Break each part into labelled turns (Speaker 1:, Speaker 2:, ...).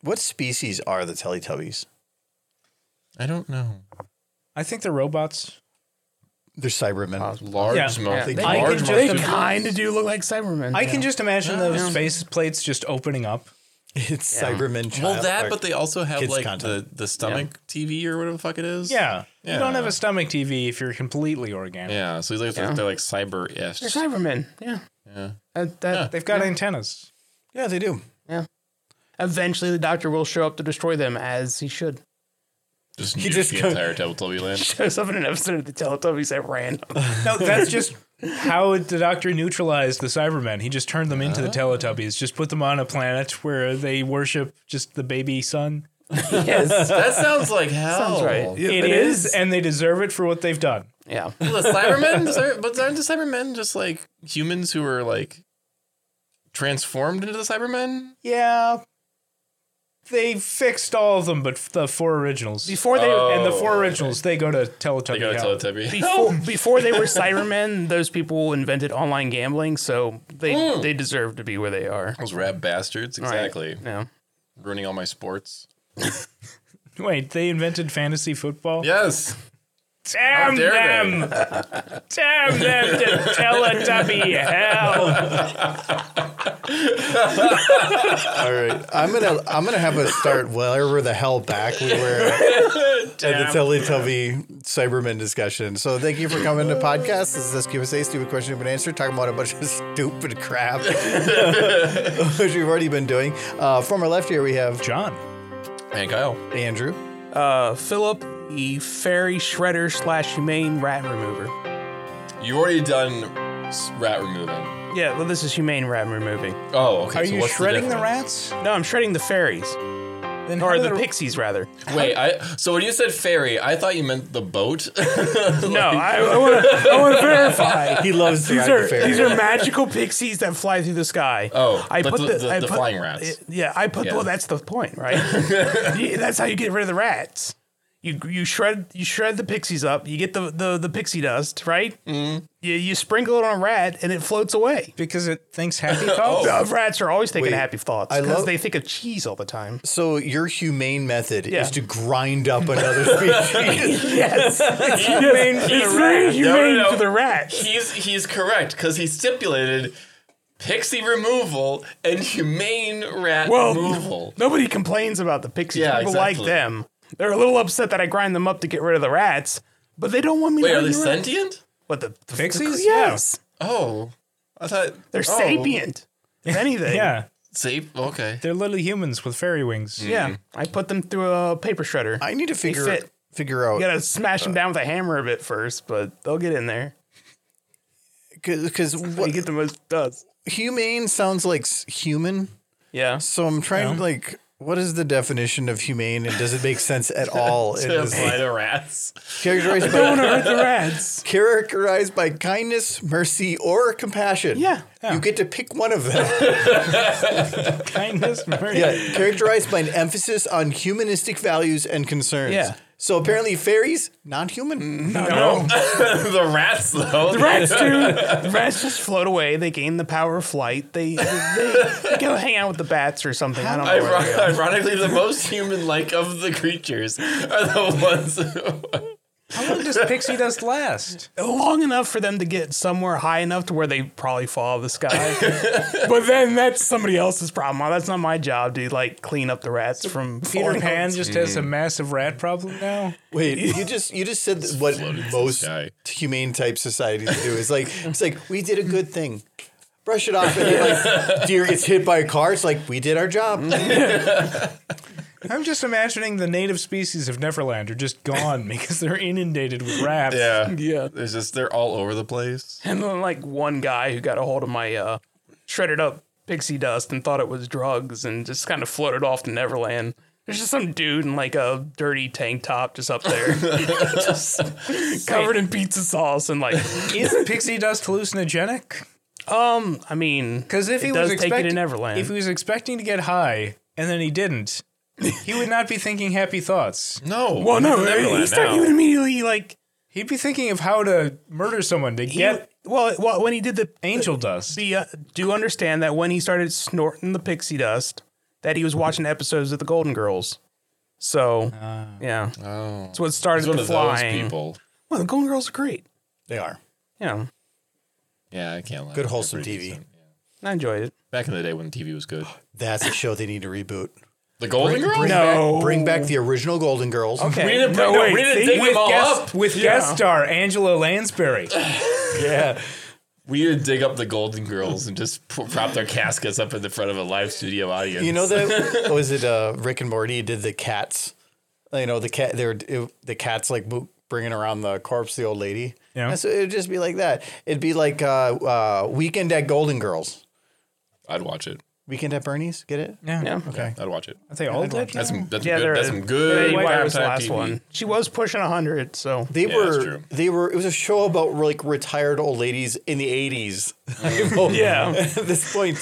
Speaker 1: What species are the Teletubbies?
Speaker 2: I don't know.
Speaker 3: I think they're robots.
Speaker 1: They're Cybermen.
Speaker 2: Uh, large
Speaker 3: Yeah.
Speaker 2: mouth.
Speaker 1: Yeah.
Speaker 2: They,
Speaker 3: I
Speaker 2: large
Speaker 3: can
Speaker 2: mouth-
Speaker 3: just-
Speaker 4: kind of do look like Cybermen.
Speaker 3: I
Speaker 4: yeah.
Speaker 3: can just imagine
Speaker 2: Yeah.
Speaker 3: those face plates just opening up.
Speaker 1: it's Cybermen.
Speaker 2: well,
Speaker 1: child-
Speaker 2: that,
Speaker 1: or-
Speaker 2: but they also have
Speaker 1: kids
Speaker 2: like
Speaker 1: content.
Speaker 2: the the stomach TV or whatever the fuck it is.
Speaker 3: Yeah. You don't
Speaker 2: Yeah.
Speaker 3: have a stomach TV if you're completely organic.
Speaker 2: Yeah. So he's like
Speaker 4: Yeah.
Speaker 2: they're like cyber-ish.
Speaker 4: They're Cybermen. Yeah.
Speaker 2: Yeah.
Speaker 4: That, that,
Speaker 3: They've got antennas.
Speaker 1: yeah, they do.
Speaker 4: Eventually, the Doctor will show up to destroy them, as he should.
Speaker 2: Just
Speaker 1: He
Speaker 2: nuke
Speaker 1: just
Speaker 2: the
Speaker 1: go-
Speaker 2: entire Teletubby land.
Speaker 4: Shows up in an episode of the Teletubbies at random.
Speaker 3: No, that's just how the Doctor neutralized the Cybermen. He just turned them into the
Speaker 2: Uh-huh.
Speaker 3: Teletubbies, just put them on a planet where they worship just the baby sun.
Speaker 4: yes.
Speaker 2: That sounds like hell.
Speaker 4: Sounds right.
Speaker 3: it is, and they deserve it for what they've done.
Speaker 4: Yeah.
Speaker 2: The Cybermen, Cyber- but aren't the Cybermen just like humans who are like transformed into the Cybermen?
Speaker 3: Yeah. They fixed all of them but f- the four originals.
Speaker 4: Before they
Speaker 3: and the four
Speaker 2: Oh,
Speaker 3: originals, they go to Teletubby.
Speaker 2: They go to
Speaker 3: Hell.
Speaker 2: Teletubby.
Speaker 4: before, before they were Cybermen, those people invented online gambling, so they
Speaker 2: Mm.
Speaker 4: they deserve to be where they are.
Speaker 2: Those rab bastards, exactly.
Speaker 4: Yeah.
Speaker 2: Ruining all my sports.
Speaker 3: Wait, they invented fantasy football?
Speaker 2: Yes.
Speaker 3: Damn
Speaker 2: How dare
Speaker 3: them! Damn them to Teletubby hell!
Speaker 1: All right, I'm gonna I'm gonna have us start wherever the hell back we were at, at the Teletubby Cybermen discussion. So thank you for coming to podcast. This is Let's Give Us a Stupid Question Stupid Answer, talking about a bunch of stupid crap, which we've already been doing. Uh, from our left here, we have
Speaker 3: John.
Speaker 2: And Kyle.
Speaker 1: Andrew.
Speaker 4: Uh, Philip, the fairy shredder slash humane rat remover.
Speaker 2: You already done s- rat removing.
Speaker 4: Yeah, well, this is humane rat removing.
Speaker 2: Oh, okay.
Speaker 3: Are
Speaker 2: so
Speaker 3: you
Speaker 2: what's
Speaker 3: shredding the,
Speaker 2: difference?
Speaker 3: rats?
Speaker 4: No, I'm shredding the fairies.
Speaker 3: Then
Speaker 4: Or
Speaker 3: how
Speaker 4: the
Speaker 3: do
Speaker 4: pixies, rather.
Speaker 2: Wait, I so when you said ferry, I thought you meant the boat.
Speaker 4: No, I, I want to I wanna verify.
Speaker 1: uh, He loves the
Speaker 4: These are,
Speaker 1: fairy.
Speaker 4: these are magical pixies that fly through the sky.
Speaker 2: Oh,
Speaker 4: I
Speaker 2: but
Speaker 4: put
Speaker 2: the-
Speaker 4: the,
Speaker 2: the-
Speaker 4: I
Speaker 2: the
Speaker 4: put-
Speaker 2: flying rats.
Speaker 4: Yeah, I put.
Speaker 2: Yeah.
Speaker 4: Well, that's the point, right? Yeah, that's how you get rid of the rats. You you shred you shred the pixies up. You get the the, the pixie dust, right? Mm.
Speaker 2: Mm-hmm.
Speaker 4: You you sprinkle it on a rat and it floats away.
Speaker 3: Because it thinks happy thoughts.
Speaker 2: Oh.
Speaker 4: Uh, rats are always thinking
Speaker 1: Wait,
Speaker 4: happy thoughts
Speaker 1: I
Speaker 4: because
Speaker 1: love-
Speaker 4: they think of cheese all the time.
Speaker 1: So your humane method
Speaker 4: Yeah.
Speaker 1: is to grind up another species.
Speaker 4: Yes, it's humane for the rat.
Speaker 2: humane no, no.
Speaker 4: for the rat.
Speaker 2: he's he's correct because he stipulated pixie removal and humane rat
Speaker 4: Well-
Speaker 2: removal.
Speaker 4: Nobody complains about the pixies.
Speaker 2: Yeah,
Speaker 4: People like
Speaker 2: exactly.
Speaker 4: them. They're a little upset that I grind them up to get rid of the rats, but they don't want me
Speaker 2: Wait,
Speaker 4: to.
Speaker 2: are they
Speaker 4: get rid of-
Speaker 2: sentient?
Speaker 4: What the, the
Speaker 3: Pixies?
Speaker 4: Yes,
Speaker 2: Oh, I thought
Speaker 4: they're
Speaker 2: oh,
Speaker 4: sapient. If anything,
Speaker 3: Yeah,
Speaker 2: Sap. Okay.
Speaker 3: they're little humans with fairy wings.
Speaker 4: yeah. I put them through a paper shredder.
Speaker 1: I need to figure
Speaker 4: fit.
Speaker 1: figure out
Speaker 4: You gotta smash them down with a hammer a bit first, but they'll get in there.
Speaker 1: because what
Speaker 4: You get the most dust.
Speaker 1: humane sounds like s- human.
Speaker 4: Yeah.
Speaker 1: So I'm trying to like, what is the definition of humane, and does it make sense at all? It
Speaker 2: To
Speaker 1: is
Speaker 2: apply to rats.
Speaker 1: characterized by,
Speaker 4: hurt the rats.
Speaker 1: characterized by kindness, mercy, or compassion.
Speaker 4: Yeah.
Speaker 1: You get to pick one of them.
Speaker 3: Kindness, mercy.
Speaker 1: yeah. Characterized by an emphasis on humanistic values and concerns.
Speaker 4: Yeah. Mm-hmm.
Speaker 1: So apparently fairies, not human.
Speaker 4: No.
Speaker 2: the rats though. The
Speaker 4: Rats do. The rats just float away. They gain the power of flight. They they, they go hang out with the bats or something. I don't know. where they
Speaker 2: Iron- ironically, the most human-like of the creatures are the ones. Who-
Speaker 3: How long does pixie dust last?
Speaker 4: go. Long enough for them to get somewhere high enough to where they probably fall out of the sky. but then that's somebody else's problem. That's not my job to like clean up the rats from
Speaker 3: Peter
Speaker 4: falling out.
Speaker 3: Pan just has a massive rat problem now.
Speaker 1: Wait, you just you just said that what most
Speaker 2: sky.
Speaker 1: humane type societies do. It's like it's like we did a good thing. Brush it off and you're like deer gets hit by a car. It's like we did our job.
Speaker 2: Mm-hmm.
Speaker 3: I'm just imagining the native species of Neverland are just gone because they're inundated with rats.
Speaker 2: yeah.
Speaker 4: Yeah.
Speaker 2: There's just they're all over the place.
Speaker 4: And then like one guy who got a hold of my uh, shredded up pixie dust and thought it was drugs and just kind of floated off to Neverland. There's just some dude in like a dirty tank top just up there, just covered in pizza sauce and like.
Speaker 3: Is pixie dust hallucinogenic?
Speaker 4: Um, I mean,
Speaker 3: Because if
Speaker 4: it
Speaker 3: he
Speaker 4: does
Speaker 3: was
Speaker 4: take you
Speaker 3: expecting
Speaker 4: to Neverland,
Speaker 3: if he was expecting to get high and then he didn't, he would not be thinking happy thoughts.
Speaker 2: No.
Speaker 4: well, Oh, no,
Speaker 2: Neverland
Speaker 4: he started, he
Speaker 2: now.
Speaker 4: would immediately like
Speaker 3: He'd be thinking of how to murder someone to
Speaker 4: he,
Speaker 3: get
Speaker 4: well, well when he did the
Speaker 3: angel dust.
Speaker 4: the uh, do understand that when he started snorting the pixie dust, that he was watching episodes of The Golden Girls. So
Speaker 2: Ah.
Speaker 4: yeah,
Speaker 5: Oh.
Speaker 4: that's what
Speaker 2: He's
Speaker 4: started
Speaker 2: one
Speaker 4: the
Speaker 2: of
Speaker 4: flying.
Speaker 2: those people.
Speaker 4: Well, The Golden Girls are great.
Speaker 1: They are.
Speaker 4: Yeah,
Speaker 2: Yeah, I can't lie.
Speaker 1: Good
Speaker 2: They're
Speaker 1: wholesome
Speaker 2: pretty
Speaker 1: TV.
Speaker 2: decent, yeah.
Speaker 4: I enjoyed it.
Speaker 2: Back in the day when TV was good.
Speaker 1: That's a show they need to reboot.
Speaker 2: The Golden Girls?
Speaker 1: Bring
Speaker 4: No.
Speaker 1: back, bring back the original Golden Girls.
Speaker 4: Okay,
Speaker 2: We didn't bring- no, we didn't
Speaker 3: see,
Speaker 2: dig
Speaker 3: with
Speaker 2: them all
Speaker 3: guest,
Speaker 2: up.
Speaker 3: with guest star Angela Lansbury.
Speaker 1: Yeah,
Speaker 2: We would dig up the Golden Girls and just p- prop their caskets up in the front of a live studio audience.
Speaker 1: you know that was it. Uh, Rick and Morty did the cats. You know the cat. They were it, the cats like mo- bringing around the corpse, of the old lady.
Speaker 3: Yeah.
Speaker 1: And so it'd just be like that. It'd be like uh, uh, Weekend at Golden Girls.
Speaker 2: I'd watch it.
Speaker 1: Weekend at Bernie's. Get it?
Speaker 3: Yeah.
Speaker 4: Yeah.
Speaker 1: Okay.
Speaker 2: I'd watch it.
Speaker 3: I'd say all that.
Speaker 2: That's some, that's
Speaker 4: Yeah,
Speaker 2: good,
Speaker 4: they're-
Speaker 2: that's some good.
Speaker 4: Betty White was the
Speaker 2: primetime
Speaker 4: last
Speaker 2: TV.
Speaker 4: one. She was pushing hundred, so
Speaker 1: They
Speaker 2: Yeah, that's
Speaker 1: were.
Speaker 2: true.
Speaker 1: They were. It was a show about like retired old ladies in the eighties.
Speaker 4: Yeah.
Speaker 1: At this point,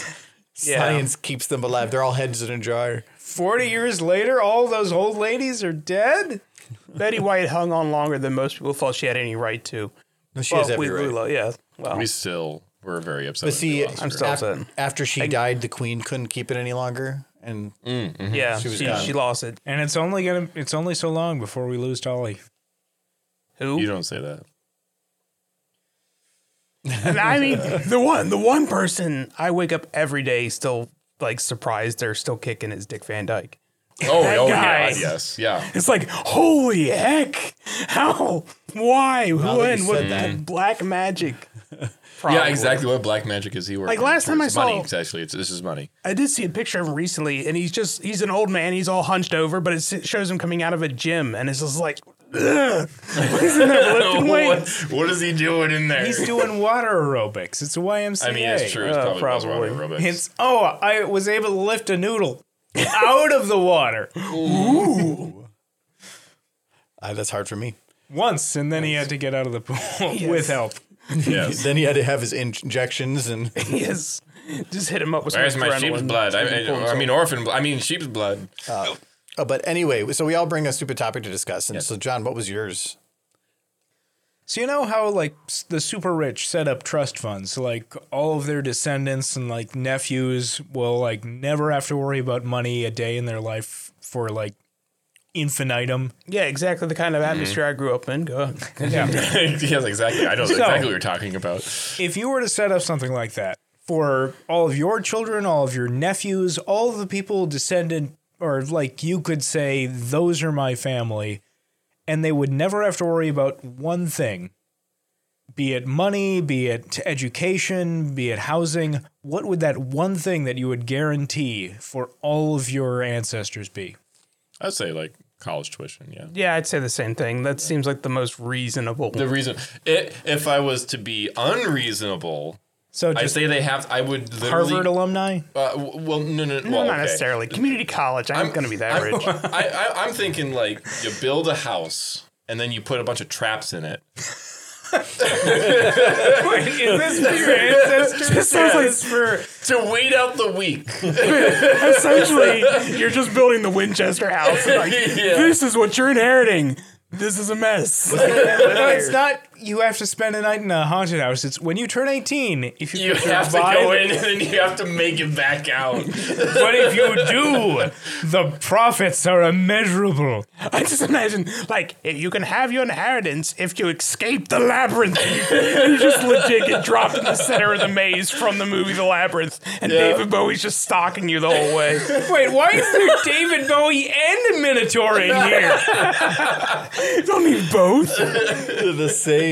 Speaker 4: Yeah.
Speaker 1: science keeps them alive. They're all heads in a jar.
Speaker 3: 40 years later, all those old ladies are dead?
Speaker 4: Betty White hung on longer than most people thought she had any right to.
Speaker 1: No, she
Speaker 4: Well,
Speaker 1: has every
Speaker 4: with
Speaker 1: right.
Speaker 4: Lula, yeah. Well,
Speaker 2: We still were very upset.
Speaker 1: But
Speaker 2: when we
Speaker 1: see,
Speaker 2: lost
Speaker 4: I'm
Speaker 2: her.
Speaker 4: still
Speaker 1: af-
Speaker 4: upset.
Speaker 1: after she died, the queen couldn't keep it any longer, and
Speaker 4: yeah,
Speaker 1: was
Speaker 4: she,
Speaker 1: gone.
Speaker 4: she lost it.
Speaker 3: And it's only gonna it's only so long before we lose Dolly.
Speaker 2: You
Speaker 4: Who?
Speaker 2: don't say that.
Speaker 4: And I mean, the one, the one person I wake up every day still like surprised they're still kicking is Dick Van Dyke.
Speaker 2: Oh, oh
Speaker 4: guy.
Speaker 2: yeah, yes, yeah.
Speaker 4: It's like, holy heck! How? Why?
Speaker 1: that
Speaker 4: When?
Speaker 1: you
Speaker 4: What
Speaker 1: said that.
Speaker 4: black magic?
Speaker 2: Yeah,
Speaker 4: Probably.
Speaker 2: exactly what black magic is he working
Speaker 4: Like, last time I
Speaker 2: towards?
Speaker 4: saw-
Speaker 2: money, it's actually it's, this is money.
Speaker 4: I did see a picture of him recently, and he's just he's an old man. He's all hunched over, but it s- shows him coming out of a gym, and it's just like, ugh. He's in there lifting
Speaker 2: what,
Speaker 4: weights.
Speaker 2: what is he doing in there?
Speaker 3: He's doing water aerobics. It's a YMCA.
Speaker 2: I mean, it's true. It's
Speaker 4: Uh,
Speaker 2: probably, was
Speaker 4: probably.
Speaker 2: Robert Aerobics.
Speaker 3: It's oh, I was able to lift a noodle out of the water
Speaker 1: uh, that's hard for me.
Speaker 3: once, and then he had to get out of the pool with help.
Speaker 2: yes.
Speaker 1: Then he had to have his injections, and
Speaker 4: He is just hit him up with. some
Speaker 2: Where's my
Speaker 4: adrenaline.
Speaker 2: sheep's blood? I,
Speaker 4: Pull
Speaker 2: I, I
Speaker 4: himself.
Speaker 2: mean, orphan. bl- I mean, sheep's blood.
Speaker 1: uh, but anyway, so we all bring a stupid topic to discuss, and so John, what was yours?
Speaker 3: So you know how like s- the super rich set up trust funds, so, like all of their descendants and like nephews will like never have to worry about money a day in their life for like infinitum.
Speaker 4: yeah, exactly the kind of
Speaker 2: Mm-hmm.
Speaker 4: atmosphere I grew up in. Go ahead.
Speaker 2: yes, exactly. I know exactly what you're talking about.
Speaker 3: If you were to set up something like that for all of your children, all of your nephews, all of the people descendant, or like you could say, those are my family, and they would never have to worry about one thing be it money, be it education, be it housing. What would that one thing that you would guarantee for all of your ancestors be?
Speaker 2: I'd say like college tuition. Yeah.
Speaker 4: Yeah, I'd say the same thing. That seems like the most reasonable.
Speaker 2: The reason, it, if I was to be unreasonable,
Speaker 3: So
Speaker 2: I
Speaker 3: just
Speaker 2: say they have. I would literally.
Speaker 3: Harvard alumni?
Speaker 2: Uh, w- well, no, no, no,
Speaker 4: No,
Speaker 2: well,
Speaker 4: not
Speaker 2: okay.
Speaker 4: necessarily. Community college. I'm, going to be that
Speaker 2: I'm,
Speaker 4: rich.
Speaker 2: I, I, I'm thinking like you build a house and then you put a bunch of traps in it.
Speaker 4: This sounds like
Speaker 2: to wait out the week.
Speaker 4: essentially you're just building the Winchester house. and like,
Speaker 2: Yeah.
Speaker 4: This is what you're inheriting. This is a mess.
Speaker 3: No, it's not. You have to spend a night in a haunted house. It's when you turn eighteen. If you,
Speaker 2: You
Speaker 3: can
Speaker 2: have to
Speaker 3: survive-
Speaker 2: go in and then you have to make it back out.
Speaker 3: but if you do, the profits are immeasurable.
Speaker 4: I just imagine, like, if you can have your inheritance if you escape the labyrinth. you just legit get dropped in the center of the maze from the movie The Labyrinth, and
Speaker 2: Yeah.
Speaker 4: David Bowie's just stalking you the whole way.
Speaker 3: Wait, why is there David Bowie and a Minotaur in here?
Speaker 4: You don't need both.
Speaker 1: the same.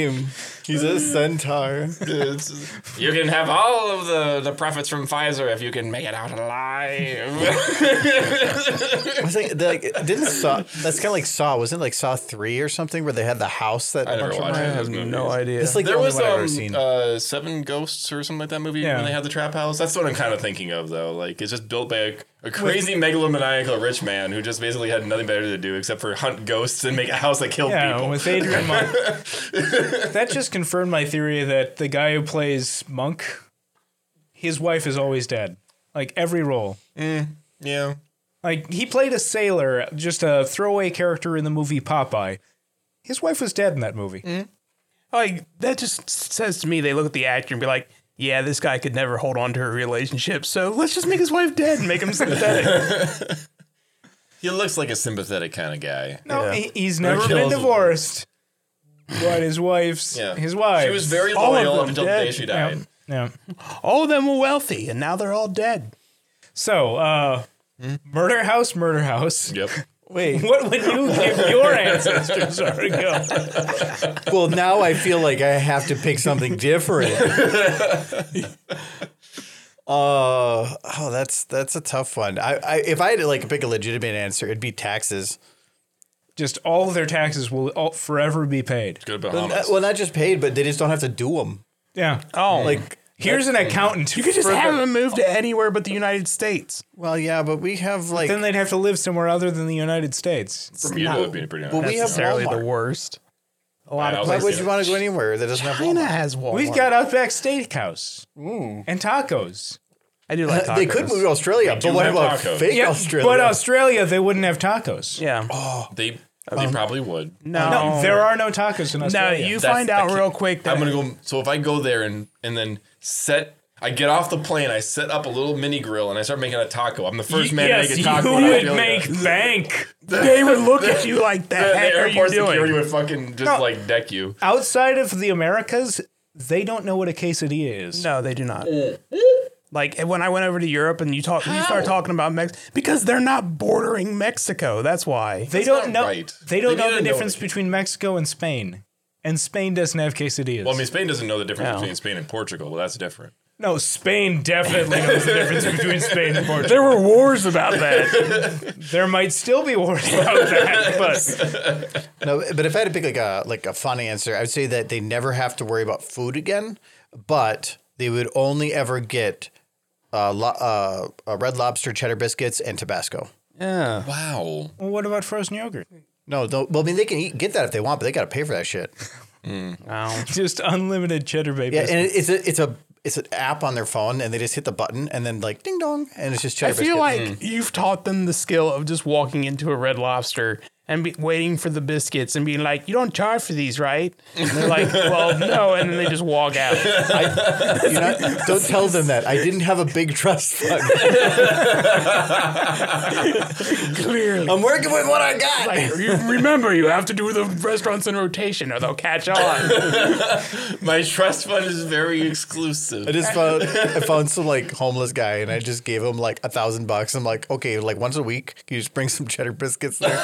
Speaker 1: He's a centaur.
Speaker 2: It's- you can have all of the, the profits from Pfizer if you can make it out alive.
Speaker 1: I was like, like didn't Saw? That's kind of like Saw, wasn't it? Like Saw three or something, where they had the house that.
Speaker 2: I never
Speaker 1: bunch of-
Speaker 2: watched it.
Speaker 4: No idea.
Speaker 1: It's like
Speaker 2: There
Speaker 1: the only
Speaker 2: was
Speaker 1: one I've ever
Speaker 2: um,
Speaker 1: seen.
Speaker 2: uh, Seven Ghosts or something like that movie
Speaker 3: Yeah.
Speaker 2: when they had the trap house. That's what I'm kind of thinking of though. Like it's just built by a, a crazy megalomaniacal rich man who just basically had nothing better to do except for hunt ghosts and make a house that killed
Speaker 3: Yeah,
Speaker 2: people.
Speaker 3: with Adrian Monk. that just confirmed my theory that the guy who plays Monk, his wife is always dead. Like every role.
Speaker 2: Yeah.
Speaker 3: Like he played a sailor, just a throwaway character in the movie Popeye. His wife was dead in that movie.
Speaker 4: Like that just says to me, they look at the actor and be like, yeah, this guy could never hold on to a relationship, so let's just make his wife dead and make him sympathetic.
Speaker 2: He looks like a sympathetic kind of guy.
Speaker 3: No, he, he's
Speaker 2: Or
Speaker 3: never been
Speaker 2: kills him.
Speaker 3: divorced. But his wife's
Speaker 2: Yeah.
Speaker 3: his wife.
Speaker 2: She was very
Speaker 4: All of
Speaker 2: loyal
Speaker 4: them
Speaker 2: up until the day
Speaker 4: dead.
Speaker 2: she died.
Speaker 3: yeah.
Speaker 4: all of them were wealthy, and now they're all dead.
Speaker 3: So, uh, murder house, murder house.
Speaker 2: Yep.
Speaker 4: Wait,
Speaker 3: What would you give your ancestors are to go?
Speaker 1: Well, now I feel like I have to pick something different. Uh, oh, that's that's a tough one. I, I if I had to like pick a legitimate answer, it'd be taxes.
Speaker 3: Just all of their taxes will all, forever be paid.
Speaker 2: Good
Speaker 1: Uh,
Speaker 2: Bahamas.
Speaker 1: well, not just paid, but they just don't have to do them.
Speaker 3: Yeah.
Speaker 4: oh, like
Speaker 1: Like,
Speaker 3: Here's an accountant. You
Speaker 4: you could just have him move to anywhere but the United States.
Speaker 1: well, yeah, but we have like,
Speaker 3: Then they'd have to live somewhere other than the United States.
Speaker 2: Bermuda would be pretty nice.
Speaker 1: well, we have
Speaker 4: Necessarily the
Speaker 1: Walmart.
Speaker 4: worst.
Speaker 3: A lot
Speaker 2: I
Speaker 3: of
Speaker 2: was
Speaker 1: Why
Speaker 2: like,
Speaker 1: would
Speaker 2: yeah.
Speaker 1: you want to go anywhere that doesn't
Speaker 4: China
Speaker 1: have
Speaker 4: has Walmart.
Speaker 3: We've got Outback Steakhouse and tacos.
Speaker 4: I do like
Speaker 1: Walmart? They could
Speaker 4: tacos.
Speaker 1: move to Australia,
Speaker 2: do
Speaker 1: but what
Speaker 2: have
Speaker 1: about
Speaker 2: tacos.
Speaker 1: fake
Speaker 3: Yeah,
Speaker 1: Australia?
Speaker 3: but Australia, they wouldn't have tacos.
Speaker 4: Yeah.
Speaker 2: They, they
Speaker 1: Um,
Speaker 2: probably would.
Speaker 4: no.
Speaker 3: No, there are no tacos in
Speaker 4: Now
Speaker 3: Australia.
Speaker 4: you
Speaker 2: That's
Speaker 4: find
Speaker 2: the
Speaker 4: out
Speaker 2: key.
Speaker 4: real quick that
Speaker 2: I'm gonna go. So if I go there and and then set, I get off the plane. I set up a little mini grill and I start making a taco. I'm the first man to make a taco. when I feel like that.
Speaker 3: bank.
Speaker 4: they would look at you like
Speaker 2: The,
Speaker 4: that.
Speaker 2: the
Speaker 4: heck are you
Speaker 2: airport security
Speaker 4: doing?
Speaker 2: would fucking just like deck you.
Speaker 3: Outside of the Americas, they don't know what a quesadilla is.
Speaker 4: No, they do not. Like when I went over to Europe and you talk, you start talking about Mex because they're not bordering Mexico. That's why.
Speaker 3: They don't
Speaker 2: not
Speaker 3: know.
Speaker 2: right.
Speaker 3: They don't
Speaker 2: They
Speaker 3: know
Speaker 2: need
Speaker 3: the
Speaker 2: to know
Speaker 3: difference
Speaker 2: it.
Speaker 3: between Mexico and Spain, and Spain doesn't have quesadillas.
Speaker 2: Well, I mean, Spain doesn't know the difference
Speaker 4: No.
Speaker 2: between Spain and Portugal. Well, that's different.
Speaker 3: no, Spain definitely knows the difference between Spain and Portugal.
Speaker 4: There were wars about that.
Speaker 3: There might still be wars about that, but
Speaker 1: No, but if I had to pick like a like a fun answer, I would say that they never have to worry about food again, but they would only ever get uh, lo- uh, uh, red lobster cheddar biscuits and Tabasco.
Speaker 4: yeah.
Speaker 2: Wow.
Speaker 3: well, what about frozen yogurt?
Speaker 1: No, no well, I mean they can eat, get that if they want, but they got to pay for that shit.
Speaker 4: Wow.
Speaker 3: Just unlimited cheddar baby.
Speaker 1: Yeah, and it- it's a it's a it's an app on their phone, and they just hit the button, and then like ding dong, and it's just cheddar.
Speaker 4: I feel
Speaker 1: biscuits.
Speaker 4: like you've taught them the skill of just walking into a Red Lobster and be waiting for the biscuits and being like, "You don't charge for these, right?" And they're like, "Well, no," and then they just walk out.
Speaker 1: You're not- don't tell them that. I didn't have a big trust fund.
Speaker 4: Clearly.
Speaker 1: I'm working with what I got.
Speaker 4: Like, you remember, you have to do the restaurants in rotation, or they'll catch on.
Speaker 2: My trust fund is very exclusive.
Speaker 1: I just found I found some like homeless guy and I just gave him like a thousand bucks. I'm like, okay, like once a week, can you just bring some cheddar biscuits there?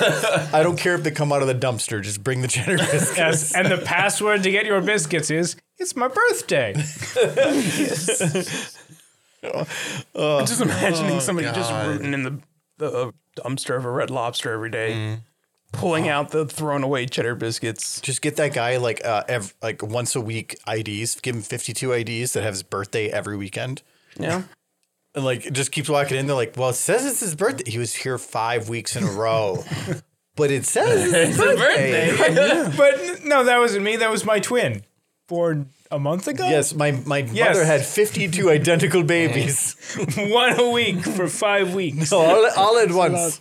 Speaker 1: I don't care if they come out of the dumpster, just bring the cheddar biscuits.
Speaker 3: Yes, and the password to get your biscuits is it's my birthday.
Speaker 4: just imagining somebody just rooting in the, the uh, dumpster of a red lobster every day, pulling out the thrown away cheddar biscuits.
Speaker 1: Just get that guy like uh ev- like once a week IDs, give him 52 IDs that have his birthday every weekend.
Speaker 4: Yeah.
Speaker 1: And like just keeps walking in. They're like, well, it says it's his birthday. He was here five weeks in a row. But it says it's his birthday.
Speaker 3: But n- no, that wasn't me. That was my twin, born a month ago.
Speaker 1: Yes, my, my
Speaker 3: Yes.
Speaker 1: mother had 52 identical babies
Speaker 3: one a week for five weeks.
Speaker 1: all, all at once.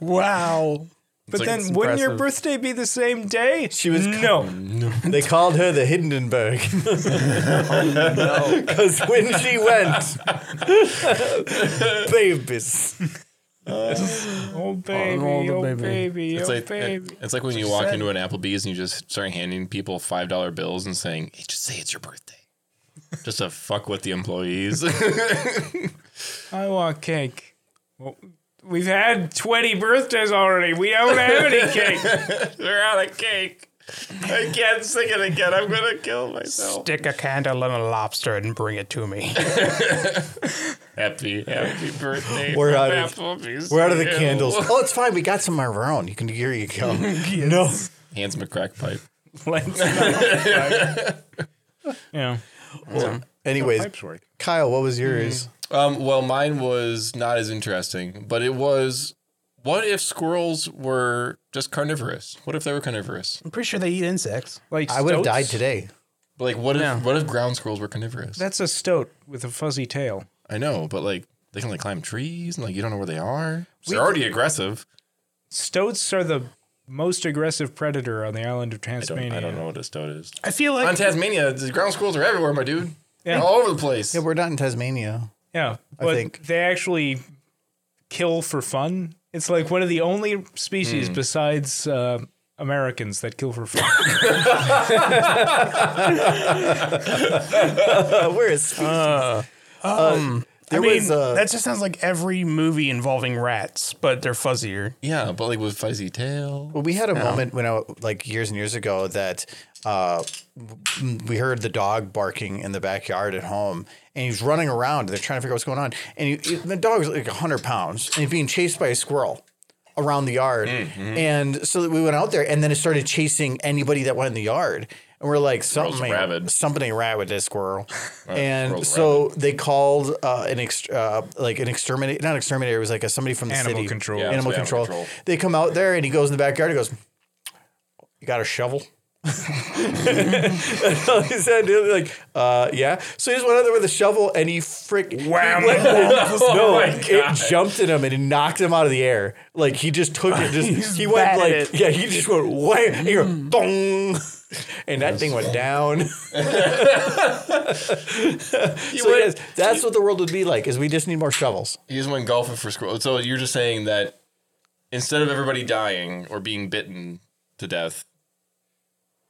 Speaker 4: Wow.
Speaker 3: But
Speaker 2: like,
Speaker 3: then,
Speaker 2: it's
Speaker 3: wouldn't your birthday be the same day?
Speaker 1: She was
Speaker 3: no.
Speaker 1: They called her the Hindenburg. Because when she went, babies.
Speaker 3: Oh baby,
Speaker 4: Oh, the
Speaker 3: oh,
Speaker 4: baby.
Speaker 3: baby,
Speaker 2: It's
Speaker 3: oh
Speaker 2: like, uh,
Speaker 3: baby.
Speaker 2: it's like when you walk into an Applebee's and you just start handing people five dollar bills and saying, "Hey, just say it's your birthday," just to fuck with the employees.
Speaker 3: I want cake. Well, we've had twenty birthdays already. We don't have any cake.
Speaker 2: They're out of cake. I can't sing it again. I'm gonna kill myself.
Speaker 4: Stick a candle in a lobster and bring it to me.
Speaker 2: Happy, happy birthday.
Speaker 1: We're
Speaker 2: from
Speaker 1: out of-
Speaker 2: Applebee's
Speaker 1: We're out of the
Speaker 2: to you.
Speaker 1: candles. Oh, it's fine. We got some of our own. You can here you go. No.
Speaker 2: Hands him a crack pipe.
Speaker 3: Let's yeah.
Speaker 1: Anyways, Kyle, what was yours?
Speaker 2: Um, well, mine was not as interesting, but it was. What if squirrels were just carnivorous? What if they were carnivorous?
Speaker 4: I'm pretty sure they eat insects.
Speaker 3: Like
Speaker 1: I would have
Speaker 3: stoats?
Speaker 1: died today.
Speaker 2: Like, what if
Speaker 4: Yeah.
Speaker 2: what if ground squirrels were carnivorous?
Speaker 3: That's a stoat with a fuzzy tail.
Speaker 2: I know, but like they can like climb trees and like you don't know where they are. So they're already aggressive.
Speaker 3: Stoats are the most aggressive predator on the island of
Speaker 2: I don't,
Speaker 3: Tasmania.
Speaker 2: I don't know what a stoat is.
Speaker 4: I feel like
Speaker 2: On Tasmania, the ground squirrels are everywhere, my dude. all over the place.
Speaker 1: Yeah, we're not in Tasmania.
Speaker 3: Yeah, but
Speaker 1: think.
Speaker 3: they actually kill for fun. It's like one of the only
Speaker 2: Hmm.
Speaker 3: species besides uh, Americans that kill for fun.
Speaker 1: Uh, where is there
Speaker 4: I mean,
Speaker 1: was uh,
Speaker 4: that just sounds like every movie involving rats, but they're fuzzier.
Speaker 2: Yeah, but like with fuzzy tail.
Speaker 1: Well, we had a moment when I like years and years ago that uh, we heard the dog barking in the backyard at home, and he's running around. They're trying to figure out what's going on, and he, the dog was like hundred pounds, and he's being chased by a squirrel around the yard.
Speaker 2: Mm-hmm.
Speaker 1: And so we went out there, and then it started chasing anybody that went in the yard. And we're like, something ain't-
Speaker 2: rabid.
Speaker 1: something ain't right with this squirrel. and so
Speaker 2: squirrel's
Speaker 1: they called uh, an ex- uh, like an exterminator, not exterminator, it was like a, somebody from the
Speaker 3: Animal
Speaker 1: city.
Speaker 3: control.
Speaker 2: Yeah,
Speaker 1: animal
Speaker 2: it's
Speaker 1: control.
Speaker 2: animal control.
Speaker 1: They come out there, and he goes in the backyard. He goes, "You got a shovel?" he said, like, uh, yeah. So he just went out there with a shovel and he frick
Speaker 4: Wham.
Speaker 1: he went- no,
Speaker 2: my
Speaker 1: it jumped at him and it knocked him out of the air. Like he just took it, just he went
Speaker 4: batted
Speaker 1: like
Speaker 4: it.
Speaker 1: yeah, he just went wham, and he went bong, and that thing went down. so yes, that's what the world would be like. Is we just need more shovels.
Speaker 2: He just went golfing for squirrel. So you're just saying that instead of everybody dying or being bitten to death,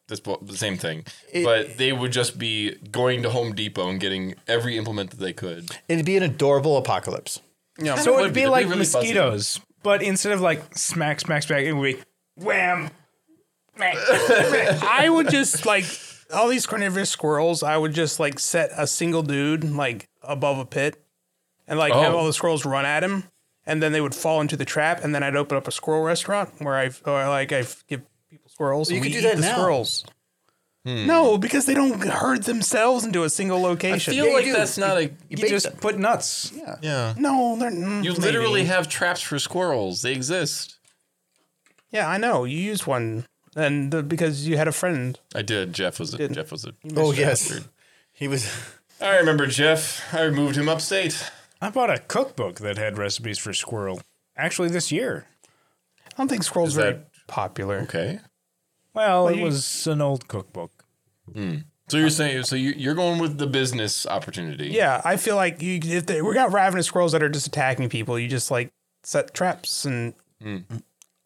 Speaker 2: this bo- the same thing, but they would just be going to Home Depot and getting every implement that they could.
Speaker 1: It'd be an adorable apocalypse.
Speaker 2: Yeah,
Speaker 3: so it'd be,
Speaker 2: They'd
Speaker 3: like
Speaker 2: really fuzzy.
Speaker 3: mosquitoes, but instead of like smack, smack, smack, it would be wham.
Speaker 4: I would just like all these carnivorous squirrels. I would just like set a single dude like above a pit, and like have
Speaker 2: Oh.
Speaker 4: all the squirrels run at him, and then they would fall into the trap, and then I'd open up a squirrel restaurant where I or like I give people squirrels. You and
Speaker 1: could
Speaker 4: we
Speaker 1: do
Speaker 4: eat
Speaker 1: that
Speaker 4: the
Speaker 1: now.
Speaker 4: squirrels.
Speaker 2: Hmm.
Speaker 4: No, because they don't herd themselves into a single location.
Speaker 2: I feel
Speaker 1: Yeah, you
Speaker 2: like
Speaker 1: do.
Speaker 2: that's not a.
Speaker 1: You,
Speaker 3: You
Speaker 1: bake
Speaker 3: just
Speaker 1: them.
Speaker 3: put nuts.
Speaker 2: Yeah.
Speaker 4: no, they're mm,
Speaker 2: You
Speaker 4: maybe.
Speaker 2: literally have traps for squirrels. They exist.
Speaker 4: Yeah, I know. You used one, and the, because you had a friend.
Speaker 2: I did. Jeff was a, Jeff was a.
Speaker 1: oh yes, he was.
Speaker 2: I remember Jeff. I moved him upstate.
Speaker 3: I bought a cookbook that had recipes for squirrel. Actually, this year.
Speaker 4: I don't think squirrels
Speaker 2: Is
Speaker 4: are very
Speaker 2: that-
Speaker 4: popular.
Speaker 2: Okay.
Speaker 3: Well, it was an old cookbook.
Speaker 2: So you're saying so you- you're going with the business opportunity.
Speaker 4: Yeah, I feel like you if they, we got ravenous squirrels that are just attacking people. You just like set traps and
Speaker 2: Mm.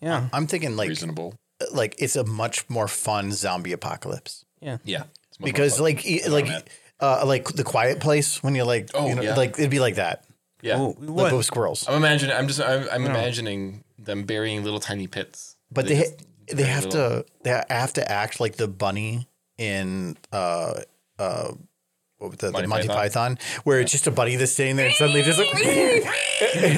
Speaker 4: yeah,
Speaker 1: I'm thinking like
Speaker 2: Reasonable.
Speaker 1: like it's a much more fun zombie apocalypse
Speaker 2: Yeah. It's much more
Speaker 1: because
Speaker 2: fun.
Speaker 1: like e-
Speaker 2: at.
Speaker 1: like uh, like the quiet place when you're like
Speaker 2: Oh,
Speaker 1: you know
Speaker 2: yeah.
Speaker 1: like it'd be like that
Speaker 2: yeah. Oh,
Speaker 1: like
Speaker 4: what?
Speaker 1: with squirrels
Speaker 2: I'm imagining. I'm just. I'm, I'm imagining them burying little tiny pits.
Speaker 1: but they
Speaker 2: just-
Speaker 1: ha- they have
Speaker 2: little-
Speaker 1: to they ha- have to act like the bunny in uh uh what was the, the
Speaker 2: Monty
Speaker 1: Monty Python,
Speaker 2: Python?
Speaker 1: where it's just a bunny that's sitting there and suddenly just like But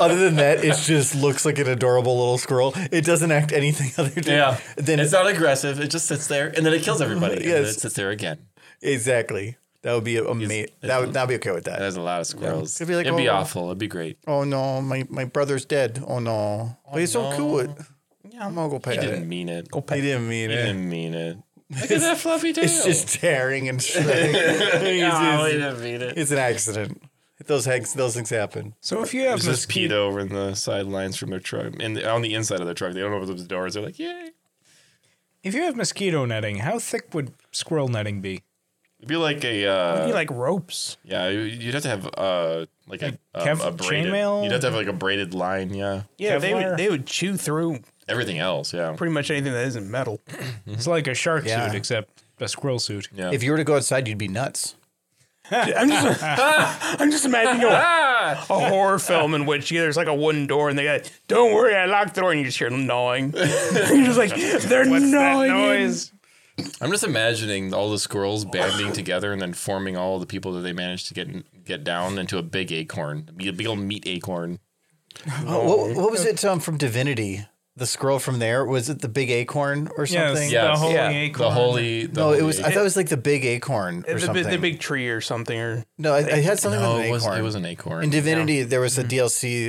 Speaker 1: other than that, it just looks like an adorable little squirrel. It doesn't act anything other than
Speaker 2: Yeah.
Speaker 1: Then
Speaker 2: it's not aggressive. It just sits there and then it kills everybody. And then
Speaker 1: Yes.
Speaker 2: it sits there again.
Speaker 1: exactly. That would be amazing. That would not be okay with that.
Speaker 2: There's a lot of squirrels.
Speaker 1: It'd be like,
Speaker 2: It'd be
Speaker 1: oh.
Speaker 2: awful. It'd be great.
Speaker 1: Oh no, my, my brother's dead. Oh no. but he's so cute.
Speaker 4: Yeah.
Speaker 1: I'm gonna go pet
Speaker 2: He
Speaker 1: it.
Speaker 2: didn't mean it.
Speaker 1: He didn't mean
Speaker 2: He
Speaker 1: it.
Speaker 2: didn't mean it. Look at that fluffy tail.
Speaker 1: It's just tearing and shredding.
Speaker 2: Oh, he
Speaker 1: it's,
Speaker 2: didn't mean it.
Speaker 1: it's an accident. Those hang- those things happen.
Speaker 3: So if you have
Speaker 2: There's this
Speaker 3: mosquitoes,
Speaker 2: PETA over in the sidelines from their truck, and on the inside of their truck, they don't open up the doors. They're like, "Yay!"
Speaker 3: if you have mosquito netting, how thick would squirrel netting be?
Speaker 2: It'd be like a uh,
Speaker 4: You like ropes.
Speaker 2: yeah, you- you'd have to have uh, like a, a,
Speaker 3: Kev-
Speaker 2: a braided.
Speaker 3: chainmail?
Speaker 2: You'd have to have like a braided line. Yeah,
Speaker 4: Yeah, they
Speaker 3: Kevlar?
Speaker 4: would they would chew through
Speaker 2: everything else. Yeah,
Speaker 4: pretty much anything that isn't metal.
Speaker 3: It's like a shark
Speaker 1: Yeah.
Speaker 3: suit, except a squirrel suit.
Speaker 2: Mm-hmm. yeah.
Speaker 1: If you were to go outside, you'd be nuts.
Speaker 4: I'm just I'm just imagining a, a horror film in which there's like a wooden door and they got don't worry I locked the door and you just hear them gnawing. You're just like they're gnawing.
Speaker 2: I'm just imagining all the squirrels banding together and then forming all the people that they managed to get get down into a big acorn, a big old meat acorn.
Speaker 1: Oh, what, what was it um, from Divinity? The squirrel from there was it the big acorn or something?
Speaker 2: Yeah. Yes.
Speaker 3: the holy
Speaker 4: Yeah.
Speaker 3: acorn.
Speaker 2: The e- holy, the
Speaker 1: No,
Speaker 2: holy
Speaker 1: it was. I thought it was like the big acorn or
Speaker 4: The, bi-
Speaker 1: something.
Speaker 4: the big tree or something or
Speaker 1: no, I, I had something
Speaker 2: no,
Speaker 1: with
Speaker 2: Oh, it
Speaker 1: an
Speaker 2: was,
Speaker 1: acorn.
Speaker 2: it was an acorn.
Speaker 1: In Divinity, there was
Speaker 3: Mm-hmm.
Speaker 1: a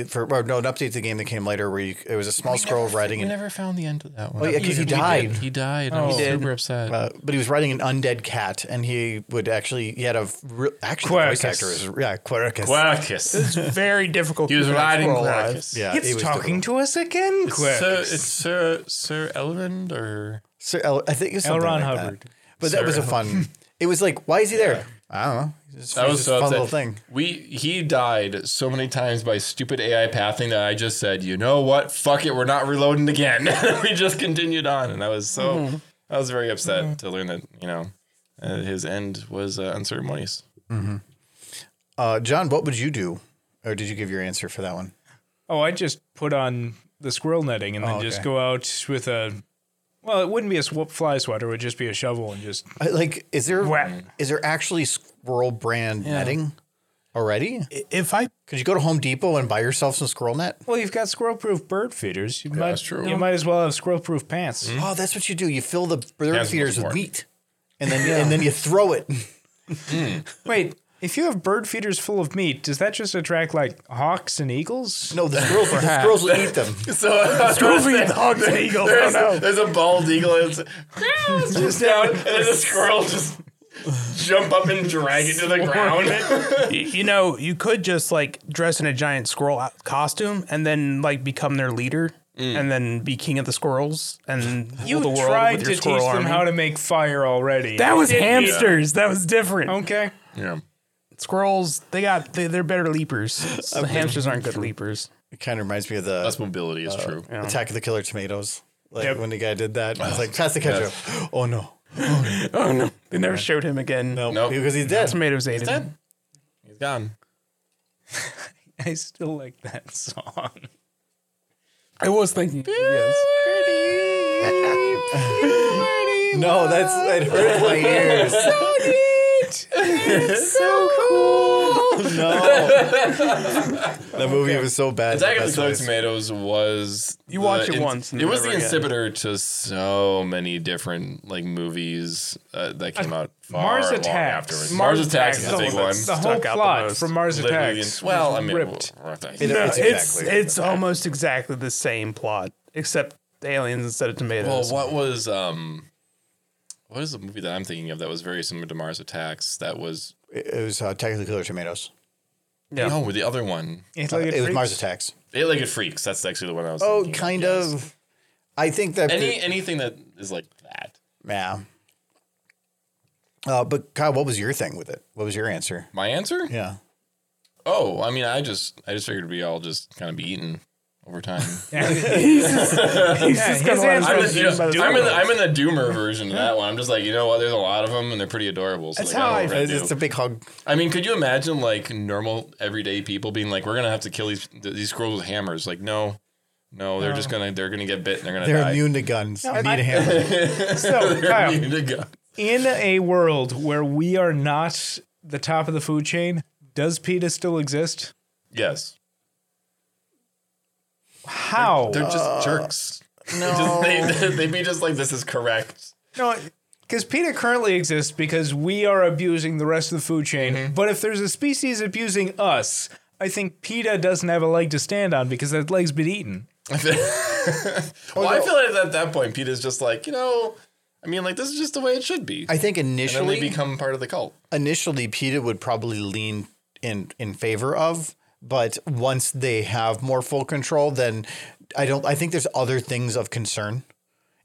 Speaker 1: DLC for or no, an update to the game that came later where you, it was a small squirrel riding
Speaker 2: we
Speaker 1: an
Speaker 2: never found the end to that one.
Speaker 1: Oh, yeah, 'cause he died. Oh.
Speaker 2: He died. I was
Speaker 3: He did.
Speaker 2: super upset.
Speaker 1: Uh, but he was riding an undead cat, and he would actually he had a re- actually the voice
Speaker 3: Quercus.
Speaker 1: actor is yeah Quercus.
Speaker 2: Quercus.
Speaker 4: very difficult.
Speaker 2: He was
Speaker 4: to keep that
Speaker 2: riding
Speaker 4: squirrel alive.
Speaker 2: Quercus.
Speaker 1: Yeah,
Speaker 3: It's talking to us again, quick.
Speaker 2: Sir, it's Sir Sir Elrond or
Speaker 1: Sir El, I think it was
Speaker 3: L.
Speaker 1: something
Speaker 3: Ron
Speaker 1: like that.
Speaker 3: Hubbard.
Speaker 1: But that was a fun. It was like, why is he there? I don't know. It's just,
Speaker 2: That
Speaker 1: it's
Speaker 2: was
Speaker 1: just
Speaker 2: so
Speaker 1: a fun
Speaker 2: upset.
Speaker 1: little thing.
Speaker 2: We he died so many times by stupid AI pathing that I just said, you know what? Fuck it, we're not reloading again. we just continued on, and I was so I was very upset to learn that you know uh, his end was uh, unceremonious.
Speaker 1: Uh, John, what would you do? Or did you give your answer for that one?
Speaker 3: Oh, I just put on the squirrel netting and then
Speaker 1: Oh,
Speaker 3: just
Speaker 1: okay.
Speaker 3: go out with a. Well, it wouldn't be a sw- fly swatter; it would just be a shovel and just
Speaker 1: I- Like, is there is
Speaker 3: Whack.
Speaker 1: there actually squirrel brand netting already?
Speaker 6: If I
Speaker 1: Could you go to Home Depot and buy yourself some squirrel net?
Speaker 3: Well, you've got squirrel proof bird feeders. You might,
Speaker 2: that's true.
Speaker 3: You might as well have squirrel proof pants.
Speaker 1: Oh, that's what you do. You fill the bird
Speaker 2: That's
Speaker 1: feeders
Speaker 2: much
Speaker 1: with
Speaker 2: more.
Speaker 1: meat, and then and then you throw it.
Speaker 3: Wait, if you have bird feeders full of meat, does that just attract like hawks and eagles?
Speaker 1: No, the squirrels, the squirrels will eat them.
Speaker 2: So squirrels eat hogs and eagles. There's, there's a bald eagle and it's just down, and then the squirrel just jump up and drag it to the ground.
Speaker 6: you, you know, you could just like dress in a giant squirrel o- costume and then like become their leader and then be king of the squirrels and
Speaker 3: You
Speaker 6: rule the world
Speaker 3: tried
Speaker 6: with
Speaker 3: to
Speaker 6: your
Speaker 3: teach
Speaker 6: squirrel
Speaker 3: them
Speaker 6: army.
Speaker 3: how to make fire already.
Speaker 6: that was hamsters. That was different.
Speaker 3: okay.
Speaker 2: yeah.
Speaker 6: Squirrels, they got they, they're better leapers. So hamsters aren't good leapers.
Speaker 1: It kind of reminds me of the
Speaker 2: That's mobility is true.
Speaker 1: Attack of the Killer Tomatoes. Like when the guy did that, it's like pass the ketchup. Oh no,
Speaker 6: Oh no, they never showed him again.
Speaker 1: no,
Speaker 2: Nope.
Speaker 1: because he's dead.
Speaker 6: Tomatoes ate him.
Speaker 2: He's gone.
Speaker 3: I still like that song.
Speaker 6: I was thinking.
Speaker 1: No, that's it hurt my ears. so neat, so cool. No, that movie was so bad.
Speaker 2: Attack of
Speaker 1: That's
Speaker 2: the Killer
Speaker 1: why it's-
Speaker 2: Tomatoes was you
Speaker 6: watch it once and
Speaker 2: It was the
Speaker 6: never again.
Speaker 2: inhibitor to so many different like movies uh, that came out far
Speaker 3: Mars
Speaker 2: long
Speaker 3: Attacks.
Speaker 2: afterwards.
Speaker 6: Mars
Speaker 2: Mars Attacks is
Speaker 6: Attacks
Speaker 2: a big
Speaker 6: is the
Speaker 2: one.
Speaker 6: one
Speaker 3: The
Speaker 6: Stuck
Speaker 3: whole
Speaker 6: out the
Speaker 3: plot
Speaker 6: most.
Speaker 3: from Mars
Speaker 2: Literally
Speaker 3: Attacks.
Speaker 2: the- well, I mean,
Speaker 3: ripped.
Speaker 2: we're not talking-
Speaker 1: It-
Speaker 6: It's it's,
Speaker 1: it's exactly
Speaker 6: almost exactly the same plot except aliens instead of
Speaker 2: well,
Speaker 6: tomatoes.
Speaker 2: what was um, what is the movie that I'm thinking of that was very similar to Mars Attacks? That was
Speaker 1: It was uh, Attack of the Killer Tomatoes.
Speaker 6: Yeah.
Speaker 2: no, the other one,
Speaker 3: It's like
Speaker 1: Uh, It was Mars Attacks.
Speaker 2: Eight-Legged Freaks. That's actually the one I was.
Speaker 1: Oh,
Speaker 2: thinking
Speaker 1: kind of. I think that.
Speaker 2: Any anything that is like that.
Speaker 1: yeah. Uh, but Kyle, what was your thing with it? What was your answer?
Speaker 2: My answer?
Speaker 1: Yeah.
Speaker 2: Oh, I mean, I just I just figured we all just kind of be eaten over time.
Speaker 6: It's
Speaker 3: his
Speaker 6: got a lot of
Speaker 3: answer
Speaker 2: I'm,
Speaker 6: stuff
Speaker 2: just,
Speaker 6: to
Speaker 2: you know,
Speaker 6: do by the
Speaker 2: I'm,
Speaker 6: time-
Speaker 2: in the, I'm in the doomer version of that one. I'm just like, you know what? There's a lot of them, and they're pretty adorable. So
Speaker 6: That's
Speaker 2: like,
Speaker 6: how
Speaker 2: I,
Speaker 6: I-
Speaker 2: don't know what
Speaker 1: It's
Speaker 2: to
Speaker 1: just
Speaker 2: do.
Speaker 1: a big hug.
Speaker 2: I mean, could you imagine like normal everyday people being like, we're gonna have to kill these th- these squirrels with hammers? Like, no, no, they're
Speaker 6: Uh.
Speaker 2: just gonna they're gonna get bit and they're gonna
Speaker 1: They're
Speaker 2: die.
Speaker 1: immune to guns. I need a hammer.
Speaker 3: So,
Speaker 2: They're
Speaker 3: Kyle,
Speaker 2: immune to gu-
Speaker 3: in a world where we are not the top of the food chain, does PETA still exist?
Speaker 2: Yes,
Speaker 3: How?
Speaker 2: they're just
Speaker 6: Uh,
Speaker 2: jerks. No, they, they'd be just like, this is correct.
Speaker 3: No, because PETA currently exists because we are abusing the rest of the food chain. But if there's a species abusing us, I think PETA doesn't have a leg to stand on because that leg's been eaten.
Speaker 1: Oh,
Speaker 2: well, I feel like at that point, Peter's just like, you know, I mean, like this is just the way it should be.
Speaker 1: I think
Speaker 2: and then
Speaker 1: initially,
Speaker 2: they become part of the cult.
Speaker 1: initially PETA would probably lean in in favor of, but once they have more full control, then I don't. I think there's other things of concern.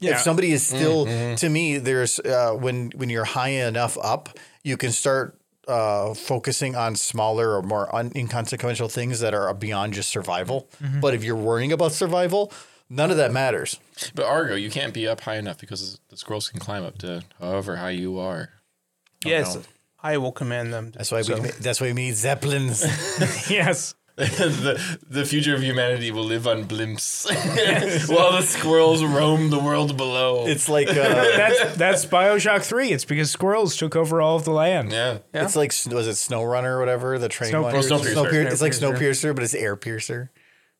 Speaker 1: If somebody is still, to me, there's uh, when when you're high enough up, you can start uh, focusing on smaller or more un- inconsequential things that are beyond just survival. But if you're worrying about survival, none of that matters.
Speaker 2: But Argo, you can't be up high enough because the squirrels can climb up to however high you are.
Speaker 6: yes, I will command them.
Speaker 1: That's why we. That's why we need zeppelins.
Speaker 3: Yes.
Speaker 2: the, the future of humanity will live on blimps while the squirrels roam the world below.
Speaker 1: it's like uh,
Speaker 3: That's, that's Bioshock 3. It's because squirrels took over all of the land.
Speaker 2: yeah.
Speaker 1: It's like Sn- was it Snowrunner or whatever the train one.
Speaker 3: Snowpiercer.
Speaker 2: Snowpiercer.
Speaker 1: Snowpiercer. It's like Snowpiercer, but it's air piercer.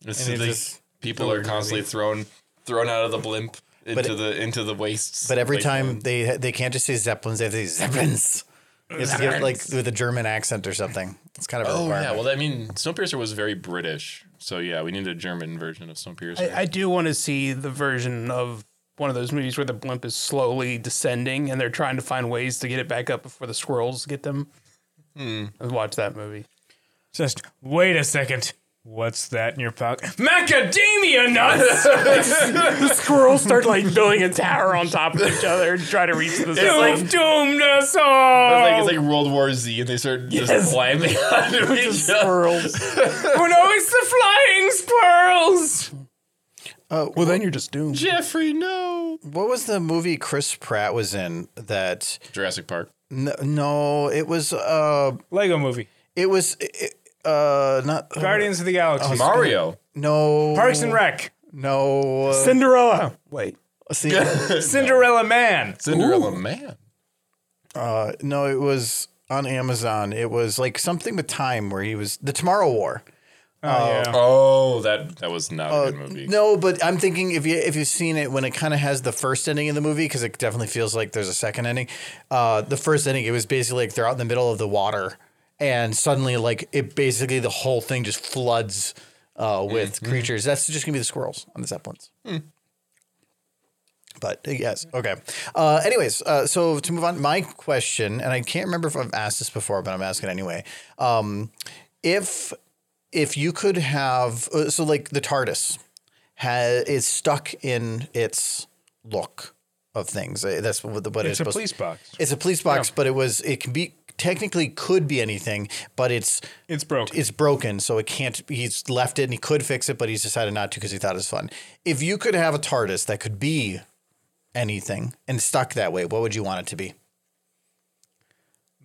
Speaker 2: It's
Speaker 1: And it
Speaker 2: like
Speaker 1: just-
Speaker 2: people are constantly thrown thrown out of the blimp into
Speaker 1: it-
Speaker 2: the into the wastes.
Speaker 1: But every
Speaker 2: Like,
Speaker 1: time they they can't just say zeppelins, they have to say zeppelins. You have to get like with a German accent or something. It's kind of a
Speaker 2: Oh yeah,
Speaker 1: requirement.
Speaker 2: well I mean Snowpiercer was very British. So yeah, we need a German version of Snowpiercer.
Speaker 6: I, I do want to see the version of one of those movies where the blimp is slowly descending and they're trying to find ways to get it back up before the squirrels get them. I'd watch that movie.
Speaker 3: Just wait a second. What's that in your pocket?
Speaker 4: Macadamia nuts! the squirrels start like building a tower on top of each other and try to reach the sun.
Speaker 2: like-
Speaker 4: doomed us all!
Speaker 2: It's like, it's like World War Z, and they start
Speaker 4: Oh. Yes.
Speaker 2: just climbing onto each other.
Speaker 4: squirrels. oh no, it's the flying squirrels!
Speaker 6: Well, then you're just doomed.
Speaker 2: Jeffrey, no.
Speaker 1: What was the movie Chris Pratt was in that?
Speaker 2: Jurassic Park.
Speaker 1: No, no it was uh,
Speaker 3: Lego movie.
Speaker 1: it was it, uh, not uh,
Speaker 3: Guardians of the
Speaker 2: Oh,
Speaker 3: Galaxy.
Speaker 2: Mario.
Speaker 1: No,
Speaker 3: Parks and Rec.
Speaker 1: No, uh,
Speaker 4: Oh,
Speaker 3: Cinderella. Wait.
Speaker 1: see,
Speaker 3: Cinderella Man.
Speaker 2: Cinderella Man.
Speaker 1: uh, no, it was on Amazon. It was like something with time where he was the Tomorrow War.
Speaker 2: Oh, that that was not
Speaker 4: Oh,
Speaker 2: a good movie.
Speaker 1: No, but I'm thinking if you if you've seen it when it kind of has the first ending of the movie because it definitely feels like there's a second ending. Uh, the first ending it was basically like they're out in the middle of the water and suddenly like it basically the whole thing just floods uh, with creatures. That's just gonna be the squirrels on the Zeppelins. But uh, yes, okay. Uh, anyways, uh, so to move on, my question, and I can't remember if I've asked this before, but I'm asking anyway. Um, if if you could have, uh, so like the TARDIS ha- is stuck in its look of things. Uh, That's what, the, what it's,
Speaker 3: It's a
Speaker 1: supposed
Speaker 3: police box.
Speaker 1: It's a police box, but it was it can be technically could be anything, but it's
Speaker 3: It's broken.
Speaker 1: it's broken, so it can't. He's left it, and he could fix it, but he's decided not to because he thought it was fun. If you could have a TARDIS that could be anything and stuck that way, what would you want it to be?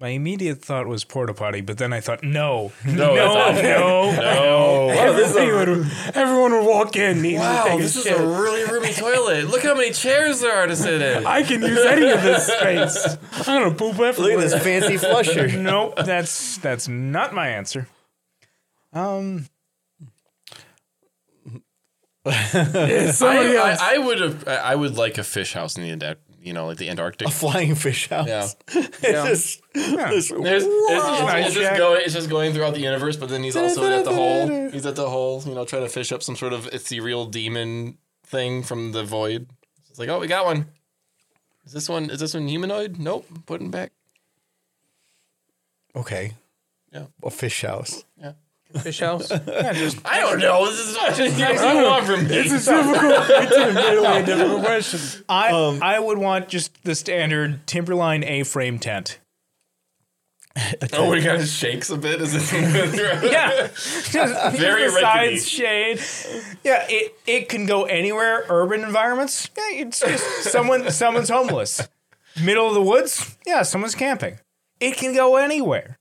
Speaker 3: My immediate thought was porta potty, but then I thought, no,
Speaker 2: no, that's not-
Speaker 4: everyone, would, everyone would walk in needs to
Speaker 2: Wow,
Speaker 4: take a
Speaker 2: this is a
Speaker 4: shit.
Speaker 2: really roomy toilet. Look how many chairs there are to sit in.
Speaker 4: I can use any of this space. I'm gonna poop
Speaker 1: Look
Speaker 4: everywhere.
Speaker 1: at this fancy flusher.
Speaker 3: nope. That's that's not my answer.
Speaker 4: Somebody
Speaker 2: I,
Speaker 4: else.
Speaker 2: I would have. I I would like a fish house in the Anda- you know, like the Antarctic.
Speaker 1: Flying fish house.
Speaker 2: Yeah.
Speaker 1: It's just- this-
Speaker 2: There's, there's, it's,
Speaker 3: Nice
Speaker 2: it's just
Speaker 3: shack.
Speaker 2: going, it's just going throughout the universe, but then he's also at the hole. He's at the hole, you know, trying to fish up some sort of ethereal demon thing from the void. It's like, oh, we got one. Is this one? Is this one humanoid? Nope. Putting back.
Speaker 1: okay.
Speaker 2: Yeah.
Speaker 1: A fish house.
Speaker 4: Fish house.
Speaker 2: I don't know. This is what you want from me.
Speaker 3: I I would want just the standard Timberline A-frame tent.
Speaker 2: Oh, it kind of shakes a bit. Is it?
Speaker 3: Yeah,
Speaker 2: Very rickety.
Speaker 3: sides shade. Yeah, it it can go anywhere. Urban environments. Yeah, it's just someone someone's homeless. Middle of the woods. Yeah, someone's camping. It can go anywhere.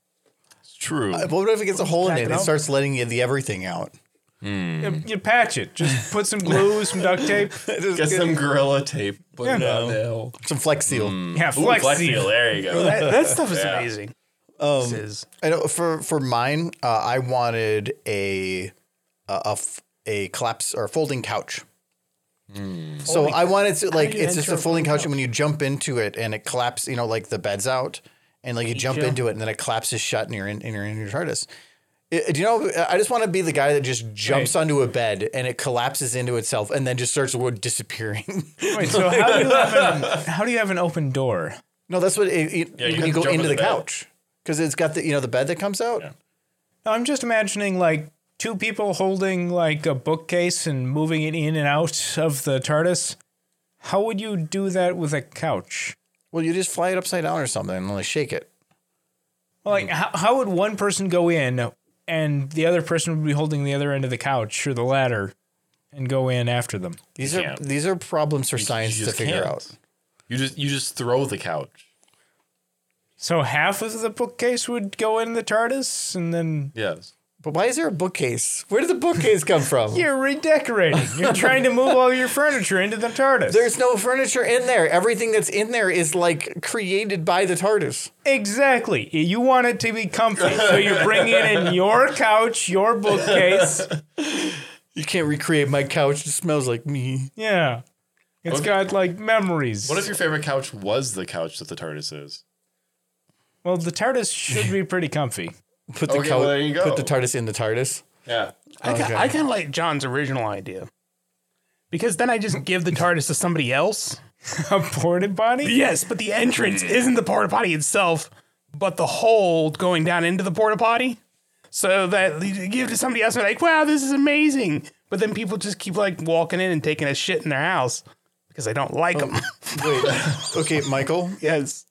Speaker 2: True.
Speaker 1: But what if it gets a hole in it and it
Speaker 3: out.
Speaker 1: starts letting you- the everything out?
Speaker 3: You, you patch it. Just put some glue, some duct tape.
Speaker 2: Get some gorilla tape. Put it on the hill.
Speaker 1: Some flex seal.
Speaker 3: Yeah, flex,
Speaker 2: Flex
Speaker 3: seal.
Speaker 2: seal. There you go.
Speaker 4: That, that stuff is amazing. this is.
Speaker 1: I know for for mine, uh, I wanted a a a f- a collapse or a folding couch. So I wanted to like
Speaker 4: do you
Speaker 1: it's just
Speaker 4: enter
Speaker 1: a
Speaker 4: a
Speaker 1: folding couch, and when you jump into it and it collapses, you know, like the bed's out, and like you jump into it, and then it collapses shut, and you're in, and you're in your TARDIS. I- do you know? I just want to be the guy that just jumps onto a bed and it collapses into itself, and then just starts disappearing.
Speaker 3: Wait, so how do you have an, how do you have an open door?
Speaker 1: no, that's what it, it,
Speaker 2: you
Speaker 1: when
Speaker 2: have
Speaker 1: you
Speaker 2: to
Speaker 1: go into
Speaker 2: jump in
Speaker 1: the,
Speaker 2: the bed.
Speaker 1: couch because it's got the you know the bed that comes out.
Speaker 3: No, I'm just imagining like two people holding like a bookcase and moving it in and out of the TARDIS. How would you do that with a couch?
Speaker 1: Well, you just fly it upside down or something and like shake it.
Speaker 3: Like how, how would one person go in and the other person would be holding the other end of the couch or the ladder and go in after them?
Speaker 1: These
Speaker 2: You
Speaker 1: are
Speaker 2: can't.
Speaker 1: these are problems for science
Speaker 2: you
Speaker 1: to
Speaker 2: just
Speaker 1: figure
Speaker 2: can't.
Speaker 1: out.
Speaker 2: You just you just throw the couch.
Speaker 3: So half of the bookcase would go in the TARDIS and then
Speaker 2: Yes.
Speaker 1: But why is there a bookcase? Where did the bookcase come from?
Speaker 3: you're redecorating. You're trying to move all your furniture into the TARDIS.
Speaker 1: There's no furniture in there. Everything that's in there is like created by the TARDIS.
Speaker 3: Exactly. You want it to be comfy, so you bring in in your couch, your bookcase.
Speaker 1: You can't recreate my couch. It smells like me.
Speaker 3: Yeah, it's got like memories.
Speaker 2: What if your favorite couch was the couch that the TARDIS is?
Speaker 3: well, the TARDIS should be pretty comfy.
Speaker 1: Put the
Speaker 2: Okay,
Speaker 1: couch.
Speaker 2: well, there you
Speaker 1: Put
Speaker 2: go.
Speaker 1: the TARDIS in the TARDIS.
Speaker 2: Yeah.
Speaker 4: I, ki- I kind of like John's original idea because then I just give the TARDIS to somebody else.
Speaker 3: A porta potty.
Speaker 4: Yes, but the entrance isn't the porta potty itself, but the hole going down into the porta potty. so that you give it to somebody else and they're like, wow, this is amazing. But then people just keep like walking in and taking a shit in their house because they don't
Speaker 1: Oh,
Speaker 4: like them.
Speaker 1: Wait. Okay, Michael.
Speaker 4: yes.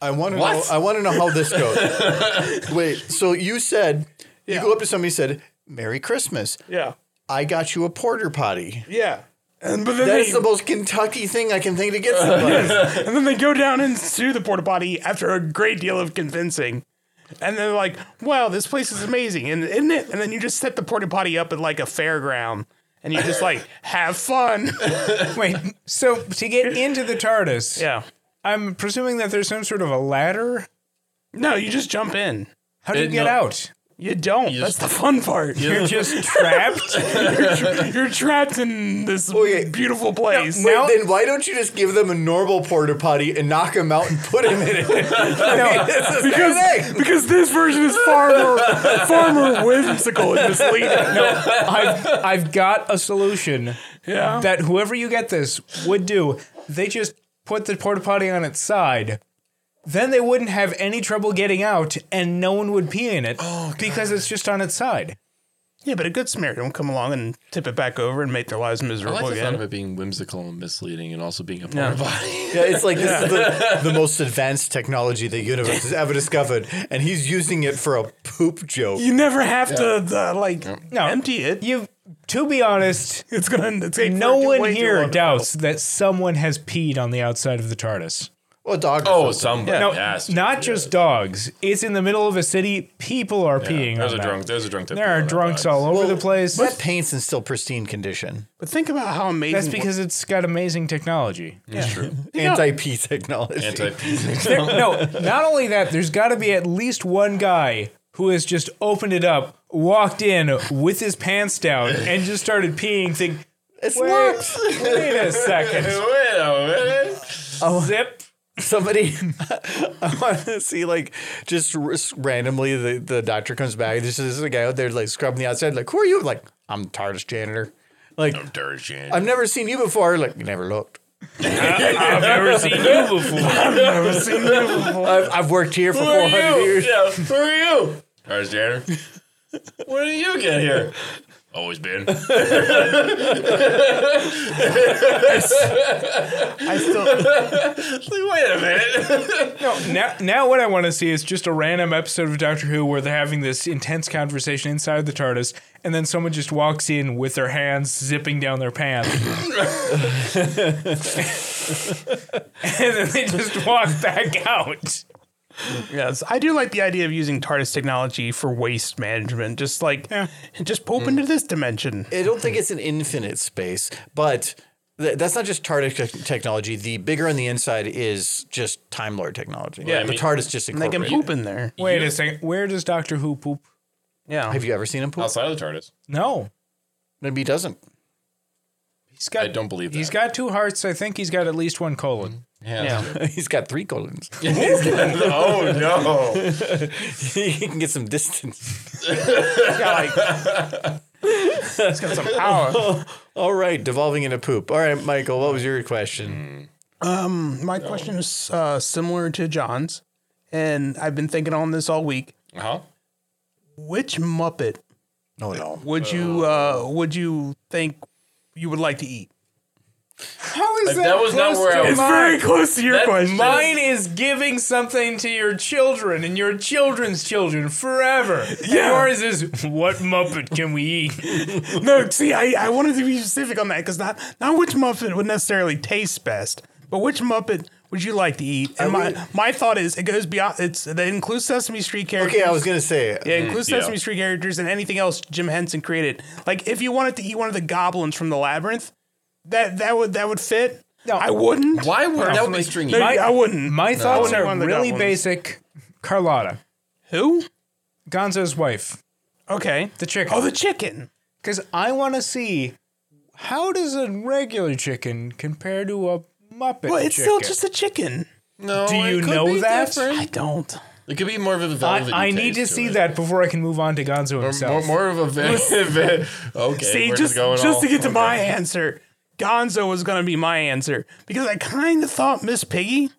Speaker 1: I want to know. I want to know how this goes. Wait. So you said you go up to somebody and said, "Merry Christmas."
Speaker 4: Yeah.
Speaker 1: I got you a porter potty.
Speaker 4: Yeah. And but then
Speaker 1: That
Speaker 4: they,
Speaker 1: is the most Kentucky thing I can think to get somebody.
Speaker 4: and then they go down into the porta potty after a great deal of convincing. And they're like, wow, this place is amazing. And isn't it? And then you just set the porta potty up at like a fairground and you just like have fun.
Speaker 3: Wait, so to get into the TARDIS,
Speaker 4: yeah.
Speaker 3: I'm presuming that there's some sort of a ladder.
Speaker 4: No, you just jump in.
Speaker 3: How do you
Speaker 2: It-
Speaker 3: get
Speaker 2: no.
Speaker 3: out?
Speaker 4: You don't. That's the fun part.
Speaker 3: You're just trapped.
Speaker 4: You're trapped in this
Speaker 3: Oh,
Speaker 1: Okay.
Speaker 4: beautiful place.
Speaker 1: Wait, then why don't you just give them a normal porter potty and knock him out and put him in it? I mean, this is their thing.
Speaker 4: because this version is far more, far more whimsical and misleading.
Speaker 3: I've, I've got a solution
Speaker 4: yeah.
Speaker 3: that whoever you get this would do. They just put the porta potty on its side. Then they wouldn't have any trouble getting out, and no one would pee in it
Speaker 2: Oh,
Speaker 3: because it's just on its side.
Speaker 4: yeah, but a good Samaritan will come along and tip it back over and make their lives
Speaker 2: I
Speaker 4: miserable
Speaker 2: like the thought of
Speaker 4: again.
Speaker 2: it being whimsical and misleading, and also being a part of body.
Speaker 1: Yeah, it's like this is the, the most advanced technology the universe has ever discovered, and he's using it for a poop joke.
Speaker 4: You never have to uh, like
Speaker 3: No.
Speaker 4: empty it.
Speaker 3: You, to be honest,
Speaker 4: It's gonna take
Speaker 3: no
Speaker 4: way
Speaker 3: one
Speaker 4: too
Speaker 3: here
Speaker 4: long.
Speaker 3: doubts that someone has peed on the outside of the TARDIS.
Speaker 1: Well, dog.
Speaker 2: Oh, somebody
Speaker 3: No,
Speaker 2: asked.
Speaker 3: not just dogs. It's in the middle of a city. People are peeing.
Speaker 2: There's
Speaker 3: on
Speaker 2: a
Speaker 3: that.
Speaker 2: drunk. There's a drunk.
Speaker 3: There are drunks all over the place.
Speaker 1: that paint's in still pristine condition.
Speaker 4: But think about how amazing.
Speaker 3: That's because it's got amazing technology.
Speaker 2: That's true.
Speaker 1: Anti pee technology.
Speaker 2: Anti.
Speaker 3: There- no, not only that, there's got to be at least one guy who has just opened it up, walked in with his pants down, and just started peeing. Think,
Speaker 1: it's
Speaker 3: wait,
Speaker 1: locked.
Speaker 3: wait a
Speaker 2: Wait
Speaker 3: second,
Speaker 2: a minute.
Speaker 3: zip.
Speaker 1: somebody I want to see like just r- randomly the, the doctor comes back. This is a guy out there like scrubbing the outside. Like, who are you? Like, I'm the TARDIS janitor. Like,
Speaker 2: Dirty shit.
Speaker 1: I've never seen you before. Like, you never looked.
Speaker 3: I've never seen you before.
Speaker 1: I've, I've worked here for 400 years.
Speaker 2: Yeah, who are you? Ours Tanner. When did you get here? Always been.
Speaker 4: I still,
Speaker 2: Wait a minute.
Speaker 3: No, now, now what I want to see is just a random episode of Doctor Who where they're having this intense conversation inside the TARDIS, and then someone just walks in with their hands zipping down their pants. and then they just walk back out.
Speaker 4: yes, I do like the idea of using TARDIS technology for waste management. Just like, just poop into this dimension.
Speaker 1: I don't think it's an infinite space, but th- that's not just TARDIS tech technology. The bigger on the inside is just Time Lord technology. Yeah,
Speaker 2: I
Speaker 1: the
Speaker 2: mean-
Speaker 1: TARDIS just
Speaker 4: They can
Speaker 1: incorporated.
Speaker 4: poop in there.
Speaker 3: Wait a second. Where does Doctor Who poop?
Speaker 4: Yeah.
Speaker 1: Have you ever seen him poop?
Speaker 2: Outside of the TARDIS.
Speaker 3: No.
Speaker 1: Maybe he doesn't.
Speaker 3: He's
Speaker 2: I
Speaker 3: got
Speaker 2: don't believe that.
Speaker 3: He's got two hearts. I think he's got at least one colon.
Speaker 2: Yeah.
Speaker 1: He's got three colons.
Speaker 2: oh no.
Speaker 1: he can get some distance.
Speaker 4: It's got some power.
Speaker 1: All right, devolving into poop. All right, Michael, what was your question?
Speaker 4: My question is uh, similar to John's, and I've been thinking on this all week.
Speaker 2: Uh huh.
Speaker 4: Which Muppet
Speaker 1: No, Oh, no.
Speaker 4: would you uh, would you think you would like to eat?
Speaker 3: How is
Speaker 2: that was not
Speaker 3: close
Speaker 2: where I
Speaker 3: to
Speaker 2: was-
Speaker 3: mine?
Speaker 4: close to your question.
Speaker 3: Mine is giving something to your children and your children's children forever. And yours is what Muppet can we eat?
Speaker 4: No, see, I, I wanted to be specific on that because not not which Muppet would necessarily taste best, but which Muppet would you like to eat? And my my thought is it goes beyond. It's that includes Sesame Street characters.
Speaker 1: Okay, I was gonna say it.
Speaker 4: It includes Sesame Street characters and anything else Jim Henson created. Like if you wanted to eat one of the goblins from the labyrinth, that that would that would fit. No, I wouldn't.
Speaker 2: Why would that would be stringy?
Speaker 4: No, I wouldn't.
Speaker 3: My thoughts
Speaker 4: I
Speaker 3: are
Speaker 4: want the
Speaker 3: really
Speaker 4: goblins.
Speaker 3: basic. Carlotta,
Speaker 4: Who?
Speaker 3: Gonzo's wife,
Speaker 4: Okay.
Speaker 3: the chicken.
Speaker 4: Oh, the chicken.
Speaker 3: Because I want to see how does a regular chicken compare to a Muppet
Speaker 4: Well, it's
Speaker 3: chicken?
Speaker 4: still just a chicken.
Speaker 2: No,
Speaker 3: Do
Speaker 2: it
Speaker 3: you
Speaker 2: could
Speaker 3: know
Speaker 2: be
Speaker 3: that?
Speaker 2: different.
Speaker 4: I don't.
Speaker 2: It could be more of a velvet.
Speaker 3: I, I need to see that before I can move on to Gonzo
Speaker 2: More,
Speaker 3: himself.
Speaker 2: more of a velvet. okay.
Speaker 4: See,
Speaker 2: we're
Speaker 4: just
Speaker 2: going
Speaker 4: just
Speaker 2: all-
Speaker 4: to get to my answer, Gonzo was gonna be my answer because I kind of thought Miss Piggy,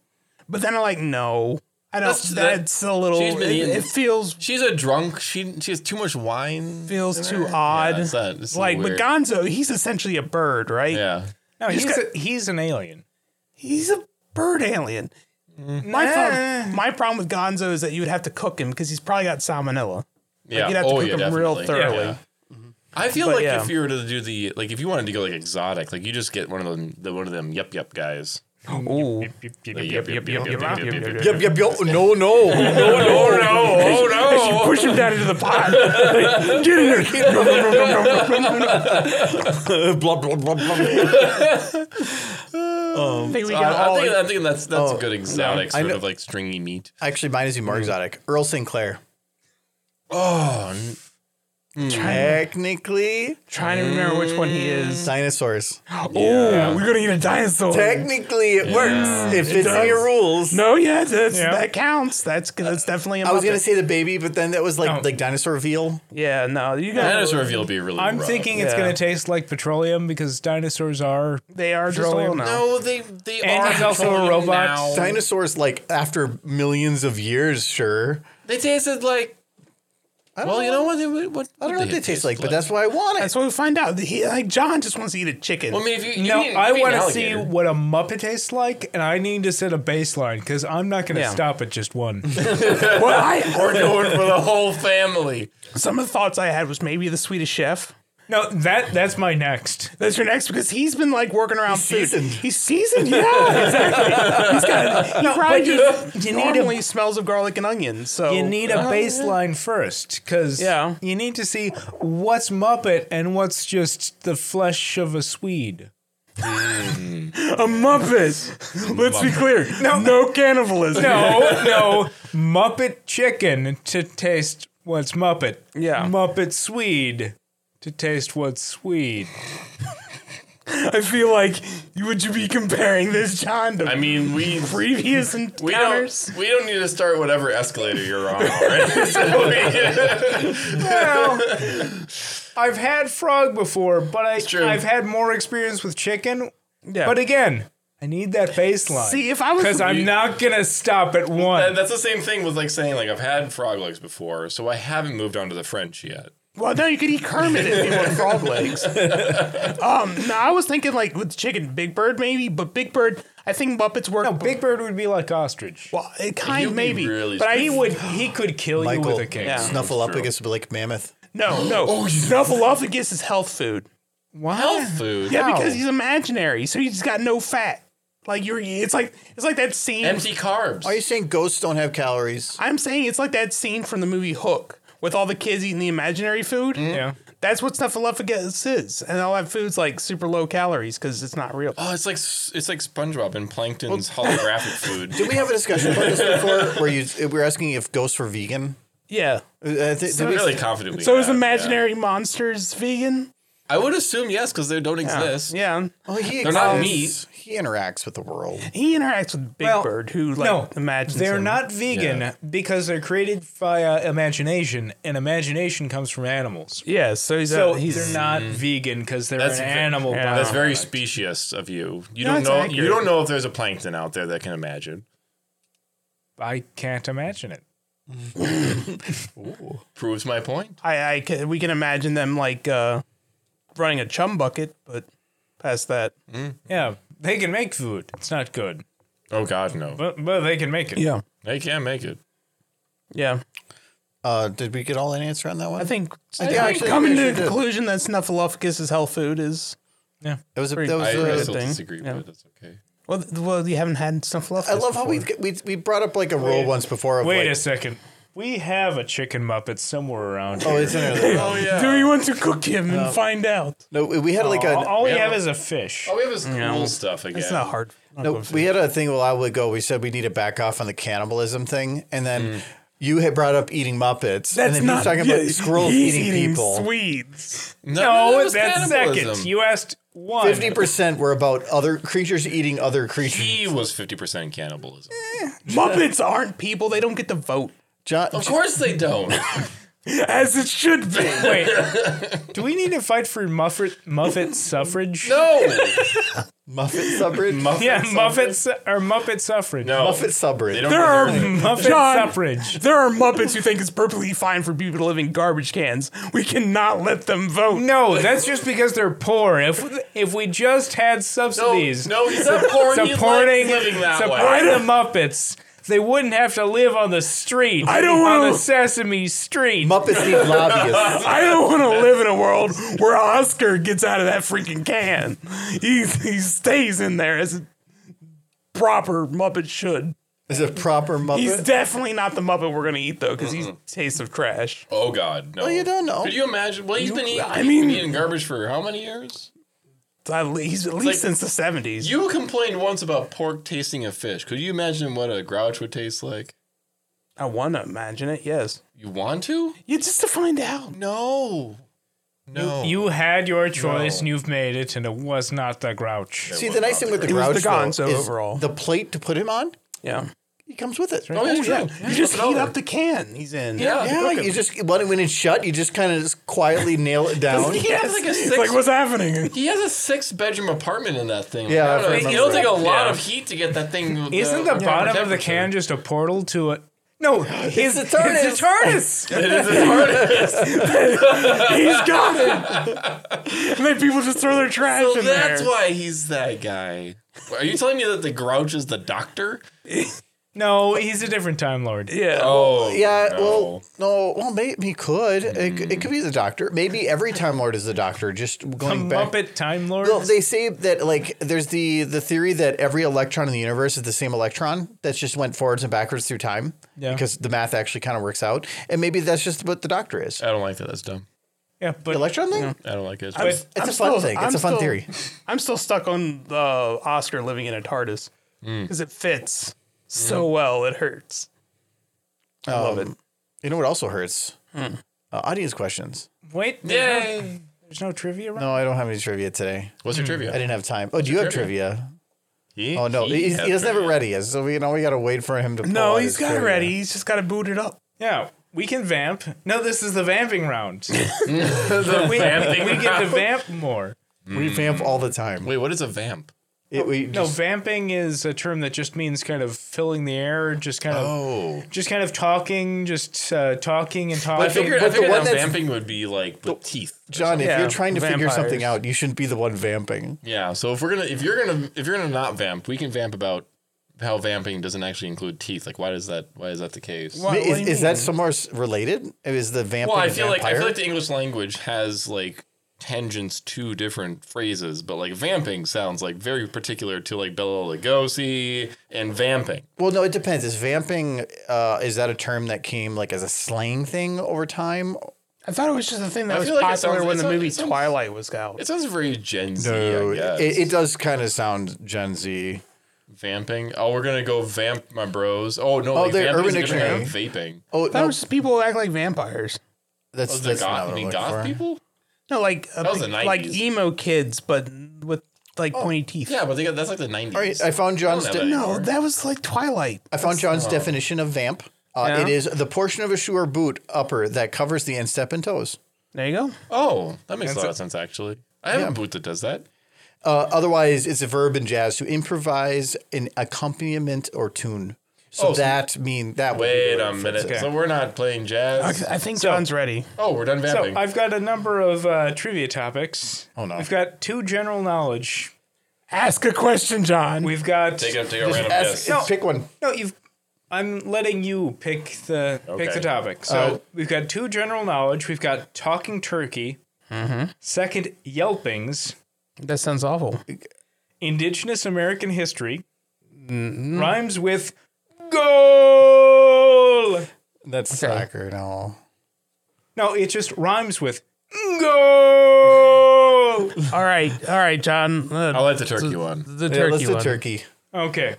Speaker 4: but then I'm like, no, I don't.
Speaker 7: That's-
Speaker 4: That's,
Speaker 7: that-
Speaker 4: a little.
Speaker 7: she's been
Speaker 4: It,
Speaker 7: eating-
Speaker 4: it feels
Speaker 7: She's a drunk. She she has too much wine.
Speaker 4: feels too
Speaker 7: Yeah,
Speaker 4: odd.
Speaker 7: it's not- it's a
Speaker 4: like
Speaker 7: little
Speaker 4: with
Speaker 7: weird.
Speaker 4: Gonzo, he's essentially a bird, right?
Speaker 7: Yeah.
Speaker 3: No, he's
Speaker 4: got-
Speaker 3: a, he's an alien.
Speaker 4: He's a bird alien. My problem, my problem with Gonzo is that you would have to cook him because he's probably got salmonella.
Speaker 2: Yeah.
Speaker 4: You'd have to
Speaker 2: oh,
Speaker 4: cook
Speaker 2: yeah,
Speaker 4: him
Speaker 2: definitely.
Speaker 4: real thoroughly. Mm-hmm.
Speaker 2: Yeah.
Speaker 7: I feel
Speaker 4: But
Speaker 7: like
Speaker 4: yeah.
Speaker 7: if you were to do the like, if you wanted to go like exotic, like you just get one of them, the one of them yep yep guys.
Speaker 4: Ooh.
Speaker 7: The yep yep yep yep yep yep
Speaker 4: yep,
Speaker 7: yep.
Speaker 1: Yep, yep, yep. No, no.
Speaker 4: Oh no! Oh no! push him down into the pot. Like, Get in there!
Speaker 1: blah, blah, blah, blah.
Speaker 4: Um, I think we
Speaker 7: I-
Speaker 4: got
Speaker 7: I
Speaker 4: all.
Speaker 7: think, I think that's
Speaker 4: oh,
Speaker 7: that's a good exotic
Speaker 1: I
Speaker 7: sort
Speaker 1: know-
Speaker 7: of like stringy meat.
Speaker 1: Actually, mine is even more exotic. Earl Sinclair.
Speaker 7: Oh, n-
Speaker 1: Hmm. Technically,
Speaker 4: trying to remember which one he is.
Speaker 1: dinosaurs.
Speaker 4: Oh, we're gonna eat a dinosaur.
Speaker 1: Technically, it works. It fits in your rules.
Speaker 4: no, yeah, that's,
Speaker 3: Yeah.
Speaker 4: that counts. That's that's definitely. A
Speaker 1: I was gonna
Speaker 4: Muppet.
Speaker 1: say the baby, but then that was like
Speaker 3: Oh.
Speaker 1: like dinosaur veal.
Speaker 4: Yeah, no, you got.
Speaker 7: dinosaur reveal would be really.
Speaker 3: I'm
Speaker 7: rough.
Speaker 3: thinking it's
Speaker 4: yeah.
Speaker 3: gonna taste like petroleum because dinosaurs are.
Speaker 4: They are just
Speaker 3: Petroleum.
Speaker 4: oil now.
Speaker 7: No, they they
Speaker 3: And
Speaker 7: are
Speaker 3: he's also a
Speaker 7: petroleum
Speaker 3: robot.
Speaker 7: now.
Speaker 1: Dinosaurs, like after millions of years, sure.
Speaker 7: They tasted like. Well, you know what? They, what
Speaker 1: I don't know what they taste like, but that's what I want it.
Speaker 4: That's what we find out. He, like John just wants to eat a chicken.
Speaker 7: Well, I mean, if you, you
Speaker 3: No,
Speaker 7: eat- if
Speaker 3: I
Speaker 7: you eat
Speaker 3: want
Speaker 7: an
Speaker 3: to see
Speaker 7: alligator-
Speaker 3: what a Muppet tastes like, and I need to set a baseline because I'm not gonna
Speaker 4: Yeah.
Speaker 3: stop at just one.
Speaker 4: Well, I,
Speaker 7: We're going for the whole family.
Speaker 4: some of the thoughts I had was maybe the Swedish Chef.
Speaker 3: no, that that's my next.
Speaker 4: That's your next because he's been like working around food.
Speaker 1: seasoned.
Speaker 4: He's seasoned, yeah, exactly. He's got. He probably
Speaker 3: you-
Speaker 4: just
Speaker 3: you need a-
Speaker 4: normally smells of garlic and onions. So
Speaker 3: You need a
Speaker 7: Oh,
Speaker 3: baseline first because
Speaker 4: Yeah.
Speaker 3: you need to see what's Muppet and what's just the flesh of a Swede.
Speaker 4: a Muppet. Let's be clear. No, cannibalism.
Speaker 3: No, no. Muppet chicken to taste what's Muppet.
Speaker 4: Yeah.
Speaker 3: Muppet Swede to taste what's Swede.
Speaker 4: I feel like you would you be comparing this John to
Speaker 2: I mean, we
Speaker 4: previous
Speaker 2: we
Speaker 4: encounters?
Speaker 2: don't we don't need to start whatever escalator you're on. Already. So we-
Speaker 3: I've had frog before, but I,
Speaker 2: true.
Speaker 3: I've had more experience with chicken.
Speaker 4: Yeah.
Speaker 3: But again, I need that baseline.
Speaker 4: See, if I was
Speaker 3: because I'm not gonna stop at
Speaker 2: And
Speaker 3: one.
Speaker 2: that's the same thing with like saying like I've had frog legs before, so I haven't moved on to the French yet.
Speaker 4: Well, no, you could eat Kermit if you want frog legs. um, no, I was thinking like with chicken, Big Bird maybe, but Big Bird, I think Muppets work.
Speaker 3: No, Big Bird would be like ostrich.
Speaker 4: well, it kind
Speaker 2: You'd be
Speaker 4: maybe,
Speaker 2: really
Speaker 4: but I
Speaker 3: He would. He could kill you
Speaker 1: Michael,
Speaker 3: with a kick.
Speaker 4: Yeah.
Speaker 1: Snuffleupagus would be like mammoth.
Speaker 4: no no. Oh, Snuffleupagus is health food.
Speaker 2: health food.
Speaker 4: Yeah, because he's imaginary, so he's got no fat. Like you're, it's like it's like that scene.
Speaker 2: Empty carbs.
Speaker 1: Are you saying ghosts don't have calories?
Speaker 4: I'm saying it's like that scene from the movie Hook with all the kids eating the imaginary food.
Speaker 3: Yeah.
Speaker 4: That's what Snuffleupagus is, and all that food's like super low calories because it's not real.
Speaker 2: oh, it's like s- it's like SpongeBob and Plankton's holographic food.
Speaker 1: Did we have a discussion about this before, where you we were asking if ghosts were vegan?
Speaker 4: Yeah.
Speaker 1: Uh, I thi- did
Speaker 2: I'm
Speaker 1: we-
Speaker 2: really confidently.
Speaker 4: So is imaginary monsters vegan?
Speaker 2: I would assume yes, because they don't exist.
Speaker 4: Yeah.
Speaker 1: oh, he
Speaker 2: They're not
Speaker 1: exists.
Speaker 2: meat.
Speaker 1: He interacts with the world.
Speaker 4: He interacts with Big
Speaker 3: Well,
Speaker 4: Bird, who like
Speaker 3: no,
Speaker 4: imagines.
Speaker 3: They're
Speaker 4: him.
Speaker 3: not vegan
Speaker 2: Yeah.
Speaker 3: because they're created via imagination, and imagination comes from animals.
Speaker 4: Yeah. So he's
Speaker 3: So
Speaker 4: a, he's
Speaker 3: they're not vegan because they're
Speaker 2: That's
Speaker 3: an
Speaker 2: ve-
Speaker 3: animal.
Speaker 4: yeah.
Speaker 2: That's
Speaker 3: bio-
Speaker 2: very specious of you. You
Speaker 4: No,
Speaker 2: don't
Speaker 4: it's
Speaker 2: know. You
Speaker 4: accurate.
Speaker 2: don't know if there's a plankton out there that can imagine.
Speaker 3: I can't imagine it.
Speaker 2: Proves my point.
Speaker 4: I, I can, we can imagine them like uh, running a chum bucket, but past that.
Speaker 3: Yeah, they can make food. It's not good,
Speaker 2: Oh God, no.
Speaker 3: but but they can make it.
Speaker 4: Yeah.
Speaker 2: They can't make it.
Speaker 4: Yeah.
Speaker 1: Uh, did we get all an answer on that one?
Speaker 4: I think. I
Speaker 1: think
Speaker 4: think
Speaker 1: actually
Speaker 4: coming
Speaker 1: we
Speaker 4: to the
Speaker 1: should do-
Speaker 4: conclusion that Snuffleupagus is health food is
Speaker 1: It was a, that was
Speaker 2: I, I
Speaker 1: a,
Speaker 2: still
Speaker 4: thing.
Speaker 2: disagree,
Speaker 4: Yeah.
Speaker 2: but that's okay.
Speaker 4: well. th- Well, you haven't had Snuffleupagus.
Speaker 1: I love how we, we we brought up like a rule once before of
Speaker 3: Wait
Speaker 1: like,
Speaker 3: a second. We have a chicken muppet somewhere around here.
Speaker 1: oh, it's in there.
Speaker 2: Oh yeah.
Speaker 4: Do we want to cook him and find out?
Speaker 1: No, we had like
Speaker 3: all,
Speaker 1: a
Speaker 3: all we
Speaker 2: Yeah.
Speaker 3: have is a fish.
Speaker 2: Oh, we have his cool stuff again.
Speaker 4: It's not hard. Not
Speaker 1: no,
Speaker 4: going for-
Speaker 1: we had a thing a while ago. We said we need to back off on the cannibalism thing, and then you had brought up eating Muppets, and then you were talking about
Speaker 4: yeah,
Speaker 1: squirrels
Speaker 4: he's
Speaker 1: eating, people.
Speaker 4: Swedes.
Speaker 2: No, that was
Speaker 3: that's
Speaker 2: cannibalism.
Speaker 3: second. You asked one.
Speaker 1: Fifty percent were about other creatures eating other creatures.
Speaker 2: He was fifty percent cannibalism.
Speaker 4: Muppets aren't people. They don't get to vote.
Speaker 1: John,
Speaker 2: Of course they don't.
Speaker 4: as it should be.
Speaker 3: Wait, do we need to fight for Muffet Muffet suffrage?
Speaker 2: No,
Speaker 1: Muffet subreddit.
Speaker 3: yeah, Muffet su- or Muppet suffrage.
Speaker 2: no,
Speaker 1: Muffet subreddit.
Speaker 2: they don't
Speaker 4: There are
Speaker 2: deserve it.
Speaker 3: Muffet
Speaker 4: John.
Speaker 3: suffrage.
Speaker 4: There are Muppets who think it's perfectly fine for people to live in garbage cans. We cannot let them vote.
Speaker 3: No, that's just because they're poor. If if we just had subsidies
Speaker 2: No, he's not porn. He's
Speaker 3: supporting
Speaker 2: living that
Speaker 3: supporting
Speaker 2: way.
Speaker 3: the Muppets, they wouldn't have to live on the street.
Speaker 4: I don't
Speaker 3: on
Speaker 4: wanna-
Speaker 3: the Sesame Street.
Speaker 1: Muppets need lobbyists.
Speaker 4: I don't want to live in a world where Oscar gets out of that freaking can. He, he stays in there as a proper Muppet should.
Speaker 1: Is it proper
Speaker 4: He's
Speaker 1: Muppet?
Speaker 4: definitely not the Muppet we're going to eat, though, because he's taste of trash.
Speaker 2: Oh God, no.
Speaker 1: you don't know.
Speaker 2: Could you imagine? Well, he's been eating. I
Speaker 4: mean-
Speaker 2: mean, eating garbage for how many years?
Speaker 4: At le- He's at least since the 70s.
Speaker 2: You complained once about pork tasting of fish. Could you imagine what a grouch would taste like?
Speaker 4: I want to imagine it, yes.
Speaker 2: You want to?
Speaker 4: Yeah, just to find out.
Speaker 2: No. No.
Speaker 3: You had your choice and you've made it, and it was not the grouch.
Speaker 1: See, the nice thing with the
Speaker 4: It was
Speaker 1: Grouch
Speaker 4: the Gonzo
Speaker 1: though, is
Speaker 4: overall.
Speaker 1: the plate to put him on,
Speaker 4: Yeah.
Speaker 1: he comes with it.
Speaker 2: oh, that's
Speaker 4: Yeah.
Speaker 2: true.
Speaker 4: You just heat up the can he's in.
Speaker 2: Yeah.
Speaker 1: Yeah, you just when, when it's shut, you just kind of just quietly nail it down.
Speaker 2: He has like a six.
Speaker 4: It's like, what's happening?
Speaker 2: he has a six-bedroom apartment in that thing.
Speaker 1: Yeah,
Speaker 2: Like, I
Speaker 1: I
Speaker 2: don't know, it'll
Speaker 1: remember
Speaker 2: take a lot
Speaker 4: Yeah.
Speaker 2: of heat to get that thing. uh,
Speaker 3: Isn't the
Speaker 2: proper
Speaker 3: bottom of the
Speaker 2: temperature.
Speaker 3: can just a portal to a? No, it's,
Speaker 1: the TARDIS.
Speaker 3: It's a TARDIS.
Speaker 2: It is as hard as-
Speaker 4: He's got it. and then people just throw their trash
Speaker 2: so
Speaker 4: in
Speaker 2: that's
Speaker 4: there.
Speaker 2: why he's that guy. Are you telling me that the grouch is the doctor?
Speaker 3: no, he's a different Time Lord.
Speaker 4: yeah.
Speaker 2: Oh,
Speaker 1: Yeah,
Speaker 2: no.
Speaker 1: well, no, well, maybe he could. It, it could be the doctor. Maybe every Time Lord is the doctor. Just
Speaker 3: A
Speaker 1: going back.
Speaker 3: Muppet Time Lord.
Speaker 1: Well, they say that like there's the the theory that every electron in the universe is the same electron that's just went forwards and backwards through time.
Speaker 3: Yeah.
Speaker 1: Because the math actually kind of works out, and maybe that's just what the doctor is.
Speaker 2: I don't like that. That's dumb.
Speaker 3: yeah,
Speaker 1: The
Speaker 3: but
Speaker 1: electron thing.
Speaker 2: I don't like it.
Speaker 4: But
Speaker 1: It's
Speaker 4: I'm
Speaker 1: a fun
Speaker 4: still-
Speaker 1: thing. It's
Speaker 4: I'm
Speaker 1: a fun
Speaker 4: still-
Speaker 1: theory.
Speaker 4: I'm still stuck on the Oscar living in a TARDIS
Speaker 2: Mm.
Speaker 4: because it fits so well. It hurts. I love it.
Speaker 1: Um, You know what also hurts? Uh, audience questions.
Speaker 3: wait, there's no,
Speaker 2: Yay!
Speaker 3: there's no trivia. Around?
Speaker 1: No, I don't have any trivia today.
Speaker 2: What's your
Speaker 1: I
Speaker 2: trivia?
Speaker 1: didn't have time. Oh, do you have trivia?
Speaker 2: He-
Speaker 1: Oh no, he,
Speaker 2: has
Speaker 1: he doesn't have it ready. yet, So we you know we got to wait for him to. pull
Speaker 4: No,
Speaker 1: out
Speaker 4: he's
Speaker 1: his
Speaker 4: got it
Speaker 1: trivia.
Speaker 4: ready. He's just got to boot it up.
Speaker 3: Yeah, we can vamp. No, this is the vamping round. we, we get to vamp more.
Speaker 1: We vamp all the time.
Speaker 2: Wait, what is a vamp?
Speaker 1: It- we
Speaker 3: No,
Speaker 1: just-
Speaker 3: vamping is a term that just means kind of filling the air, just kind of,
Speaker 2: Oh.
Speaker 3: just kind of talking, just uh, talking and talking.
Speaker 2: I figured,
Speaker 1: but
Speaker 2: I
Speaker 1: the
Speaker 2: figured
Speaker 1: one
Speaker 2: that
Speaker 1: that's-
Speaker 2: vamping would be like with teeth.
Speaker 1: John, if
Speaker 4: Yeah,
Speaker 1: you're trying to figure something
Speaker 4: vampires.
Speaker 1: out, you shouldn't be the one vamping.
Speaker 2: Yeah. So if we're gonna, if you're gonna, if you're gonna not vamp, we can vamp about how vamping doesn't actually include teeth. Like, why does that? Why is that the case?
Speaker 4: Wha- what
Speaker 1: is,
Speaker 4: do you
Speaker 1: is that somewhere s- related? Is the vamping?
Speaker 2: well, I feel like I feel
Speaker 1: vampire?
Speaker 2: like the English language has like tangents to different phrases, but like vamping sounds like very particular to like Bela Lugosi and vamping.
Speaker 1: Well, no, it depends. Is vamping uh, is that a term that came like as a slang thing over time?
Speaker 4: I thought it was just a thing that was
Speaker 2: feel like it
Speaker 4: popular
Speaker 2: sounds-
Speaker 4: when
Speaker 2: it
Speaker 4: the
Speaker 2: sounds-
Speaker 4: movie
Speaker 2: it sounds-
Speaker 4: Twilight was out.
Speaker 2: It sounds very Gen Z. I guess.
Speaker 1: Oh, it, it does kind of sound Gen Z.
Speaker 2: vamping. Oh, we're gonna go vamp my bros. Oh no, like,
Speaker 1: they're
Speaker 2: vamping's
Speaker 1: Urban
Speaker 2: a different kind of Vaping.
Speaker 1: Oh,
Speaker 4: That
Speaker 1: no,
Speaker 4: was just people who act like vampires.
Speaker 1: that's
Speaker 2: Those are
Speaker 1: that's not
Speaker 2: Oh,
Speaker 1: what
Speaker 2: goth, you
Speaker 1: I'm
Speaker 2: mean
Speaker 1: looking
Speaker 2: goth
Speaker 1: for.
Speaker 2: people.
Speaker 4: No, like a
Speaker 2: That was
Speaker 4: big-
Speaker 2: the 90s.
Speaker 4: like emo kids, but with like pointy teeth.
Speaker 2: Yeah, but they got that's like the nineties.
Speaker 1: All right, I found John's.
Speaker 2: I
Speaker 1: de-
Speaker 2: don't have Oh.
Speaker 4: No, that was like Twilight.
Speaker 1: I found John's definition of vamp. Uh,
Speaker 4: Yeah.
Speaker 1: It is the portion of a shoe or boot upper that covers the instep and toes.
Speaker 4: There you go.
Speaker 2: Oh, that makes a lot of sense actually. I have a boot that does that.
Speaker 1: Uh, otherwise, it's a verb in jazz to improvise an accompaniment or tune. So
Speaker 2: Oh, so-
Speaker 1: that mean that would be
Speaker 2: Wait
Speaker 1: the
Speaker 2: a
Speaker 1: word.
Speaker 2: minute. So we're not playing jazz.
Speaker 4: I think John's ready.
Speaker 2: Oh, we're done
Speaker 3: so
Speaker 2: vamping.
Speaker 3: I've got a number of uh, trivia topics.
Speaker 1: Oh, no.
Speaker 3: I've got two general knowledge.
Speaker 4: Ask a question, John.
Speaker 3: We've got
Speaker 2: take a take a random
Speaker 1: Ask-
Speaker 2: guess.
Speaker 3: No.
Speaker 1: Pick one.
Speaker 3: no. You've. I'm letting you pick the pick
Speaker 2: Okay.
Speaker 3: the topic. So
Speaker 4: Uh,
Speaker 3: we've got two general knowledge. We've got talking turkey.
Speaker 4: Mm-hmm.
Speaker 3: Second, yelpings.
Speaker 4: that sounds awful.
Speaker 3: Indigenous American history rhymes with goal.
Speaker 1: That's soccer. No.
Speaker 3: No, it just rhymes with goal.
Speaker 4: all right, all right, John. Uh,
Speaker 2: I'll let the turkey one.
Speaker 4: the
Speaker 1: Yeah, let's
Speaker 4: turkey
Speaker 1: do
Speaker 4: one.
Speaker 1: turkey.
Speaker 3: okay.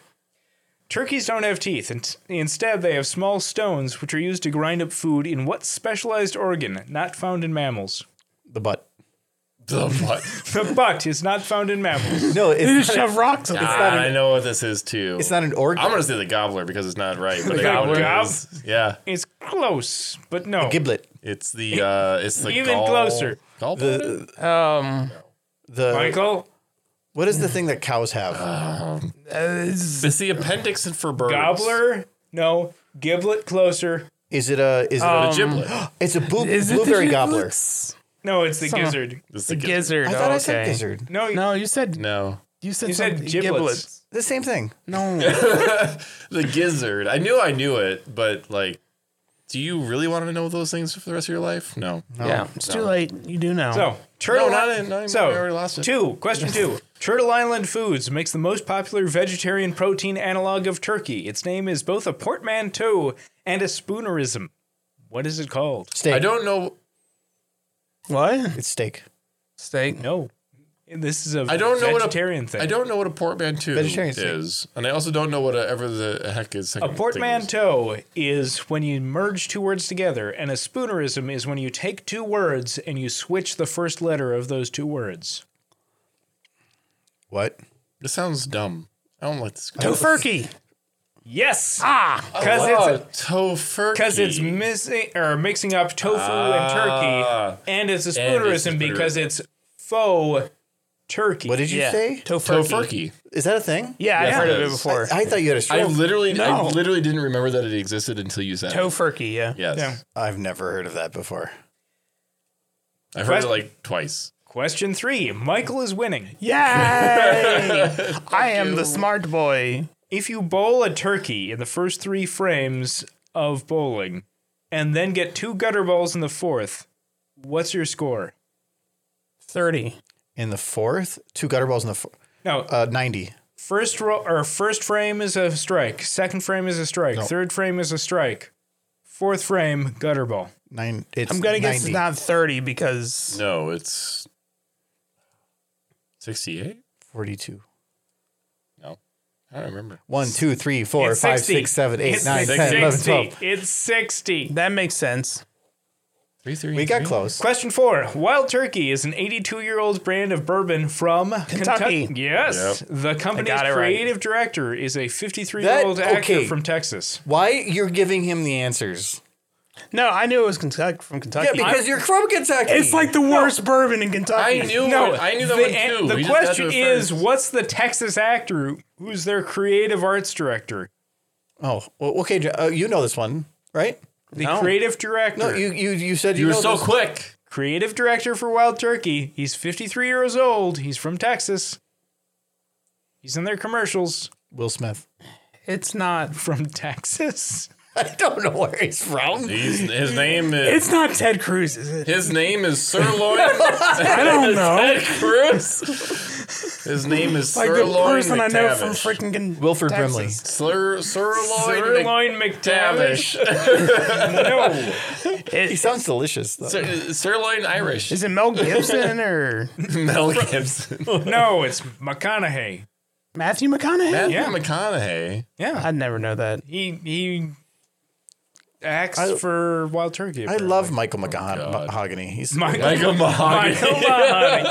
Speaker 3: Turkeys don't have teeth, and instead they have small stones which are used to grind up food in what specialized organ not found in mammals?
Speaker 1: The butt.
Speaker 2: The what?
Speaker 3: The butt is not found in mammals.
Speaker 1: No, it's
Speaker 4: Just shove rocks. up.
Speaker 2: Ah, I know what this is too.
Speaker 1: It's not an organ.
Speaker 2: I'm gonna say the gobbler because it's not right. But the
Speaker 3: gobbler?
Speaker 2: gobbler. Is, yeah.
Speaker 3: It's Close, but no.
Speaker 1: Giblet.
Speaker 2: It's the uh, it's the
Speaker 3: Even
Speaker 2: gall-
Speaker 3: closer.
Speaker 2: gall-
Speaker 1: The
Speaker 4: Um,
Speaker 1: the
Speaker 3: Michael,
Speaker 1: what is the thing that cows have?
Speaker 5: It's the appendix for birds.
Speaker 3: Gobbler, no. Giblet, closer.
Speaker 1: Is it a is it
Speaker 4: Uh,
Speaker 1: a giblet? It's a boo- blueberry gobbler.
Speaker 3: No, it's the gizzard.
Speaker 2: It's the
Speaker 4: The
Speaker 2: giz-
Speaker 4: gizzard.
Speaker 1: I thought I said
Speaker 4: okay.
Speaker 1: gizzard.
Speaker 3: No, you
Speaker 4: No, you said
Speaker 2: no,
Speaker 4: you said
Speaker 3: you said
Speaker 4: something-
Speaker 3: giblets.
Speaker 1: The same thing.
Speaker 4: No,
Speaker 2: the gizzard. I knew I knew it, but like, do you really want to know those things for the rest of your life? No, no,
Speaker 4: yeah, it's too late. You do now.
Speaker 3: So, Turtle
Speaker 2: not,
Speaker 3: Island.
Speaker 2: in- not in- I already
Speaker 3: So,
Speaker 2: lost it.
Speaker 3: two, question two. Turtle Island Foods makes the most popular vegetarian protein analog of turkey. Its name is both a portmanteau and a spoonerism. What is it called?
Speaker 1: Steak.
Speaker 2: I don't know.
Speaker 4: what?
Speaker 1: It's steak.
Speaker 4: Steak.
Speaker 3: No. This is a
Speaker 2: I don't know what a-
Speaker 3: vegetarian thing.
Speaker 2: I don't know what a portmanteau
Speaker 1: Vegetarian steak.
Speaker 2: is, and I also don't know what a, ever the heck is.
Speaker 3: A portmanteau is when you merge two words together, and a spoonerism is when you take two words and you switch the first letter of those two words.
Speaker 1: What?
Speaker 2: This sounds dumb. I don't like this.
Speaker 4: Tofurkey.
Speaker 3: Yes,
Speaker 4: Ah,
Speaker 3: because it's
Speaker 2: tofurkey.
Speaker 3: because it's missing or mixing up tofu
Speaker 1: Ah.
Speaker 3: and turkey, and it's a
Speaker 2: And it's a
Speaker 3: spoonerism because it's faux turkey.
Speaker 1: What did you
Speaker 4: Yeah.
Speaker 1: say?
Speaker 4: Tofurkey.
Speaker 2: tofurkey.
Speaker 1: Is that a thing?
Speaker 4: Yeah, I've
Speaker 2: Yeah,
Speaker 4: heard
Speaker 2: it
Speaker 4: of it
Speaker 2: is.
Speaker 4: before.
Speaker 1: I thought you had a
Speaker 2: I
Speaker 1: stroke.
Speaker 2: literally, I
Speaker 4: No.
Speaker 2: literally didn't remember that it existed until you said. it.
Speaker 4: Tofurkey. Yeah.
Speaker 2: Yes,
Speaker 3: Yeah.
Speaker 1: I've never heard of that before.
Speaker 2: I've heard it
Speaker 3: Quest-
Speaker 2: like twice.
Speaker 3: Question three: Michael is winning.
Speaker 4: Yay! I am the smart boy.
Speaker 3: If you bowl a turkey in the first three frames of bowling, and then get two gutter balls in the fourth, what's your score?
Speaker 4: Thirty.
Speaker 1: In the fourth, two gutter balls in the four,
Speaker 3: No,
Speaker 1: uh, ninety.
Speaker 3: First row or first frame is a strike. Second frame is a strike. Third frame is a strike. Fourth frame, gutter ball.
Speaker 1: Nine. It's
Speaker 4: I'm gonna guess
Speaker 1: 90.
Speaker 4: it's not thirty because
Speaker 2: No, it's sixty-eight.
Speaker 1: forty-two.
Speaker 2: No, I don't remember.
Speaker 1: One, two, three, four,
Speaker 3: It's
Speaker 1: five,
Speaker 3: 60.
Speaker 1: six, seven, eight,
Speaker 3: It's
Speaker 1: nine, ten, eleven, twelve.
Speaker 3: It's 60.
Speaker 4: that makes sense.
Speaker 2: Three, three.
Speaker 1: We got close.
Speaker 3: Question four. Wild Turkey is an 82 year old brand of bourbon from
Speaker 4: Kentucky.
Speaker 3: Kentuck- Yes.
Speaker 2: Yep.
Speaker 3: The company's
Speaker 4: got it right.
Speaker 3: creative director is a 53 year old
Speaker 1: That-
Speaker 3: actor
Speaker 1: okay.
Speaker 3: from Texas.
Speaker 1: Why you're giving him the answers?
Speaker 4: No, I knew it was Kentucky from Kentucky.
Speaker 1: Yeah, because you're from Kentucky.
Speaker 4: it's like the worst bourbon in Kentucky.
Speaker 2: I knew.
Speaker 3: No,
Speaker 2: No, I knew that
Speaker 3: the,
Speaker 2: one too.
Speaker 3: the
Speaker 2: We just got to
Speaker 3: question
Speaker 2: it
Speaker 3: is
Speaker 2: first.
Speaker 3: what's the Texas actor who's their creative arts director?
Speaker 1: oh, well, okay. Jo- Uh, you know this one, right?
Speaker 3: The
Speaker 4: No.
Speaker 3: creative director.
Speaker 1: No, you you you said you,
Speaker 2: you were
Speaker 1: know
Speaker 2: so
Speaker 1: this.
Speaker 2: quick.
Speaker 3: creative director for Wild Turkey. He's 53 years old. He's from Texas. He's in their commercials
Speaker 1: Will Smith.
Speaker 4: It's not.
Speaker 3: from Texas.
Speaker 1: I don't know where he's from.
Speaker 2: He's, his name is.
Speaker 4: It's not Ted Cruz, is it?
Speaker 2: His name is Sirloin
Speaker 4: I don't know.
Speaker 2: Ted Cruz. His name is
Speaker 4: Like the
Speaker 2: Sirloin
Speaker 4: person I know from
Speaker 2: McTavish.
Speaker 4: freaking Ken-
Speaker 1: Wilford
Speaker 4: Texas.
Speaker 1: Brimley.
Speaker 2: Slur, Sirloin
Speaker 3: Sirloin McTavish.
Speaker 2: McTavish.
Speaker 3: No.
Speaker 1: He sounds delicious though.
Speaker 2: Sir- Sirloin Irish.
Speaker 4: Is it Mel Gibson or
Speaker 2: Mel Gibson.
Speaker 3: No, it's McConaughey.
Speaker 4: Matthew McConaughey?
Speaker 2: Matthew
Speaker 3: Yeah.
Speaker 2: McConaughey.
Speaker 3: Yeah.
Speaker 4: I'd never know that.
Speaker 3: He he acts
Speaker 1: I-
Speaker 3: for Wild Turkey.
Speaker 1: I love Michael McHogany. He's
Speaker 3: Michael.
Speaker 2: Michael Mahogany.
Speaker 3: Michael Mahoney.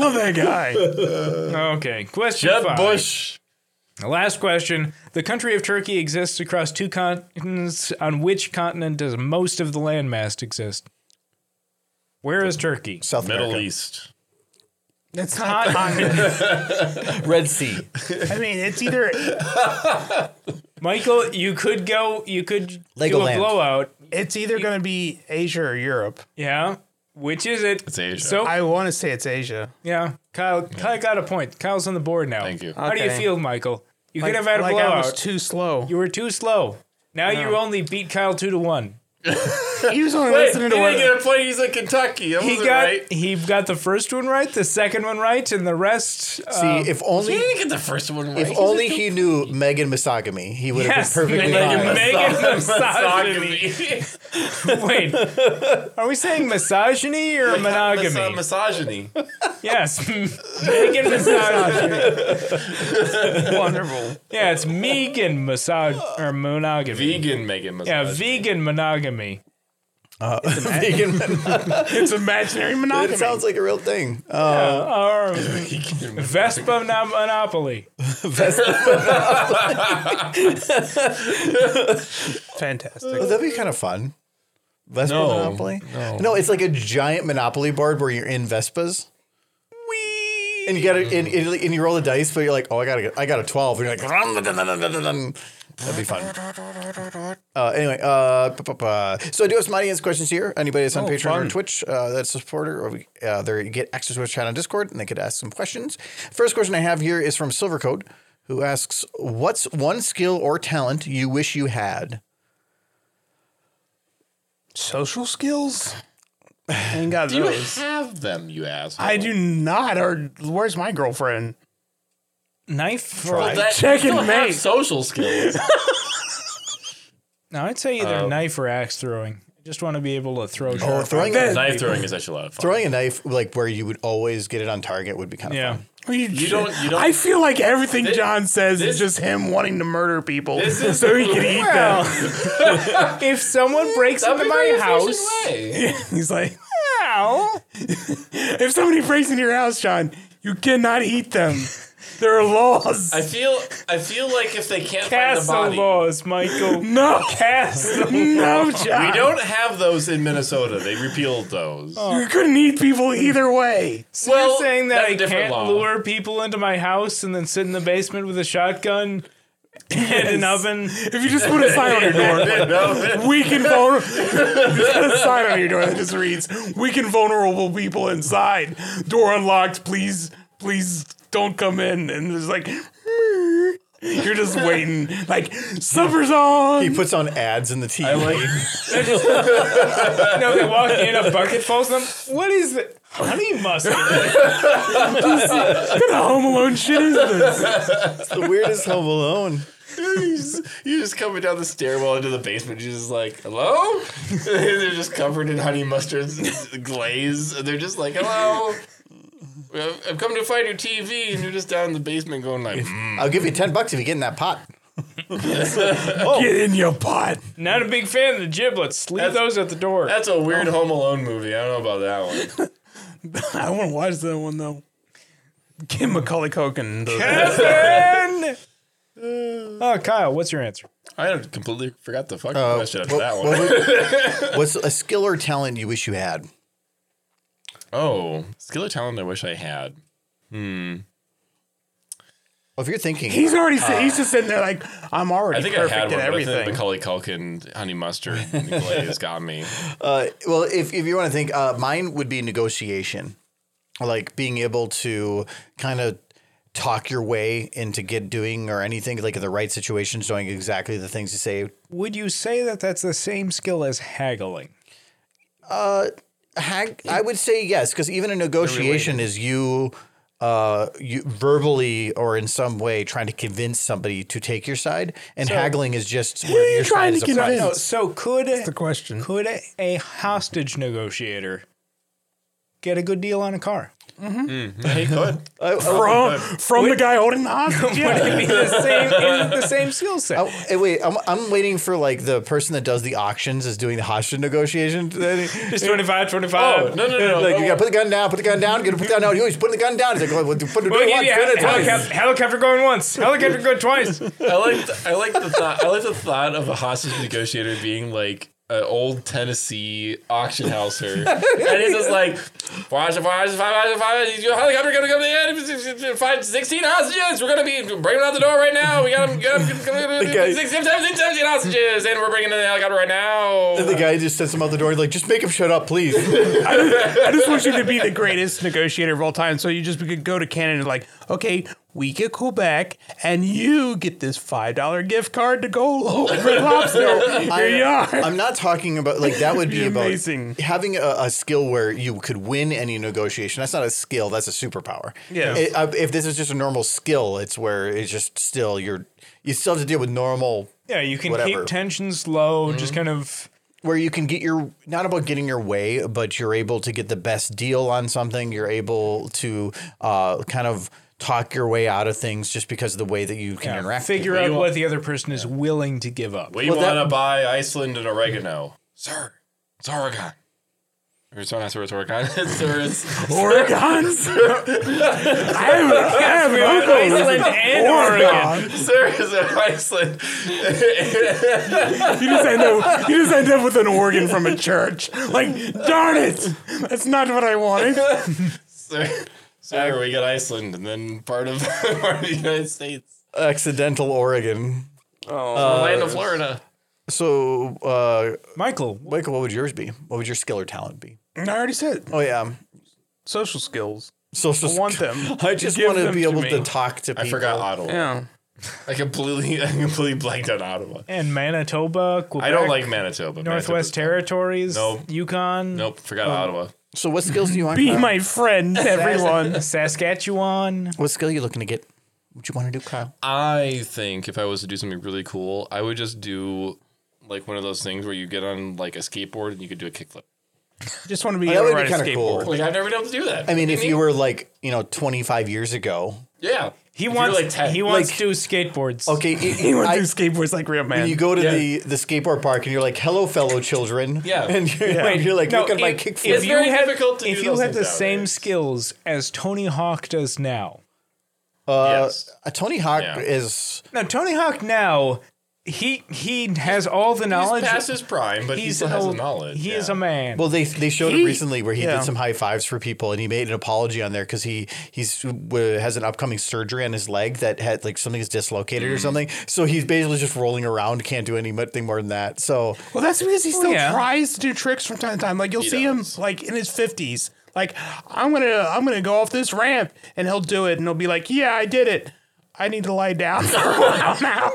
Speaker 4: Love that guy.
Speaker 3: Okay, question
Speaker 2: Jeb
Speaker 3: five.
Speaker 2: Bush.
Speaker 3: The last question. The country of Turkey exists across two continents. On which continent does most of the landmass exist? Where is Turkey?
Speaker 1: South
Speaker 2: Middle
Speaker 1: America.
Speaker 2: East.
Speaker 4: It's not. I
Speaker 1: Red Sea.
Speaker 4: mean, it's either
Speaker 3: Michael, you could go, you could do
Speaker 1: Legoland.
Speaker 3: a blowout.
Speaker 4: it's either going to be Asia or Europe.
Speaker 3: Yeah. Which is it?
Speaker 2: It's Asia.
Speaker 3: So,
Speaker 4: I want to say it's Asia.
Speaker 3: yeah. Kyle, Kyle got a point. Kyle's on the board now.
Speaker 2: Thank you.
Speaker 3: How do you
Speaker 4: Okay.
Speaker 3: feel, Michael? You
Speaker 4: Like-
Speaker 3: could have had a
Speaker 4: like I
Speaker 3: blowout.
Speaker 4: was too slow.
Speaker 3: you were too slow. Now you only beat Kyle 2 to 1.
Speaker 4: He was only listening to
Speaker 2: he
Speaker 4: what.
Speaker 2: didn't get a play. He's in Kentucky. That
Speaker 3: He
Speaker 2: wasn't
Speaker 3: got
Speaker 2: right.
Speaker 3: he got the first one right, the second one right, and the rest uh,
Speaker 1: See, if only
Speaker 2: He didn't get the first one right.
Speaker 1: if only he knew Megan Misogamy, he would have
Speaker 3: Yes,
Speaker 1: been perfectly
Speaker 3: Megan
Speaker 1: fine.
Speaker 3: misogyny.
Speaker 2: Misogyny.
Speaker 3: Wait, are we saying misogyny or
Speaker 2: Mis-
Speaker 3: monogamy?
Speaker 2: misogyny.
Speaker 3: Yes, Megan misogyny.
Speaker 4: Wonderful.
Speaker 3: Yeah, it's Megan misog or monogamy.
Speaker 2: Vegan Megan
Speaker 3: yeah,
Speaker 2: misogyny.
Speaker 3: vegan monogamy.
Speaker 1: Megan,
Speaker 4: It's imaginary monogamy.
Speaker 1: it sounds like a real thing. Uh,
Speaker 3: Or
Speaker 2: vegan.
Speaker 3: Vespa non- monopoly.
Speaker 4: Fantastic.
Speaker 1: Would that be kind of fun? Vespa
Speaker 2: No.
Speaker 1: Monopoly? No. it's like a giant Monopoly board where you're in Vespas. And you gotta and, and, and you roll the dice, but you're like, oh, I gotta, I got a twelve, and you're like, "Rum, dun, dun, dun, dun, dun, dun." that'd be fun. Uh, anyway, uh, pa, pa, pa. so I do have some audience questions here. Anybody that's on
Speaker 2: Oh,
Speaker 1: Patreon or Twitch uh, that's a supporter, or we, uh, they get access to our chat on Discord, and they could ask some questions. First question I have here is from Silvercode, who asks, "What's one skill or talent you wish you had?"
Speaker 4: Social skills? Ain't got
Speaker 2: You
Speaker 4: those.
Speaker 2: have them, you asshole.
Speaker 4: I do not. Or where's my girlfriend?
Speaker 3: Knife
Speaker 2: Well,
Speaker 3: fight.
Speaker 2: that-
Speaker 4: Check
Speaker 2: you
Speaker 4: and
Speaker 2: don't have
Speaker 4: mate.
Speaker 2: social skills.
Speaker 3: No, I'd say
Speaker 2: Um,
Speaker 3: either knife or axe throwing. I just want to be able to throw.
Speaker 1: Or
Speaker 3: Oh,
Speaker 1: throwing a,
Speaker 2: Knife throwing is actually a lot of fun.
Speaker 1: throwing a knife like where you would always get it on target would be kind of
Speaker 3: yeah.
Speaker 1: fun.
Speaker 2: You don't. You don't.
Speaker 4: I feel like everything
Speaker 2: This-
Speaker 4: John says
Speaker 2: this-
Speaker 4: is just him wanting to murder people
Speaker 2: This is-
Speaker 4: so he can eat them.
Speaker 3: if someone breaks
Speaker 2: That'd
Speaker 3: into
Speaker 2: be
Speaker 3: my
Speaker 2: very
Speaker 3: house,
Speaker 2: efficient way.
Speaker 4: He's like, wow. if somebody breaks into your house, John, you cannot eat them. There are laws.
Speaker 2: I feel. I feel like if they can't
Speaker 3: castle
Speaker 2: find the body,
Speaker 3: laws, Michael.
Speaker 4: no,
Speaker 3: castle.
Speaker 4: no, John.
Speaker 2: we don't have those in Minnesota. They repealed those.
Speaker 4: You couldn't eat people either way.
Speaker 3: So
Speaker 2: Well,
Speaker 3: you're saying that
Speaker 2: that's
Speaker 3: I
Speaker 2: a different
Speaker 3: can't
Speaker 2: law.
Speaker 3: lure people into my house and then sit in the basement with a shotgun and an oven?
Speaker 4: If you just put a sign on your door, weak and vulnerable. a sign on your door that just reads, "Weak and vulnerable people inside. Door unlocked. Please, please don't come in." And there's like, you're just waiting. Like supper's
Speaker 1: He
Speaker 4: on.
Speaker 1: puts on ads in the TV.
Speaker 3: No, they walk in, a bucket falls on them. What is the honey mustard?
Speaker 4: What kind of Home Alone shit is this?
Speaker 1: the weirdest Home Alone.
Speaker 2: you just, you just coming down the stairwell into the basement. You're just like, hello? they're just covered in honey mustard glaze. And they're just like, hello? I've- I've come to find your TV. And you're just down in the basement going like, mm.
Speaker 1: I'll give you ten bucks if you get in that pot.
Speaker 4: Get in your pot.
Speaker 3: Not a big fan of the giblets. Leave those at the door.
Speaker 2: that's a weird Home Alone movie. I don't know about that one.
Speaker 4: I want to watch that one though. Kim Macaulay Culkin. the- Uh,
Speaker 3: Oh, Kyle, what's your answer?
Speaker 2: I had completely forgot the fucking question after
Speaker 1: Uh, What-
Speaker 2: that one.
Speaker 1: what would- what's a skill or talent you wish you had?
Speaker 2: Oh, skill or talent I wish I had.
Speaker 1: Well, if you're thinking,
Speaker 4: He's already. si- he's just sitting there like, I'm already
Speaker 2: I think I
Speaker 4: perfect
Speaker 2: had one. but
Speaker 4: at
Speaker 2: I think
Speaker 4: everything.
Speaker 2: Macaulay Culkin, honey mustard glaze got me.
Speaker 1: uh, well, if, if you want to think, uh, mine would be negotiation, like being able to kind of talk your way into get doing or anything like in the right situations, doing exactly the things you say.
Speaker 3: Would you say that that's the same skill as haggling?
Speaker 1: Hag- I would say yes, because even a negotiation is you, uh, you verbally or in some way trying to convince somebody to take your side, and haggling is just where
Speaker 4: you
Speaker 1: your
Speaker 4: trying
Speaker 1: side
Speaker 4: to
Speaker 1: is a prize.
Speaker 4: convince?
Speaker 3: No, so could
Speaker 4: the question.
Speaker 3: could a, a hostage negotiator get a good deal on a car?
Speaker 2: Hey, good.
Speaker 4: from Mm-hmm. from the guy holding the hostage.
Speaker 3: Would it be the same? Is it the same skill set?
Speaker 1: Oh, eh, wait, I'm, I'm waiting for like the person that does the auctions is doing the hostage negotiation. Then he-
Speaker 3: Just 25, 25.
Speaker 2: oh, No, no, no.
Speaker 1: like
Speaker 2: no.
Speaker 1: you gotta put the gun down, put the gun down, gotta put the gun down. He's putting the gun down. He's like, well, put it
Speaker 3: We'll
Speaker 1: down
Speaker 3: give
Speaker 1: once,
Speaker 3: you
Speaker 1: do it
Speaker 3: a
Speaker 1: twice.
Speaker 3: helicopter, helicopter going once, helicopter going twice.
Speaker 2: I like th- I like the thought I like the thought of a hostage negotiator being like an old Tennessee auction houser, and he's just like five, five, five, five, five. Your helicopter gonna come in. Five, sixteen hostages. We're gonna be bringing them out the door right now. We got them. Got them.
Speaker 1: Okay.
Speaker 2: 17, 17 hostages, and we're bringing in the helicopter right
Speaker 1: The
Speaker 2: now.
Speaker 1: guy just sets him out the door. He's like, just make him shut up, please.
Speaker 4: I just want you to be the greatest negotiator of all time. So you just could go to Canada and like, okay, we get Quebec, and you get this five dollar gift card to go over lobster. Here you are.
Speaker 1: uh, I'm not talking about like that would be
Speaker 4: You're
Speaker 1: about
Speaker 4: amazing.
Speaker 1: having a, a skill where you could win any negotiation. That's not a skill. That's a superpower.
Speaker 4: Yeah.
Speaker 1: It- uh, if this is just a normal skill, it's where it's just still you're you still have to deal with normal
Speaker 3: Yeah, you can
Speaker 1: Whatever.
Speaker 3: keep tensions low, just
Speaker 2: Mm-hmm.
Speaker 3: kind of.
Speaker 1: where you can get your not about getting your way, but you're able to get the best deal on something. You're able to uh, kind of talk your way out of things just because of the way that you can interact.
Speaker 3: Figure out what the other person is willing to give up.
Speaker 2: We
Speaker 1: Well, that-
Speaker 2: want to buy Iceland and oregano, sir. It's Oregon. We're Or it's not Sororicoricons, or it's
Speaker 4: Oregons? I have, I have an uncle
Speaker 8: Iceland and
Speaker 4: Oregon.
Speaker 2: Sarah's in Iceland.
Speaker 4: You just, end up, you just end up with an organ from a church. Like, darn it! That's not what I wanted.
Speaker 2: Sarah, Sarah, we got Iceland, and then part of, part of the United States. Uh,
Speaker 1: Accidental Oregon.
Speaker 2: Oh.
Speaker 9: Land of Florida.
Speaker 1: So, uh,
Speaker 3: Michael,
Speaker 1: Michael, what would yours be? What would your skill or talent be?
Speaker 4: I already said.
Speaker 1: Oh yeah,
Speaker 8: Social skills.
Speaker 1: social.
Speaker 8: I want them.
Speaker 1: I just
Speaker 8: Give
Speaker 1: want to
Speaker 8: them
Speaker 1: be
Speaker 8: to
Speaker 1: able
Speaker 8: me.
Speaker 1: to talk to people.
Speaker 2: I forgot Ottawa.
Speaker 8: Yeah.
Speaker 2: I completely, I completely blanked on Ottawa.
Speaker 3: and Manitoba, Quebec,
Speaker 2: I don't like Manitoba.
Speaker 3: Northwest
Speaker 2: Manitoba.
Speaker 3: Territories,
Speaker 2: Nope.
Speaker 3: Yukon,
Speaker 2: Nope, forgot Ottawa.
Speaker 1: So, what skills do you want?
Speaker 4: Be
Speaker 1: Kyle?
Speaker 4: my friend, everyone.
Speaker 3: Saskatchewan.
Speaker 1: what skill are you looking to get? What you want to do, Kyle?
Speaker 2: I think if I was to do something really cool, I would just do like one of those things where you get on like a skateboard and you could do a kickflip.
Speaker 8: Just want to be
Speaker 1: That
Speaker 8: able
Speaker 1: would
Speaker 8: to
Speaker 1: be
Speaker 8: ride a
Speaker 1: kinda cool.
Speaker 8: skateboard.
Speaker 2: Like I've never been able to do that.
Speaker 1: I mean, if you were like, you know, 25 years ago,
Speaker 2: yeah,
Speaker 3: He
Speaker 2: If you were,
Speaker 3: wants.
Speaker 2: like 10.
Speaker 3: he wants
Speaker 1: Like-
Speaker 3: to do skateboards.
Speaker 1: okay,
Speaker 4: He
Speaker 1: it,
Speaker 4: went
Speaker 1: I-
Speaker 4: through skateboards like real
Speaker 1: when
Speaker 4: man.
Speaker 1: you go to the, the skateboard park and you're like, hello, fellow children.
Speaker 2: Yeah.
Speaker 1: And you're, and you're like,
Speaker 3: No,
Speaker 1: look at my
Speaker 3: if-
Speaker 1: kickflip.
Speaker 3: if
Speaker 2: It's
Speaker 3: you
Speaker 2: very
Speaker 3: had-
Speaker 2: difficult to
Speaker 3: if
Speaker 2: do
Speaker 3: you
Speaker 2: those
Speaker 3: had the
Speaker 2: things
Speaker 3: same
Speaker 2: nowadays.
Speaker 3: skills as Tony Hawk does now.
Speaker 1: Uh,
Speaker 2: Yes.
Speaker 1: uh, Tony Hawk
Speaker 2: Yeah.
Speaker 1: is.
Speaker 3: Now Tony Hawk now, he he has all the knowledge.
Speaker 2: He's past his prime, but he still has the knowledge.
Speaker 3: He
Speaker 2: yeah.
Speaker 3: is a man.
Speaker 1: Well, they they showed it recently where he
Speaker 3: yeah.
Speaker 1: did some high fives for people, and he made an apology on there because he he's w- has an upcoming surgery on his leg that had like something is dislocated
Speaker 3: Mm.
Speaker 1: or something. So he's basically just rolling around, can't do anything more than that. So
Speaker 4: Well, that's because he still
Speaker 3: yeah.
Speaker 4: tries to do tricks from time to time. Like you'll see
Speaker 2: does.
Speaker 4: him like in his fifties. Like I'm gonna I'm gonna go off this ramp, and he'll do it, and he'll be like, "Yeah, I did it. I need to lie down for a while now."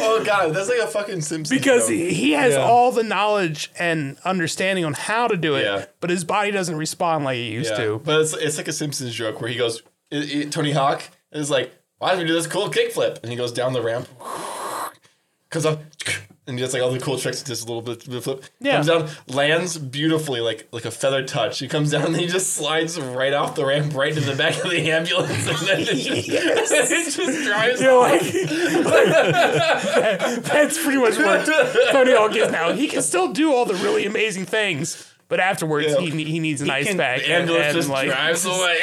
Speaker 2: Oh god, that's like a fucking Simpsons.
Speaker 4: because
Speaker 2: joke.
Speaker 4: he, he has all the knowledge and understanding on how to do it,
Speaker 2: Yeah.
Speaker 4: but his body doesn't respond like it used
Speaker 2: yeah.
Speaker 4: to.
Speaker 2: but it's, it's like a Simpsons joke where he goes, i i Tony Hawk is like, why don't we do this cool kickflip? And he goes down the ramp, comes up, and just like all the cool tricks, just a little bit, bit of flip.
Speaker 4: Yeah.
Speaker 2: comes down, lands beautifully, like like a feather touch. He comes down and he just slides right off the ramp, right into the back of the ambulance, and then it just, it just drives.
Speaker 4: You're like, that's pretty much what Tony Hawk is now. He can still do all the really amazing things, but afterwards
Speaker 2: Yeah.
Speaker 4: he, he needs an ice
Speaker 3: can-
Speaker 4: pack.
Speaker 2: The
Speaker 4: and-
Speaker 2: ambulance
Speaker 4: and,
Speaker 2: just
Speaker 4: like,
Speaker 2: drives away.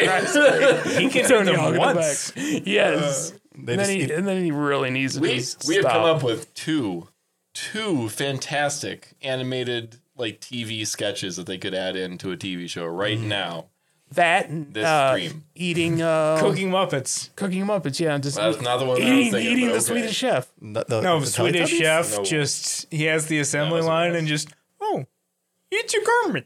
Speaker 3: he can do
Speaker 4: Tony
Speaker 3: them
Speaker 4: Hawk
Speaker 3: once.
Speaker 4: once. Yes.
Speaker 2: Uh,
Speaker 1: they
Speaker 8: And
Speaker 1: just
Speaker 8: then, he,
Speaker 1: need-
Speaker 8: and then he really needs to
Speaker 2: we
Speaker 8: just
Speaker 2: we have come
Speaker 8: stop.
Speaker 2: up with two two fantastic animated like TV sketches that they could add into a TV show right now.
Speaker 4: that and,
Speaker 2: This
Speaker 4: uh,
Speaker 2: dream.
Speaker 4: eating uh
Speaker 3: Cooking Muppets.
Speaker 4: cooking Muppets, yeah, just
Speaker 2: That's not the one I was
Speaker 4: eating,
Speaker 2: thinking.
Speaker 4: eating the
Speaker 2: but okay.
Speaker 4: Swedish chef.
Speaker 1: the, the-
Speaker 3: No,
Speaker 1: the Teletubbies?
Speaker 3: Swedish chef.
Speaker 2: No.
Speaker 3: Just he has the assembly
Speaker 2: wasn't
Speaker 3: line
Speaker 2: us.
Speaker 3: and just oh, it's your garment.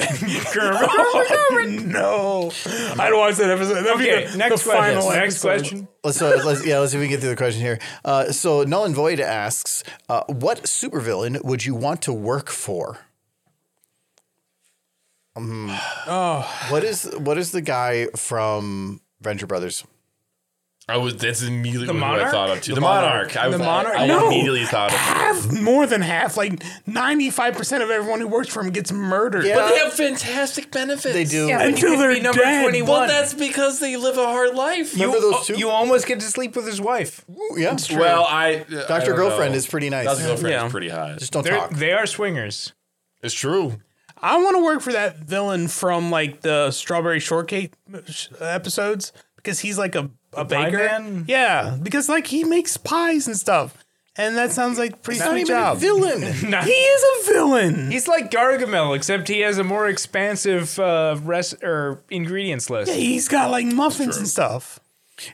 Speaker 3: Kermit.
Speaker 4: no. I'd watch that episode. That'd
Speaker 3: Okay,
Speaker 4: be the,
Speaker 3: next
Speaker 4: the
Speaker 3: question.
Speaker 4: final
Speaker 3: Next
Speaker 4: episode.
Speaker 3: question.
Speaker 1: Let's, uh, let's yeah, let's see if we can get through the question here. Uh, so Null and Void asks, uh, what supervillain would you want to work for?
Speaker 3: Oh.
Speaker 1: Um, what is what is the guy from Venture Brothers?
Speaker 2: I was that's immediately what I
Speaker 3: Monarch?
Speaker 2: thought of too. The monarch. I,
Speaker 4: The
Speaker 2: I-
Speaker 4: Monarch?
Speaker 2: I,
Speaker 4: No.
Speaker 2: immediately thought of.
Speaker 4: Half, more than half, like 95% of everyone who works for him gets murdered.
Speaker 1: Yeah.
Speaker 9: They have fantastic benefits.
Speaker 1: They do.
Speaker 4: Until they're
Speaker 8: number
Speaker 4: dead.
Speaker 8: 21.
Speaker 9: Well, that's because they live a hard life.
Speaker 1: Remember those two?
Speaker 3: You almost get to sleep with his wife.
Speaker 1: yeah,
Speaker 2: Well, I I
Speaker 1: Doctor
Speaker 2: don't
Speaker 1: Girlfriend
Speaker 2: know.
Speaker 1: is pretty nice.
Speaker 2: Doctor Girlfriend
Speaker 8: Yeah.
Speaker 2: is pretty hot.
Speaker 1: Just don't
Speaker 3: They're,
Speaker 1: talk.
Speaker 3: they are swingers.
Speaker 2: It's true.
Speaker 4: I want to work for that villain from like the Strawberry Shortcake sh- episodes because he's like a,
Speaker 3: Pie
Speaker 4: a baker.
Speaker 3: Man?
Speaker 4: Yeah, because like he makes pies and stuff, and that sounds like pretty
Speaker 1: Not
Speaker 4: sweet
Speaker 1: even a
Speaker 4: job.
Speaker 1: villain.
Speaker 3: No,
Speaker 4: he is a villain.
Speaker 3: he's like Gargamel, except he has a more expansive uh, res- or ingredients list.
Speaker 4: He's got like muffins and stuff.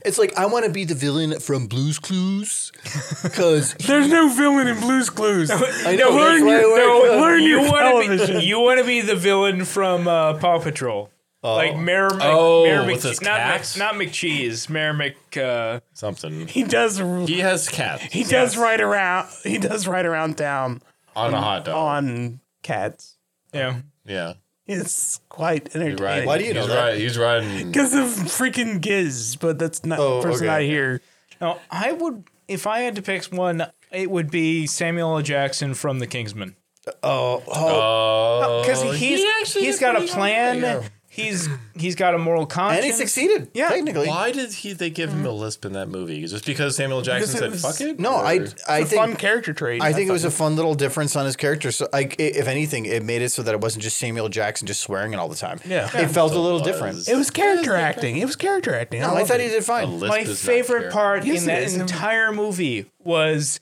Speaker 1: it's like I want to be the villain from Blue's Clues because
Speaker 4: There's no villain in Blue's Clues.
Speaker 1: I know
Speaker 4: learn
Speaker 1: that's why I uh,
Speaker 4: your-
Speaker 1: work
Speaker 4: no,
Speaker 1: for-
Speaker 4: learn
Speaker 3: you
Speaker 4: your
Speaker 3: wanna
Speaker 4: television.
Speaker 3: Be, you want to be the villain from uh, Paw Patrol. Like Mayor, Mc,
Speaker 2: Oh,
Speaker 3: Mayor
Speaker 2: with
Speaker 3: McChe-
Speaker 2: his
Speaker 3: not, Mc,
Speaker 2: cats?
Speaker 3: not McCheese, Mayor Mc. Uh,
Speaker 2: Something.
Speaker 4: He does. He
Speaker 2: He has cats
Speaker 4: does ride around. He does ride around town
Speaker 2: on a hot dog.
Speaker 4: Oh, on cats.
Speaker 3: yeah,
Speaker 2: yeah.
Speaker 4: It's quite
Speaker 2: He's riding.
Speaker 4: entertaining.
Speaker 1: Why do you
Speaker 2: he's
Speaker 1: know that?
Speaker 2: riding- He's riding.
Speaker 4: Because of freaking Giz, but that's not
Speaker 1: Oh,
Speaker 4: the person
Speaker 1: okay.
Speaker 4: I hear.
Speaker 3: Now, I would, if I had to pick one, it would be Samuel L. Jackson from The Kingsman.
Speaker 1: oh, oh,
Speaker 2: Oh,
Speaker 3: Because he's,
Speaker 9: actually
Speaker 3: he's
Speaker 9: did
Speaker 3: got a
Speaker 9: pretty good.
Speaker 3: plan. He's he's got a moral conscience.
Speaker 1: and he succeeded.
Speaker 3: Yeah.
Speaker 1: technically.
Speaker 5: Why did he they give him a lisp in that movie? Just because Samuel Jackson
Speaker 4: Because it
Speaker 5: said
Speaker 4: was-
Speaker 5: fuck it?
Speaker 1: No,
Speaker 5: Or-
Speaker 1: I I
Speaker 4: It's a fun
Speaker 1: think
Speaker 4: character trait.
Speaker 1: I think it was a fun little difference on his character. So, like, i- if anything, it made it so that it wasn't just Samuel Jackson just swearing it all the time.
Speaker 4: Yeah.
Speaker 1: it felt a little different.
Speaker 4: It was character acting. It was character acting.
Speaker 1: No, I thought he did fine.
Speaker 5: lisp
Speaker 3: My
Speaker 5: is not
Speaker 3: favorite
Speaker 5: fair.
Speaker 3: part
Speaker 4: Yes,
Speaker 3: in
Speaker 4: it
Speaker 3: that
Speaker 4: is.
Speaker 3: entire movie was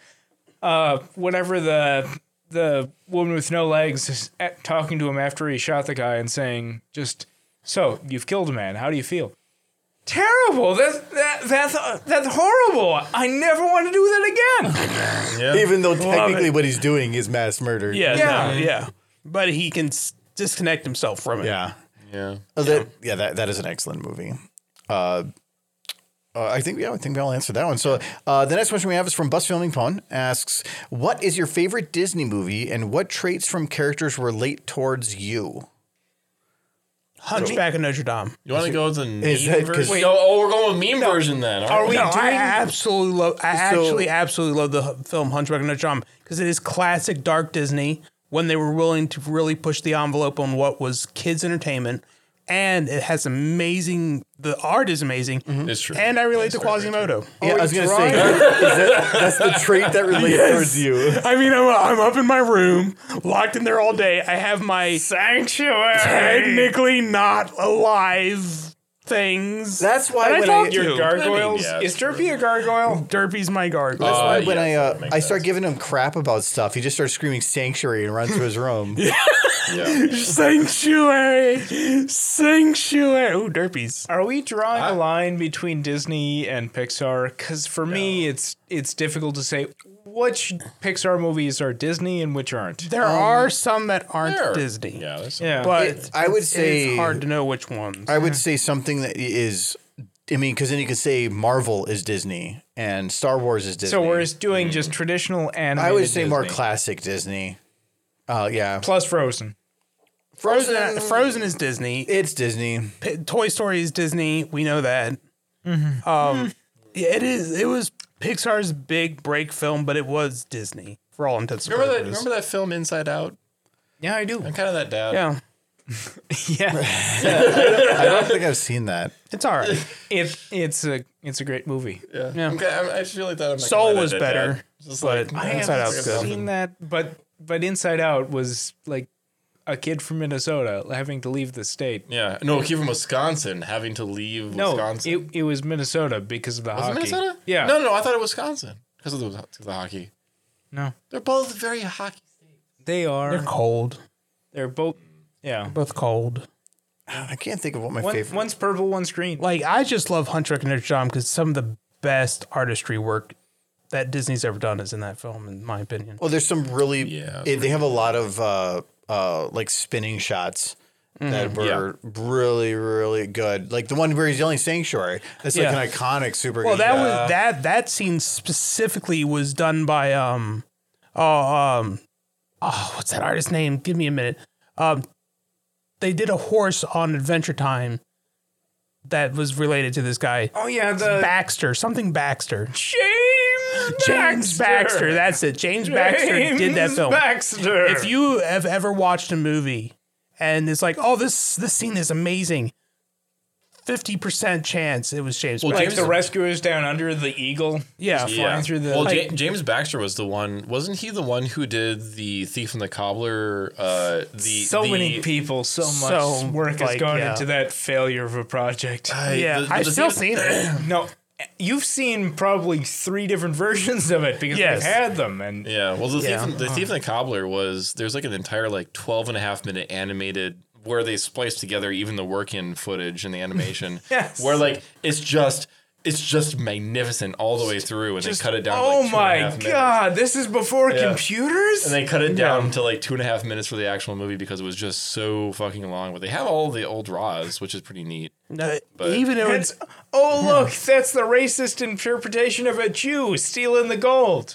Speaker 3: uh whenever the the woman with no legs is at, talking to him after he shot the guy and saying just so you've killed a man how do you feel terrible that's that, that's uh, that's horrible i never want to do that again
Speaker 1: Even though technically what he's doing is mass murder.
Speaker 4: Yeah,
Speaker 3: Yeah.
Speaker 4: yeah, yeah. But he can s- disconnect himself from it.
Speaker 1: yeah,
Speaker 2: Yeah.
Speaker 1: Oh, that- yeah. That that is an excellent movie. Uh, uh, I think yeah, I think we all answered that one. So uh, the next question we have is from Bus Filming Pun asks, "What is your favorite Disney movie, and what traits from characters relate towards you?"
Speaker 4: Hunchback of Notre Dame.
Speaker 2: You want to go with the meme
Speaker 1: Is that 'cause-
Speaker 2: version? No, oh, we're going with meme version then. Are
Speaker 4: No, I
Speaker 3: doing-
Speaker 4: absolutely love. I
Speaker 1: So-
Speaker 4: actually absolutely love the hu- film Hunchback of Notre Dame because it is classic dark Disney when they were willing to really push the envelope on what was kids entertainment, and it has amazing. The art is amazing,
Speaker 2: It's true.
Speaker 4: and I relate to Quasimodo. Oh,
Speaker 1: Yeah, I was gonna say is that, that's the trait that relates towards you.
Speaker 4: I mean, I'm, I'm up in my room, locked in there all day. I have my
Speaker 3: sanctuary
Speaker 4: technically not alive things.
Speaker 1: That's why
Speaker 3: and I
Speaker 1: when
Speaker 3: talked
Speaker 1: I,
Speaker 3: to your gargoyles
Speaker 2: I mean, yeah,
Speaker 3: is derpy a gargoyle
Speaker 4: Derpy's my guard.
Speaker 1: That's why when
Speaker 2: yeah,
Speaker 1: I
Speaker 2: that
Speaker 1: uh,
Speaker 2: makes
Speaker 1: I start giving him crap about stuff, he just starts screaming sanctuary and runs to his room.
Speaker 2: Yeah.
Speaker 4: Sanctuary, sanctuary. Ooh, derpies.
Speaker 3: Are we drawing a line between Disney and Pixar? Because for me, it's it's difficult to say which Pixar movies are Disney and which aren't.
Speaker 4: There are some that aren't
Speaker 2: There.
Speaker 4: Disney,
Speaker 2: Yeah. That's
Speaker 3: Yeah,
Speaker 4: but
Speaker 1: It- I would say
Speaker 4: it's hard to know which ones.
Speaker 1: I would say something that is, I mean, because then you could say Marvel is Disney and Star Wars is Disney.
Speaker 3: so we're just doing just traditional animated.
Speaker 1: I would say more
Speaker 3: Disney.
Speaker 1: classic Disney. Uh, yeah,
Speaker 3: plus Frozen.
Speaker 4: Frozen, Frozen is Disney.
Speaker 1: it's Disney.
Speaker 4: P- Toy Story is Disney. We know that. Um, yeah, it is. It was Pixar's big break film, but it was Disney for all intents and
Speaker 5: Remember that,
Speaker 4: purposes.
Speaker 5: remember that film Inside Out?
Speaker 3: Yeah, I do.
Speaker 5: I'm kind of that dad.
Speaker 4: Yeah,
Speaker 3: Yeah,
Speaker 1: I don't think I've seen that.
Speaker 4: it's all right.
Speaker 3: it, it's a it's a great movie.
Speaker 5: Yeah.
Speaker 4: Yeah.
Speaker 5: I'm ki- I'm- i feel like that. I'm like,
Speaker 4: Soul
Speaker 5: I'm kinda
Speaker 4: was
Speaker 5: that
Speaker 4: better,
Speaker 5: dad. Just
Speaker 4: but
Speaker 5: like,
Speaker 4: Inside Out's
Speaker 3: I've
Speaker 4: good.
Speaker 3: seen that, but but Inside Out was like a kid from Minnesota having to leave the state.
Speaker 2: Yeah. No, he from Wisconsin, having to leave Wisconsin.
Speaker 3: No, it, it was Minnesota because of the
Speaker 2: Was it
Speaker 3: hockey.
Speaker 2: Minnesota?
Speaker 3: Yeah.
Speaker 2: No, no, I thought it was Wisconsin because of the, because of the hockey.
Speaker 3: No.
Speaker 2: They're both very hockey.
Speaker 3: They are.
Speaker 4: They're
Speaker 3: They're,
Speaker 4: cold.
Speaker 3: both. Yeah.
Speaker 4: Both cold.
Speaker 1: I can't think of what my
Speaker 3: One,
Speaker 1: favorite.
Speaker 3: one's purple, one's green.
Speaker 4: Like I just love Hunchback of Notre Dame because some of the best artistry work that Disney's ever done is in that film, in my opinion.
Speaker 1: Well, there's some really.
Speaker 2: Yeah.
Speaker 1: it- they have a lot of uh, uh, like spinning shots
Speaker 3: Mm-hmm.
Speaker 1: that were really, really good. Like the one where he's yelling "Sanctuary." That's
Speaker 4: Yeah.
Speaker 1: like an iconic super.
Speaker 4: Well, that was that that scene specifically was done by um oh um oh what's that artist's name? Give me a minute. Um, they did a horse on Adventure Time that was related to this guy
Speaker 3: oh yeah, the
Speaker 4: Baxter, something Baxter.
Speaker 3: James
Speaker 4: James Baxter. That's it. James Baxter did that
Speaker 3: James
Speaker 4: film.
Speaker 3: Baxter.
Speaker 4: If you have ever watched a movie and it's like, oh, this this scene is amazing, fifty percent chance it was James. Well,
Speaker 3: like the rescuers down under the eagle.
Speaker 4: yeah,
Speaker 2: Yeah.
Speaker 3: Flying through the-
Speaker 2: well,
Speaker 4: like-
Speaker 2: Ja- James Baxter was the one. Wasn't he the one who did the Thief and the Cobbler? Uh, the
Speaker 3: so
Speaker 2: the-
Speaker 3: many people, so much
Speaker 4: So,
Speaker 3: work has
Speaker 4: like,
Speaker 3: gone
Speaker 4: yeah.
Speaker 3: into that failure of a project.
Speaker 4: yeah.
Speaker 2: the- the-
Speaker 4: I've
Speaker 2: the
Speaker 4: still
Speaker 2: Thief-
Speaker 4: seen it.
Speaker 3: no, you've seen probably three different versions of it because
Speaker 4: Yes.
Speaker 3: they've had them, and
Speaker 2: Yeah. Well, the,
Speaker 4: Yeah.
Speaker 2: Thief, and, the Thief and the Cobbler was there's like an entire like 12 and a half minute animated where they spliced together even the work in footage and the animation.
Speaker 3: Yes.
Speaker 2: Where like it's just it's just magnificent all the way through and they cut it down. to,
Speaker 3: Oh
Speaker 2: like, two and a half
Speaker 3: my
Speaker 2: minutes.
Speaker 3: god, this is before
Speaker 2: Yeah.
Speaker 3: computers?
Speaker 2: And they cut it down to like two and a half minutes for the actual movie because it was just so fucking long. But they have all the old Raws, which is pretty neat.
Speaker 4: No,
Speaker 2: But-
Speaker 4: even though
Speaker 3: That's- oh look, that's the racist interpretation of a Jew stealing the gold.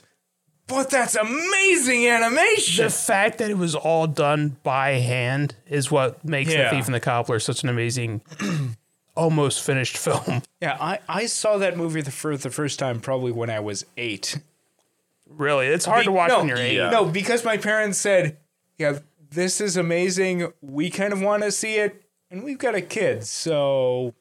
Speaker 3: But that's amazing animation.
Speaker 4: the fact that it was all done by hand is what makes
Speaker 3: Yeah.
Speaker 4: the Thief and the Cobbler such an amazing, almost finished film.
Speaker 3: yeah, I, I saw that movie the, for the first time probably when I was eight.
Speaker 4: Really, it's hard to watch
Speaker 3: no,
Speaker 4: when you're eight.
Speaker 3: No, because my parents said, "Yeah, this is amazing. We kind of want to see it. and we've got a kid, so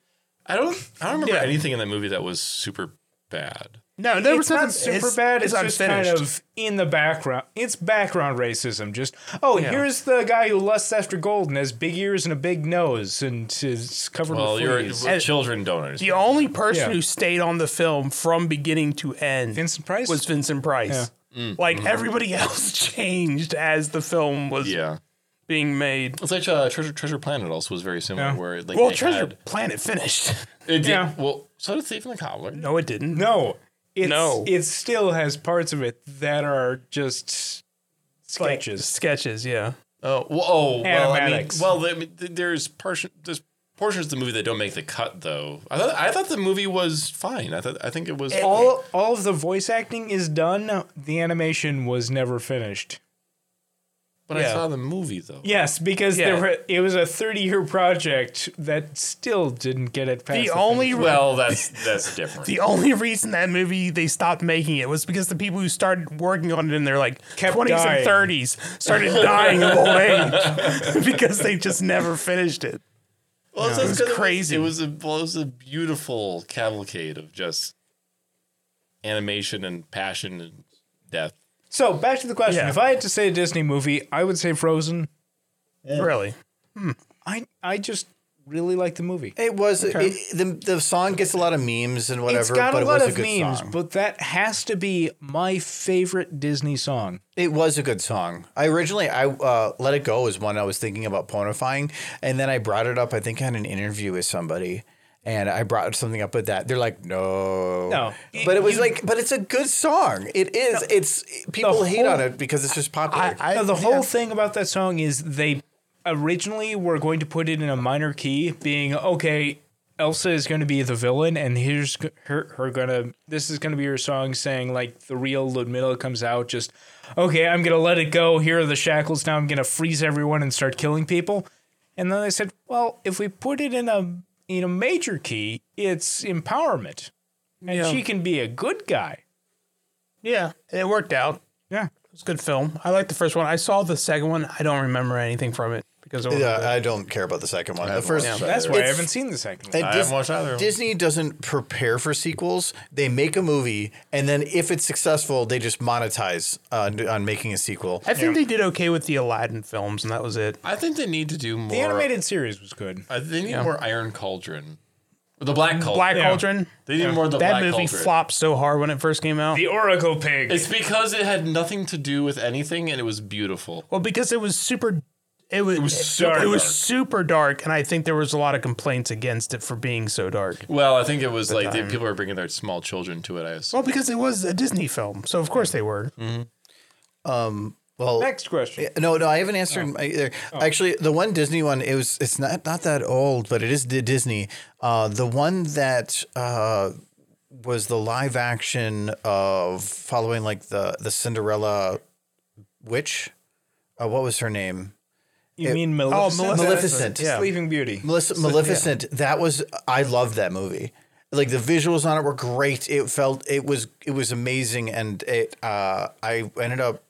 Speaker 2: I don't. I don't remember
Speaker 3: Yeah.
Speaker 2: anything in that movie that was super bad.
Speaker 4: No, there
Speaker 3: it's
Speaker 4: was nothing
Speaker 3: not super bad. It's, just kind of in the background. It's background racism. Just oh, here's the guy who lusts after gold and has big ears and a big nose and is covered
Speaker 2: Well,
Speaker 3: with
Speaker 2: your
Speaker 3: fleas.
Speaker 2: children don't understand.
Speaker 4: the only person
Speaker 3: Yeah.
Speaker 4: who stayed on the film from beginning to end
Speaker 3: Vincent Price
Speaker 4: was Vincent Price.
Speaker 2: Mm.
Speaker 4: Like everybody else changed as the film was
Speaker 2: Mm-hmm. Yeah,
Speaker 4: being made.
Speaker 2: it's like uh, Treasure Treasure Planet also was very similar.
Speaker 3: Yeah.
Speaker 2: Where like
Speaker 4: Well,
Speaker 2: they
Speaker 4: Treasure
Speaker 2: had-
Speaker 4: Planet finished.
Speaker 2: it did,
Speaker 3: Yeah.
Speaker 2: Well, so did Thief and the Cobbler.
Speaker 4: No, it didn't.
Speaker 3: no. It's,
Speaker 4: No.
Speaker 3: it still has parts of it that are just
Speaker 4: Like,
Speaker 3: sketches.
Speaker 4: sketches, yeah.
Speaker 2: Oh, well, oh, well, I mean,
Speaker 3: Animatics.
Speaker 2: well, they- I mean, th- there's portion, there's portions of the movie that don't make the cut though. I thought, I thought the movie was fine. I thought, I think it was.
Speaker 3: all all of the voice acting is done. The animation was never finished.
Speaker 2: but I saw the movie though.
Speaker 3: Yes, because
Speaker 4: Yeah.
Speaker 3: there were, it was a 30-year project that still didn't get it past
Speaker 4: The
Speaker 3: the
Speaker 4: only re-
Speaker 2: Well, that's that's different.
Speaker 4: the only reason that movie they stopped making it was because the people who started working on it in their like
Speaker 3: Kept
Speaker 4: 20s
Speaker 3: dying.
Speaker 4: and 30s started dying of old age because they just never finished it.
Speaker 2: well, it's- it's
Speaker 4: was
Speaker 2: 'cause it
Speaker 4: crazy.
Speaker 2: It was, a well, it was a beautiful cavalcade of just animation and passion and death.
Speaker 3: So back to the question:
Speaker 4: Yeah.
Speaker 3: If I had to say a Disney movie, I would say Frozen.
Speaker 4: Really.
Speaker 3: I I just really like the movie.
Speaker 1: It was it, the the song gets a lot of memes and whatever.
Speaker 3: it's got
Speaker 1: but
Speaker 3: a
Speaker 1: it was
Speaker 3: lot
Speaker 1: a
Speaker 3: of
Speaker 1: good
Speaker 3: memes,
Speaker 1: Song.
Speaker 3: but that has to be my favorite Disney song.
Speaker 1: It was a good song. I originally I uh, let it go was one I was thinking about ponifying, and then I brought it up. I think on an interview with somebody, and I brought something up with that. They're like, no,
Speaker 3: No.
Speaker 1: But it was like, but it's a good song. It is. it's people
Speaker 3: The
Speaker 1: hate on
Speaker 3: whole-
Speaker 1: it because it's just popular.
Speaker 3: No, the whole thing about that song is they originally were going to put it in a minor key, being okay. Elsa is going to be the villain, and here's g- her, her gonna. This is gonna be her song saying like the real Ludmilla comes out. Just okay, I'm gonna let it go. Here are the shackles. Now I'm gonna freeze everyone and start killing people. And then they said, well, if we put it in a in a major key, it's empowerment, and
Speaker 4: Yeah.
Speaker 3: she can be a good guy.
Speaker 4: Yeah. It worked out. It
Speaker 3: Yeah,
Speaker 4: was a good film. I liked the first one. I saw the second one. I don't remember anything from it because it was
Speaker 1: yeah, I don't care about the second one. The first,
Speaker 3: that's why I
Speaker 1: It's-
Speaker 3: haven't seen the second.
Speaker 1: And
Speaker 3: one.
Speaker 1: Dis- uh, Disney doesn't prepare for sequels. They make a movie, and then if it's successful, they just monetize on, on making a sequel.
Speaker 4: I think they did okay with the Aladdin films, and that was it.
Speaker 2: I think they need to do more.
Speaker 3: The animated series was good.
Speaker 2: I think they need more Iron Cauldron. Or The Black Cauldron.
Speaker 4: Black
Speaker 3: Yeah.
Speaker 4: Cauldron.
Speaker 2: They need more of the
Speaker 4: that
Speaker 2: Black
Speaker 4: movie
Speaker 2: Cauldron.
Speaker 4: flopped so hard when it first came out.
Speaker 3: The Oracle Pig.
Speaker 2: It's because it had nothing to do with anything and it was beautiful.
Speaker 4: well, because it was super. It was, it was
Speaker 2: super
Speaker 4: It was
Speaker 2: dark.
Speaker 4: super dark, and I think there was a lot of complaints against it for being so dark.
Speaker 2: Well, I think it was like the, people were bringing their small children to it. I assume.
Speaker 4: Well, because it was a Disney film, so of course they were.
Speaker 1: Well,
Speaker 3: Next question.
Speaker 1: No, no, I haven't answered my either. Actually, the one Disney one, it was it's not not that old, but it is Di- Disney. Uh, the one that uh, was the live action of following like the the Cinderella witch. Uh, what was her name?
Speaker 3: You mean
Speaker 4: Maleficent?
Speaker 3: oh, Maleficent?
Speaker 1: Maleficent. Yeah.
Speaker 3: Sleeping Beauty.
Speaker 1: Melissa, Maleficent. That was I loved that movie. Like the visuals on it were great. It felt it was it was amazing, and it uh, I ended up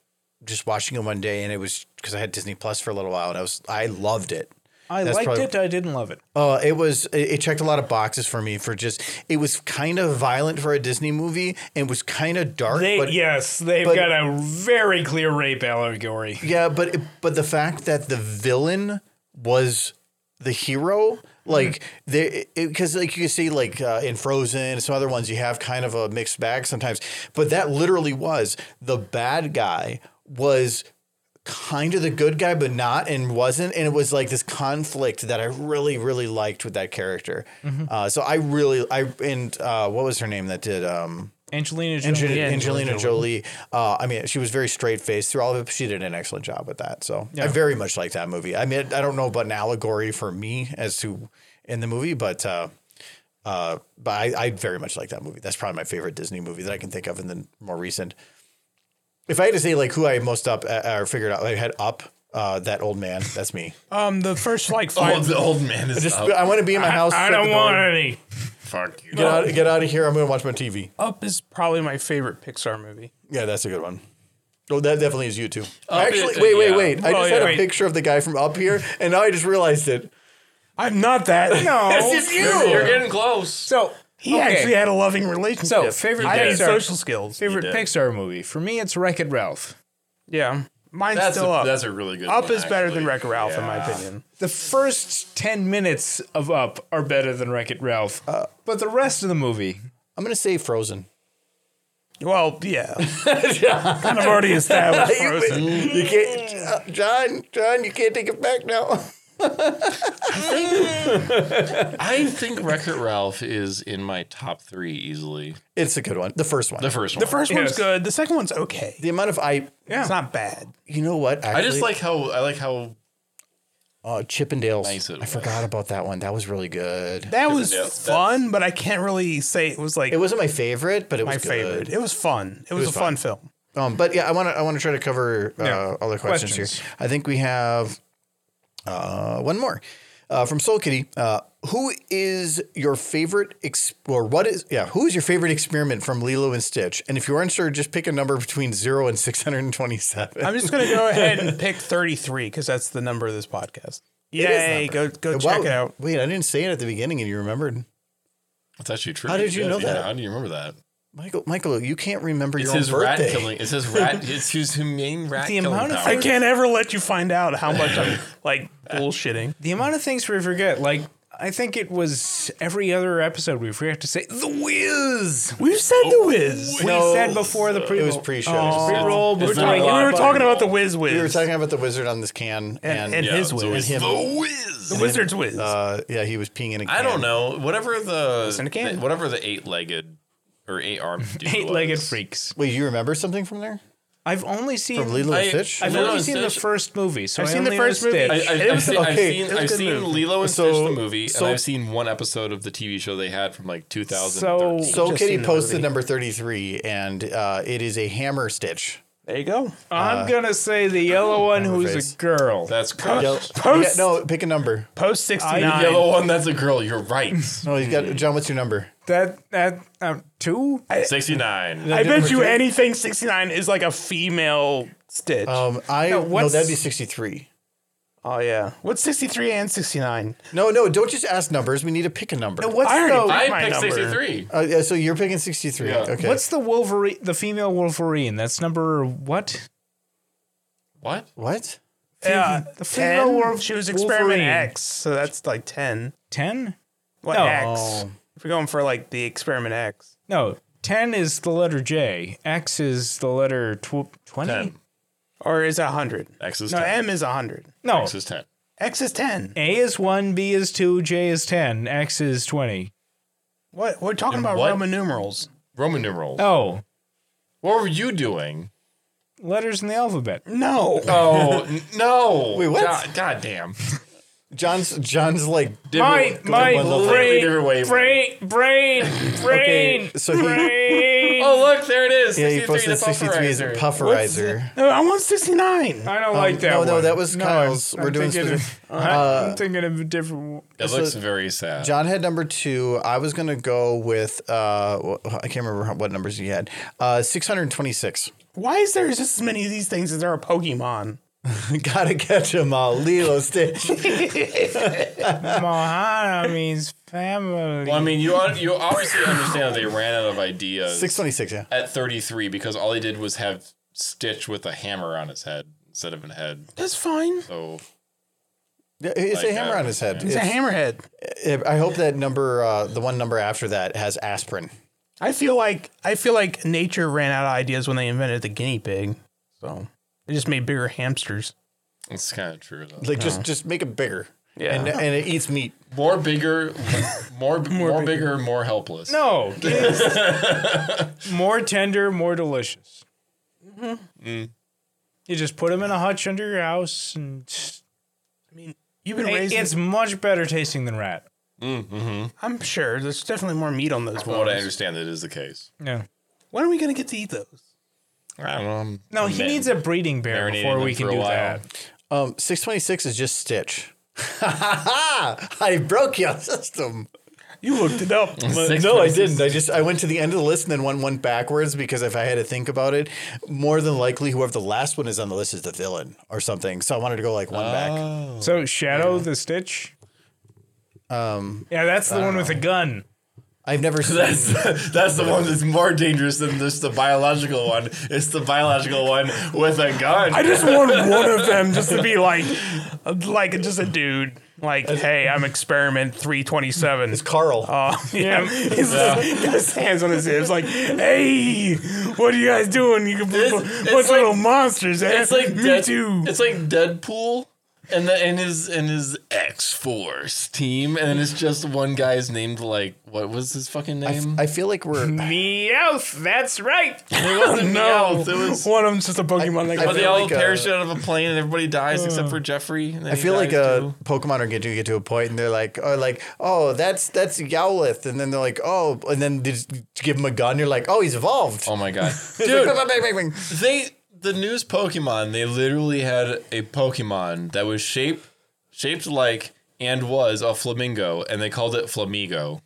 Speaker 1: just watching it one day, and it was because I had Disney Plus for a little while, and I was I loved it.
Speaker 3: I
Speaker 1: That's
Speaker 3: liked
Speaker 1: probably-
Speaker 3: it. I didn't love it.
Speaker 1: Uh, it was it, it checked a lot of boxes for me for just it was kind of violent for a Disney movie and was kind of dark. but
Speaker 3: yes, they've
Speaker 1: but-
Speaker 3: got a very clear rape allegory.
Speaker 1: Yeah, but but the fact that the villain was the hero, like they, because like you can see like uh, in Frozen and some other ones, you have kind of a mixed bag sometimes. But that literally was the bad guy was kind of the good guy, but not and wasn't, and it was like this conflict that I really really liked with that character. Uh, so I really I and uh, what was her name that did um,
Speaker 3: Angelina Jolie.
Speaker 1: Angelina, Angelina Jolie. Uh, I mean, she was very straight faced through all of it. but She did an excellent job with that. So I very much like that movie. I mean, I don't know about an allegory for me as to in the movie, but uh, uh, but I, I very much like that movie. That's probably my favorite Disney movie that I can think of in the more recent. If I had to say like who I most up uh, or figured out, I had up. Uh, that old man, that's me.
Speaker 4: Um, the first like
Speaker 2: oh,
Speaker 4: five.
Speaker 2: the old man is
Speaker 1: Just,
Speaker 2: up.
Speaker 1: I want to be in my house.
Speaker 3: Uh, I
Speaker 1: shut
Speaker 3: don't
Speaker 1: the door,
Speaker 3: want any.
Speaker 2: Fuck you.
Speaker 1: Get out, get out of here. I'm going to watch my TV.
Speaker 4: Up is probably my favorite Pixar movie.
Speaker 1: Yeah, that's a good one. Oh, that definitely is you too. Actually,
Speaker 2: Oh, is-
Speaker 1: wait, wait,
Speaker 2: yeah.
Speaker 1: wait. I
Speaker 4: Oh,
Speaker 1: just
Speaker 4: yeah.
Speaker 1: had a
Speaker 4: Wait.
Speaker 1: picture of the guy from up here, and now I just realized it.
Speaker 4: I'm not that.
Speaker 3: No.
Speaker 2: It's you. You're getting close.
Speaker 3: so
Speaker 4: He
Speaker 3: okay.
Speaker 4: actually had a loving relationship.
Speaker 3: So, favorite
Speaker 4: I need
Speaker 3: Pixar-
Speaker 4: social skills.
Speaker 3: favorite
Speaker 2: did.
Speaker 3: Pixar movie for me, it's Wreck It Ralph.
Speaker 10: Yeah.
Speaker 4: Mine's
Speaker 2: That's
Speaker 4: still
Speaker 2: a,
Speaker 4: up.
Speaker 2: that's a really good.
Speaker 10: Up
Speaker 2: one,
Speaker 10: is better than
Speaker 2: actually.
Speaker 10: Wreck Ralph, in my opinion.
Speaker 3: The first ten minutes of Up are better than Wreck It Ralph, but the rest of the movie,
Speaker 1: I'm gonna say Frozen.
Speaker 4: well, yeah. kind of already established. Frozen.
Speaker 1: You can't, Jo- John. John, you can't take it back now.
Speaker 2: I think Wreck It Ralph is in my top three easily.
Speaker 1: It's a good one. The first one.
Speaker 2: The
Speaker 1: The,
Speaker 2: first one.
Speaker 4: The first one's
Speaker 3: Yes.
Speaker 4: good. The second one's okay.
Speaker 1: amount of I.
Speaker 4: It's not bad.
Speaker 1: You know what?
Speaker 2: I
Speaker 1: Actually,
Speaker 2: just like how I like how
Speaker 1: oh, Chippendales.
Speaker 2: Nice it
Speaker 1: I
Speaker 2: was.
Speaker 1: forgot about that one. That was really good.
Speaker 4: That was
Speaker 2: Yeah, that's-
Speaker 4: fun, but I can't really say it was like
Speaker 1: It wasn't my favorite, but it
Speaker 4: my
Speaker 1: was good.
Speaker 4: favorite. It was fun. It was, a fun, film.
Speaker 1: Um, but yeah, I want to I want to try to cover uh,
Speaker 3: Yeah.
Speaker 1: other questions,
Speaker 3: Questions.
Speaker 1: here. I think we have uh, one more uh, from Soul Kitty. Uh, who is your favorite ex- or what is yeah? Who is your favorite experiment from Lilo and Stitch? And if you aren't sure, just pick a number between zero and six hundred and twenty-seven.
Speaker 4: I'm just gonna go ahead and pick 33 because that's the number of this podcast. Yay! Go go check it out.
Speaker 1: Wait, I didn't say it at the beginning, and you remembered,
Speaker 2: That's actually true.
Speaker 1: How did you
Speaker 2: Yeah,
Speaker 1: know
Speaker 2: yeah,
Speaker 1: that?
Speaker 2: How do you remember that?
Speaker 1: Michael. Michael, you can't remember
Speaker 2: It's
Speaker 1: your own
Speaker 2: his rat
Speaker 1: birthday.
Speaker 2: killing. It's his rat. It's his humane rat
Speaker 3: The
Speaker 2: killing
Speaker 3: amount of
Speaker 2: power.
Speaker 4: I can't ever let you find out how much I'm like bullshitting.
Speaker 3: the amount of things we forget, like. I think it was every other episode we forgot to say the Wiz.
Speaker 4: We've said the whiz.
Speaker 3: we said before the pre.
Speaker 1: It was pre-show.
Speaker 4: Oh.
Speaker 3: pre-roll
Speaker 2: It's
Speaker 3: before
Speaker 2: not
Speaker 3: we
Speaker 2: a
Speaker 3: got
Speaker 2: lot.
Speaker 4: we were
Speaker 2: Bobby.
Speaker 4: talking about the
Speaker 2: oh.
Speaker 4: whiz whiz.
Speaker 1: We were talking about the wizard on this can, and,
Speaker 4: and, and
Speaker 2: Yeah,
Speaker 4: his
Speaker 2: so it's
Speaker 4: whiz.
Speaker 1: him.
Speaker 2: The whiz.
Speaker 4: the wizard's whiz.
Speaker 1: uh, yeah, he was peeing in a can.
Speaker 2: I don't know. Whatever the,
Speaker 4: Listen to Ken.
Speaker 2: the- whatever the eight legged or eight armed
Speaker 3: eight legged freaks.
Speaker 1: Wait, you remember something from there?
Speaker 3: I've only seen
Speaker 1: From Lilo and
Speaker 2: I-
Speaker 1: Stitch?
Speaker 3: I've
Speaker 2: Lilo
Speaker 3: only
Speaker 2: and
Speaker 3: seen the
Speaker 2: Stitch.
Speaker 3: first movie. So
Speaker 4: I've
Speaker 3: I
Speaker 4: seen the
Speaker 3: only
Speaker 4: first
Speaker 3: know
Speaker 4: movie.
Speaker 3: Stitch.
Speaker 2: I, I,
Speaker 1: It
Speaker 2: I've
Speaker 1: was-
Speaker 2: seen, I've
Speaker 1: okay,
Speaker 2: seen,
Speaker 1: it was a
Speaker 2: I've
Speaker 1: good
Speaker 2: seen
Speaker 1: movie.
Speaker 2: Lilo and
Speaker 1: So-
Speaker 2: Stitch the movie,
Speaker 1: so-
Speaker 2: and I've seen one episode of the TV show they had from like 2000.
Speaker 3: So-
Speaker 1: So
Speaker 4: Just seen
Speaker 1: Kitty
Speaker 4: the
Speaker 1: posted
Speaker 4: movie.
Speaker 1: number 33, and uh, it is a hammer stitch.
Speaker 4: there you go.
Speaker 3: I'm gonna say Uh, the yellow one who's
Speaker 1: face.
Speaker 3: a girl.
Speaker 2: that's correct.
Speaker 1: Yellow-
Speaker 4: Post-
Speaker 1: Yeah, no, pick a number.
Speaker 4: Post 69.
Speaker 2: Yellow one, that's a girl. You're right.
Speaker 1: No, he's got John. What's your number?
Speaker 3: that that um, two. I,
Speaker 2: 69.
Speaker 4: I bet
Speaker 1: Number
Speaker 4: you
Speaker 1: two?
Speaker 4: anything 69 is like a female stitch.
Speaker 1: Um, I no,
Speaker 4: what's-
Speaker 1: that'd be 63.
Speaker 4: oh, yeah. What's 63 and 69?
Speaker 1: No, no, don't just ask numbers. We need to pick a number.
Speaker 3: what's
Speaker 4: I already
Speaker 3: the
Speaker 4: did.
Speaker 2: I
Speaker 4: my
Speaker 2: picked
Speaker 4: number.
Speaker 2: 63.
Speaker 1: Uh, yeah, so you're picking 63.
Speaker 2: Yeah.
Speaker 1: Okay.
Speaker 3: what's the Wolverine? The female Wolverine. That's number what?
Speaker 2: What?
Speaker 1: what?
Speaker 4: Yeah.
Speaker 3: The female Wolf-
Speaker 4: She was experiment
Speaker 3: Wolverine.
Speaker 4: X, so that's like 10.
Speaker 3: Ten?
Speaker 4: What
Speaker 3: No.
Speaker 4: X? If we're going for like the experiment X.
Speaker 3: No, ten is the letter J. X is the letter tw- twenty.
Speaker 2: 10.
Speaker 4: Or is it 100?
Speaker 2: X is
Speaker 4: No,
Speaker 2: 10.
Speaker 4: M is 100.
Speaker 3: No,
Speaker 2: X is 10.
Speaker 4: X is 10.
Speaker 3: A is one, B is two, J is ten, X is twenty.
Speaker 4: What? We're talking
Speaker 2: And
Speaker 4: about
Speaker 2: what?
Speaker 4: Roman numerals.
Speaker 2: Roman numerals.
Speaker 3: Oh,
Speaker 2: What were you doing?
Speaker 3: letters in the alphabet.
Speaker 4: No.
Speaker 2: Oh, n- no.
Speaker 1: Wait, what?
Speaker 2: God, God damn.
Speaker 1: John's John's like
Speaker 3: My my
Speaker 1: one level.
Speaker 2: Completely
Speaker 3: brain,
Speaker 2: different way.
Speaker 3: brain, brain, brain,
Speaker 1: so he-
Speaker 3: brain.
Speaker 2: Oh, look, there it is.
Speaker 1: yeah, he
Speaker 2: 63, the
Speaker 1: posted 63 as a
Speaker 2: pufferizer.
Speaker 1: pufferizer.
Speaker 4: No, I want 69.
Speaker 3: I don't like that
Speaker 1: Um, no,
Speaker 3: one.
Speaker 1: no, that was
Speaker 3: No, I'm-
Speaker 1: Kyle's.
Speaker 3: I'm
Speaker 1: We're doing
Speaker 3: thinking
Speaker 1: specific- Uh,
Speaker 3: of- I'm thinking of a different. one.
Speaker 2: It looks very sad.
Speaker 1: John had number two. I was gonna go with uh, wh- I can't remember how- what numbers he had. Uh, six hundred twenty-six.
Speaker 4: Why is there just as many of these things as there are Pokemon?
Speaker 1: Gotta catch 'em all, Lilo Stitch.
Speaker 3: Mohana means family.
Speaker 2: Well, I mean, you on- you obviously understand that they ran out of ideas
Speaker 1: Six twenty-six. Yeah.
Speaker 2: at 33 because all they did was have Stitch with a hammer on his head instead of a head.
Speaker 4: That's fine.
Speaker 2: So
Speaker 1: Yeah, It's a
Speaker 2: Like,
Speaker 1: hammer
Speaker 2: uh,
Speaker 1: on his head.
Speaker 4: It's a hammerhead.
Speaker 1: It's- I hope that number, uh, the one number after that, has aspirin.
Speaker 4: I feel like I feel like nature ran out of ideas when they invented the guinea pig. So they just made bigger hamsters.
Speaker 2: it's kind of true. Though.
Speaker 1: Like just just make it bigger.
Speaker 4: Yeah.
Speaker 1: And, and it eats meat.
Speaker 2: More bigger, more more, bigger, more helpless.
Speaker 3: no, more tender, more delicious.
Speaker 2: Mm-hmm. Mm.
Speaker 3: You just put them in a hutch under your house, and
Speaker 4: I mean, you've been
Speaker 3: it,
Speaker 4: raising.
Speaker 3: it's much better tasting than rat.
Speaker 4: I'm sure there's definitely more meat on those
Speaker 2: From what I
Speaker 4: bones.
Speaker 2: understand, that is the case.
Speaker 3: Yeah.
Speaker 4: When are we gonna get to eat those?
Speaker 2: I don't know. I'm-
Speaker 3: No, he
Speaker 2: I'm
Speaker 3: needs a breeding bear
Speaker 2: marinating
Speaker 3: before
Speaker 2: them
Speaker 3: we
Speaker 2: for
Speaker 3: can
Speaker 2: a
Speaker 3: do
Speaker 2: while.
Speaker 3: that.
Speaker 1: Um, six twenty-six is just Stitch. I broke your system.
Speaker 4: You looked it up.
Speaker 2: Six
Speaker 1: no, I
Speaker 2: places.
Speaker 1: didn't. I just I went to the end of the list and then one went backwards because if I had to think about it, more than likely whoever the last one is on the list is the villain or something. So I wanted to go like one back.
Speaker 3: So shadow the stitch.
Speaker 1: Um,
Speaker 3: Yeah, that's the one with
Speaker 1: uh,
Speaker 3: the gun.
Speaker 1: I've never seen.
Speaker 2: That's that's the one that's more dangerous than just the biological one. It's the biological one with a gun.
Speaker 4: I just want one of them just to be like, like just a dude. Like, hey, I'm experiment 327.
Speaker 1: Carl.
Speaker 4: Uh, yeah,
Speaker 6: He's got his hands on his hips, like, "Hey, what are you guys doing? You can put
Speaker 2: It's-
Speaker 6: bunch
Speaker 2: it's
Speaker 6: of
Speaker 2: like-
Speaker 6: little monsters." Eh?
Speaker 2: it's like
Speaker 6: me
Speaker 2: Dead-
Speaker 6: too.
Speaker 2: It's like Deadpool and the and his and his X Force team, and it's just one guy's named like what was his fucking name?
Speaker 1: I feel like we're.
Speaker 4: Meowth, that's right.
Speaker 2: it wasn't
Speaker 6: no.
Speaker 2: Meowth, it was.
Speaker 6: One of them's just a Pokemon. like,
Speaker 1: I
Speaker 2: But they
Speaker 1: feel
Speaker 2: all
Speaker 1: like, uh,
Speaker 2: parachute out of a plane and everybody dies except for Jeffrey. and then
Speaker 1: I
Speaker 2: he
Speaker 1: feel like
Speaker 2: dies,
Speaker 1: uh,
Speaker 2: too.
Speaker 1: Pokemon are going to get to a point, and they're like, "Oh, like, oh, that's that's Yowlith," and then they're like, "Oh," and then they just give him a gun. You're like, "Oh, he's evolved."
Speaker 2: Oh my god,
Speaker 1: It's like,
Speaker 2: dude!
Speaker 1: bang, bang, bang, bang.
Speaker 2: They the news Pokemon. They literally had a Pokemon that was shaped shaped like and was a flamingo, and they called it Flamigo.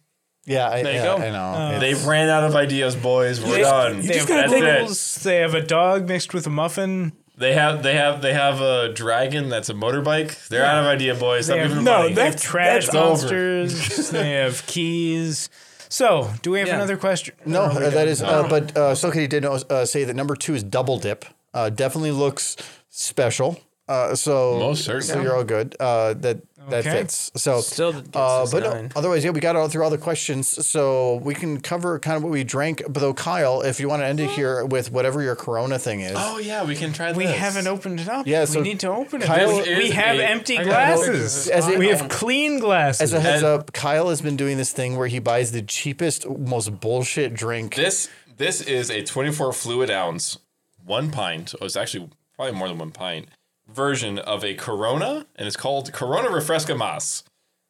Speaker 1: Yeah, I,
Speaker 2: you
Speaker 1: yeah,
Speaker 2: go.
Speaker 1: I know. It's-
Speaker 2: They ran out of ideas, boys. We're done.
Speaker 3: You just gotta
Speaker 2: That's it.
Speaker 3: take They have a dog mixed with a muffin.
Speaker 2: They have they have they have a dragon that's a motorbike. They're out of idea, boys. Stop
Speaker 3: They have-
Speaker 2: giving them
Speaker 6: no,
Speaker 2: money.
Speaker 3: They
Speaker 6: that-
Speaker 3: have trash
Speaker 2: that's over.
Speaker 3: monsters. they have keys. So, do we have another question?
Speaker 1: No, uh, that is. Uh, but uh, Silky did know- uh, say that number two is Double Dip. Uh, definitely looks special. Uh, so
Speaker 2: Most certainly.
Speaker 1: so you're all good. Uh, that that
Speaker 3: Okay.
Speaker 1: fits. So
Speaker 4: Still gets
Speaker 1: uh,
Speaker 4: us
Speaker 1: but no,
Speaker 4: nine.
Speaker 1: otherwise, yeah, we got all through all the questions, so we can cover kind of what we drank. But though, Kyle, if you want to end it here with whatever your Corona thing is,
Speaker 2: oh yeah, we can try.
Speaker 3: We
Speaker 2: this.
Speaker 3: haven't opened it up.
Speaker 1: Yeah,
Speaker 3: we
Speaker 1: so
Speaker 3: need to open it.
Speaker 1: Kyle
Speaker 3: we,
Speaker 2: is
Speaker 3: have
Speaker 2: a-
Speaker 3: empty
Speaker 2: I gotta
Speaker 3: glasses.
Speaker 1: As a-
Speaker 3: we have clean glasses.
Speaker 1: As a heads
Speaker 2: And-
Speaker 1: up, Kyle has been doing this thing where he buys the cheapest, most bullshit drink.
Speaker 2: This this is a 24 fluid ounce, one pint. Oh, it's actually probably more than one pint version of a Corona, and it's called Corona Refresca Mas.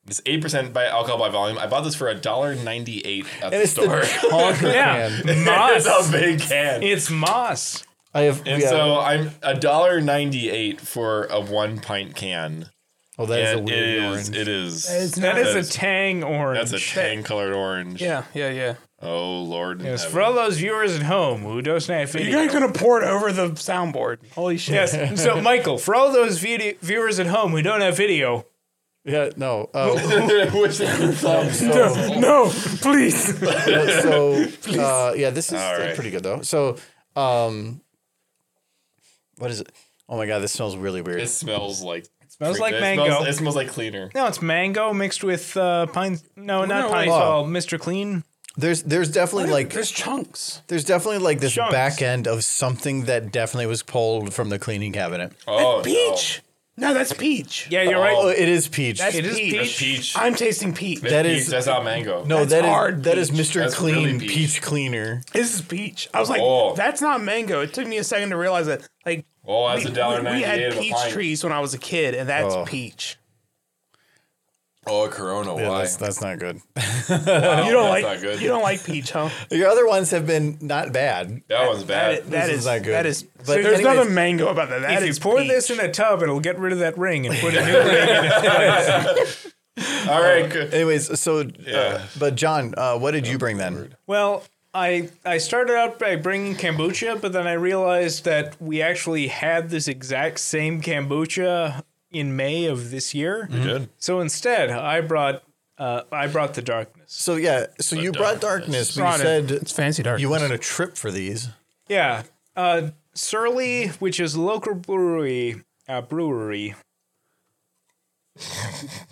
Speaker 2: It's eight percent by alcohol by volume. I bought this for a dollar ninety eight at the
Speaker 1: it's the
Speaker 2: store.
Speaker 1: Hog
Speaker 3: yeah,
Speaker 1: Man.
Speaker 2: it's
Speaker 3: moss.
Speaker 2: a big can.
Speaker 3: It's moss.
Speaker 1: I have.
Speaker 2: and
Speaker 1: yeah.
Speaker 2: so I'm a dollar ninety eight for a one pint can.
Speaker 1: oh, that is a
Speaker 2: And it
Speaker 1: weird
Speaker 2: is.
Speaker 1: orange.
Speaker 2: It is.
Speaker 3: That is
Speaker 2: that
Speaker 3: a
Speaker 2: is-
Speaker 3: tang orange.
Speaker 2: That's a tan colored orange.
Speaker 4: Yeah, yeah, yeah.
Speaker 2: Oh Lord. in
Speaker 3: Yes,
Speaker 2: heaven.
Speaker 3: for all those viewers at home who don't know
Speaker 6: you guys gonna pour it over the soundboard?
Speaker 4: Holy shit.
Speaker 3: Yes. So, Michael, for all those video- viewers at home who don't have video,
Speaker 1: yeah, no. Oh,
Speaker 2: Which is so-
Speaker 6: No, please.
Speaker 1: so uh, yeah, this is
Speaker 2: All right.
Speaker 1: pretty good though. So, um, what is it? Oh my god, this smells really weird.
Speaker 2: It smells like. It
Speaker 3: smells like
Speaker 2: smells-
Speaker 3: mango.
Speaker 2: it smells like cleaner.
Speaker 3: no, it's mango mixed with uh, pine. No, not
Speaker 4: no,
Speaker 3: pine
Speaker 4: wait.
Speaker 3: sol. Mr. Clean.
Speaker 1: there's there's definitely like
Speaker 4: There's chunks.
Speaker 1: there's definitely like this
Speaker 3: Chunks.
Speaker 1: back end of something that definitely was pulled from the cleaning cabinet.
Speaker 2: Oh,
Speaker 6: Peach. No, that's peach.
Speaker 3: Yeah, you're right.
Speaker 1: Oh, it is peach.
Speaker 3: it is
Speaker 2: No.
Speaker 3: peach.
Speaker 2: Peach.
Speaker 6: I'm tasting peach.
Speaker 2: That's
Speaker 1: that
Speaker 2: peach.
Speaker 1: is-
Speaker 2: That's not mango.
Speaker 1: no, that is
Speaker 6: hard
Speaker 1: that is
Speaker 6: peach.
Speaker 1: Mr.
Speaker 2: That's
Speaker 1: Clean
Speaker 2: really
Speaker 1: peach.
Speaker 2: peach.
Speaker 1: cleaner.
Speaker 6: This is peach. I was like,
Speaker 2: Oh.
Speaker 6: that's not mango. It took me a second to realize that. Like,
Speaker 2: Oh, that's
Speaker 6: we,
Speaker 2: a dollar
Speaker 6: we- we
Speaker 2: ninety
Speaker 6: had
Speaker 2: eight.
Speaker 6: peach trees when I was a kid, and that's peach.
Speaker 2: Oh, Corona.
Speaker 1: Yeah,
Speaker 2: why?
Speaker 1: that's, that's not good.
Speaker 6: You don't
Speaker 2: that's
Speaker 6: like
Speaker 2: not good.
Speaker 6: you don't like peach, huh?
Speaker 1: Your other ones have been not bad.
Speaker 2: that one's bad.
Speaker 6: That, that
Speaker 1: This is
Speaker 6: is,
Speaker 1: not good.
Speaker 6: that is.
Speaker 1: But
Speaker 6: there's
Speaker 1: anyways-
Speaker 6: nothing mango about that. That
Speaker 3: if
Speaker 6: is
Speaker 3: you pour
Speaker 6: peach.
Speaker 3: this in a tub, it'll get rid of that ring and put a new ring.
Speaker 2: All right. good.
Speaker 1: Um, Anyways, so uh,
Speaker 2: Yeah.
Speaker 1: but John, uh, what did you bring then?
Speaker 3: Well, I I started out by bringing kombucha, but then I realized that we actually had this exact same kombucha in May of this year.
Speaker 6: Mm-hmm.
Speaker 2: did.
Speaker 3: So instead, I brought uh, I brought the darkness.
Speaker 1: So yeah, so you brought darkness, but
Speaker 3: Brought
Speaker 1: you
Speaker 3: it.
Speaker 1: said
Speaker 4: Fancy dark.
Speaker 1: you went on a trip for these.
Speaker 3: Yeah, uh, Surly, which is a local brewery. Uh, brewery.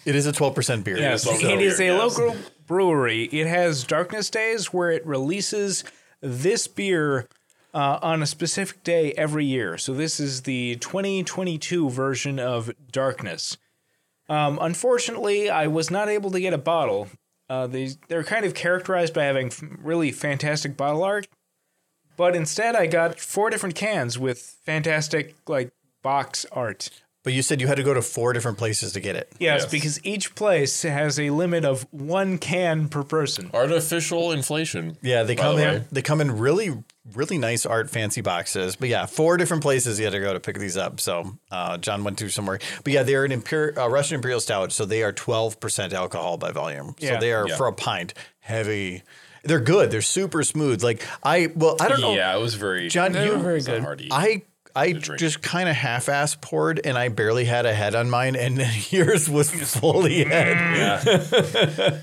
Speaker 1: It is a twelve percent beer.
Speaker 3: Yes,
Speaker 2: local
Speaker 3: it is
Speaker 2: beer,
Speaker 3: a
Speaker 2: yes.
Speaker 3: local brewery. It has darkness days where it releases this beer uh, on a specific day every year. So this is the 2022 version of darkness. Um, unfortunately, I was not able to get a bottle. Uh, they, they're kind of characterized by having f- really fantastic bottle art, but instead I got four different cans with fantastic like box art.
Speaker 1: But you said you had to go to four different places to get it.
Speaker 3: Yes,
Speaker 2: Yes.
Speaker 3: because each place has a limit of one can per person.
Speaker 2: Artificial inflation.
Speaker 1: Yeah, they
Speaker 2: By
Speaker 1: come
Speaker 2: the
Speaker 1: in.
Speaker 2: way.
Speaker 1: They come in really, really nice art, fancy boxes. But yeah, four different places you had to go to pick these up. So uh, John went to somewhere. But yeah, they're an imperial, uh, Russian imperial stout, so they are twelve percent alcohol by volume. So
Speaker 3: Yeah.
Speaker 1: they are for a pint heavy. They're good. They're super smooth. Like I well, I don't know.
Speaker 2: Yeah, it was very.
Speaker 1: John, you
Speaker 2: It's not hardy.
Speaker 1: I I
Speaker 2: drink.
Speaker 1: just kind of half-ass poured, and I barely had a head on mine, and then yours was fully head.
Speaker 2: Yeah,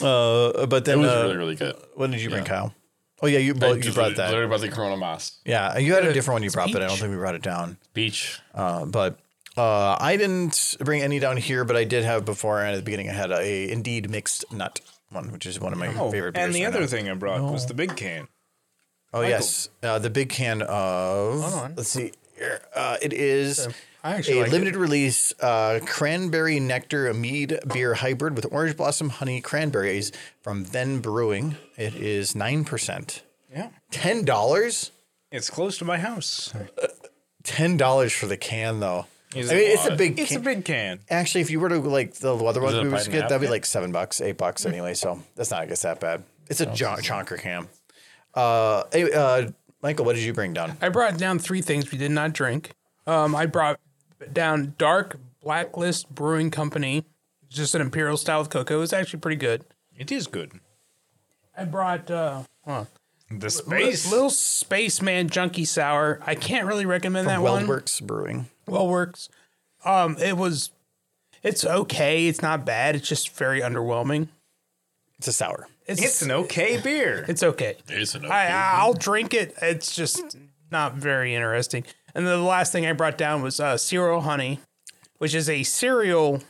Speaker 1: Uh, but
Speaker 2: it
Speaker 1: then,
Speaker 2: was
Speaker 1: uh,
Speaker 2: really really good.
Speaker 1: what did you bring, Kyle? Oh yeah, you both, you
Speaker 2: Just
Speaker 1: brought that.
Speaker 2: Literally about the Corona Moss
Speaker 1: Yeah, you had a different one you brought, but I don't think we brought it down.
Speaker 2: beach.
Speaker 1: Uh, but uh, I didn't bring any down here, but I did have before, and at the beginning I had a Indeed mixed nut one, which is one of my favorite beers.
Speaker 3: and the
Speaker 1: right
Speaker 3: other
Speaker 1: now.
Speaker 3: thing I brought was the big can.
Speaker 1: Oh yes, uh, the big can of. Let's see. here. Uh, it is
Speaker 6: I
Speaker 1: a
Speaker 6: actually like it.
Speaker 1: limited release uh, cranberry nectar mead beer hybrid with orange blossom honey cranberries from Then Brewing. It is nine percent.
Speaker 3: Yeah.
Speaker 1: Ten dollars.
Speaker 3: It's close to my house.
Speaker 1: Ten dollars for the can though.
Speaker 3: Is
Speaker 1: I
Speaker 3: it
Speaker 1: mean,
Speaker 3: a
Speaker 1: it's a big.
Speaker 3: It's
Speaker 1: can.
Speaker 3: a big can.
Speaker 1: Actually, if you were to like the other ones
Speaker 2: it a
Speaker 1: we would
Speaker 2: pint and a
Speaker 1: get,
Speaker 2: half?
Speaker 1: that'd be like seven bucks, eight bucks anyway. So that's not, I guess, that bad. It's a jo- chonker cam. Uh, anyway, uh, Michael, what did you bring down?
Speaker 4: I brought down three things we did not drink. Um, I brought down Dark Blacklist Brewing Company, just an imperial style of cocoa. It's actually pretty good.
Speaker 3: It is good.
Speaker 4: I brought uh,
Speaker 3: The
Speaker 4: Space.
Speaker 3: space.
Speaker 4: Little Spaceman Junkie Sour. I can't really recommend that one.
Speaker 1: Weldworks Brewing.
Speaker 4: Well works. Um, it was, it's okay. It's not bad. It's just very underwhelming.
Speaker 1: It's a sour.
Speaker 3: it's an okay beer.
Speaker 4: It's okay.
Speaker 2: It's an
Speaker 4: I, I'll drink it. It's just not very interesting. And then the last thing I brought down was uh, cereal honey, which is a cereal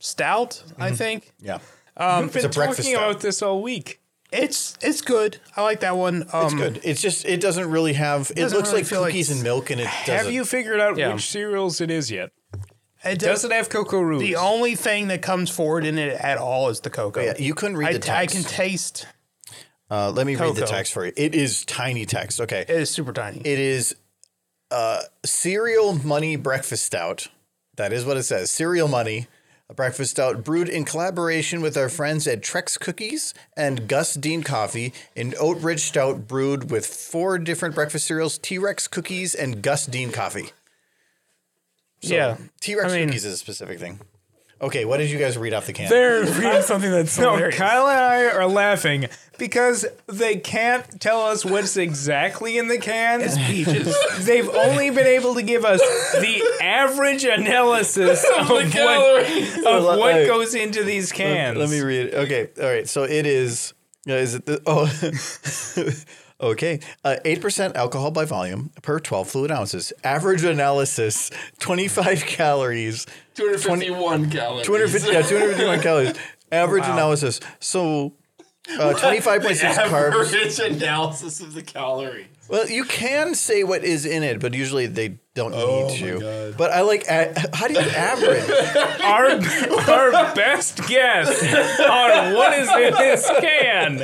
Speaker 4: stout. I think Um,
Speaker 1: Yeah.
Speaker 3: We've been
Speaker 1: Mm-hmm. a breakfast
Speaker 3: talking
Speaker 1: stout.
Speaker 3: about this all week.
Speaker 4: it's it's good. I like that one. Um,
Speaker 1: It's good. It's just it doesn't really have. It,
Speaker 4: doesn't
Speaker 1: looks
Speaker 4: really
Speaker 1: like
Speaker 4: feel like
Speaker 1: cookies and milk, and it doesn't.
Speaker 3: Have you figured out
Speaker 4: Yeah.
Speaker 3: which cereals it is yet?
Speaker 4: It does,
Speaker 3: Does it have cocoa root?
Speaker 4: the only thing that comes forward in it at all is the cocoa.
Speaker 1: Yeah, you couldn't read
Speaker 4: I,
Speaker 1: the text.
Speaker 4: I can taste.
Speaker 1: uh, let me read the
Speaker 4: Cocoa.
Speaker 1: text for you. It is tiny text. Okay.
Speaker 4: It is super tiny.
Speaker 1: It is uh, cereal money breakfast stout. That is what it says. Cereal money, a breakfast stout brewed in collaboration with our friends at Trex Cookies and Gus Dean Coffee, an oat rich stout brewed with four different breakfast cereals: T Rex cookies and Gus Dean Coffee.
Speaker 4: yeah.
Speaker 1: T Rex
Speaker 4: I mean-
Speaker 1: cookies is a specific thing. Okay, what did you guys read off the can?
Speaker 3: They're reading
Speaker 4: Something that's
Speaker 3: No,
Speaker 4: hilarious.
Speaker 3: Kyle and I are laughing because they can't tell us what's exactly in the can. It's peaches. They've only been able to give us the average analysis of, what, of what
Speaker 1: Hey.
Speaker 3: goes into these cans.
Speaker 1: Let me read it. Okay. All right. So it is. yeah, Is it the? Oh. okay. uh, Eight percent alcohol by volume per twelve fluid ounces. Average analysis: twenty-five calories.
Speaker 2: 251 calories.
Speaker 1: Two hundred fifty. yeah, two hundred fifty-one calories. Average analysis. So. Uh, 25.6 carbs.
Speaker 2: Average analysis of the calorie.
Speaker 1: Well, you can say what is in it, but usually they don't need
Speaker 2: my
Speaker 1: to.
Speaker 2: God.
Speaker 1: But I like, a- how do you average?
Speaker 3: our, our best guess on what is in this can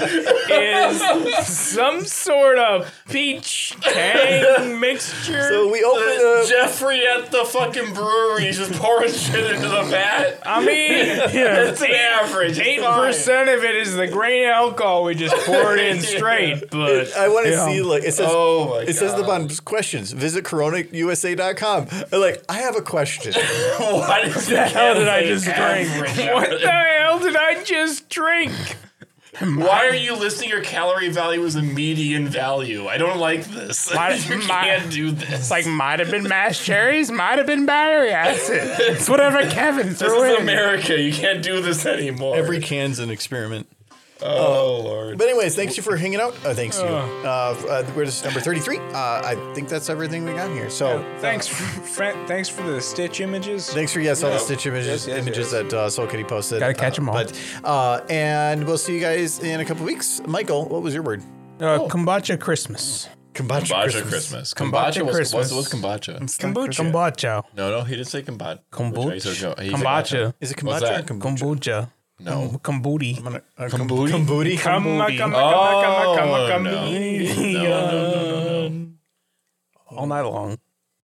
Speaker 3: is some sort of peach tang mixture.
Speaker 1: so we open
Speaker 2: Uh,
Speaker 1: the.
Speaker 2: Jeffrey at the fucking brewery is just pouring shit into the vat.
Speaker 3: I mean, yeah.
Speaker 2: It's an average.
Speaker 3: Eight percent of it is the grain alcohol we just poured in straight, but
Speaker 1: I want to see, like, it says
Speaker 2: Oh my god.
Speaker 1: It says the bottom questions. Visit coronausa.com. I'm Uh, like, I have a question.
Speaker 2: Why does the hell
Speaker 3: did I just what the hell did I just drink?
Speaker 2: Why are you listing your calorie value as a median value? I don't like this.
Speaker 4: My-
Speaker 2: you
Speaker 4: my-
Speaker 2: can't do this.
Speaker 4: It's like might have been mashed cherries, might have been battery acid. It's whatever Kevin
Speaker 2: this
Speaker 4: threw
Speaker 2: is
Speaker 4: in.
Speaker 2: America. You can't do this anymore.
Speaker 1: Every can's an experiment.
Speaker 2: oh lord.
Speaker 1: But anyways, thanks you for hanging out. Uh, thanks you. Uh, f- uh, we're just number 33. Uh, I think that's everything we got here. So
Speaker 3: Thanks, for, fr- thanks for the stitch images.
Speaker 1: thanks for, yes, all the Stitch images, images that uh, Soul Kitty posted.
Speaker 4: Gotta catch
Speaker 1: Uh,
Speaker 4: 'em all.
Speaker 1: But, uh, and we'll see you guys in a couple weeks. Michael, what was your word?
Speaker 4: Uh, kombucha Christmas.
Speaker 1: Kombucha,
Speaker 2: Kombucha Christmas. Kombucha was, was, was kombucha.
Speaker 1: Kombucha.
Speaker 4: Kombucha.
Speaker 2: No, no, he didn't say kombucha.
Speaker 4: Kombucha.
Speaker 2: He said no, he said
Speaker 4: Kombucha.
Speaker 1: Is it
Speaker 2: What's
Speaker 1: kombucha?
Speaker 2: that?
Speaker 1: Kombucha.
Speaker 4: Kombucha.
Speaker 2: No.
Speaker 4: Kombucha.
Speaker 1: Uh, Kombucha. Kombucha.
Speaker 3: Come, come,
Speaker 4: Moody.
Speaker 3: come, come,
Speaker 2: Oh,
Speaker 3: come, come,
Speaker 2: no.
Speaker 3: come.
Speaker 2: No, no, no, no, no.
Speaker 4: All night long.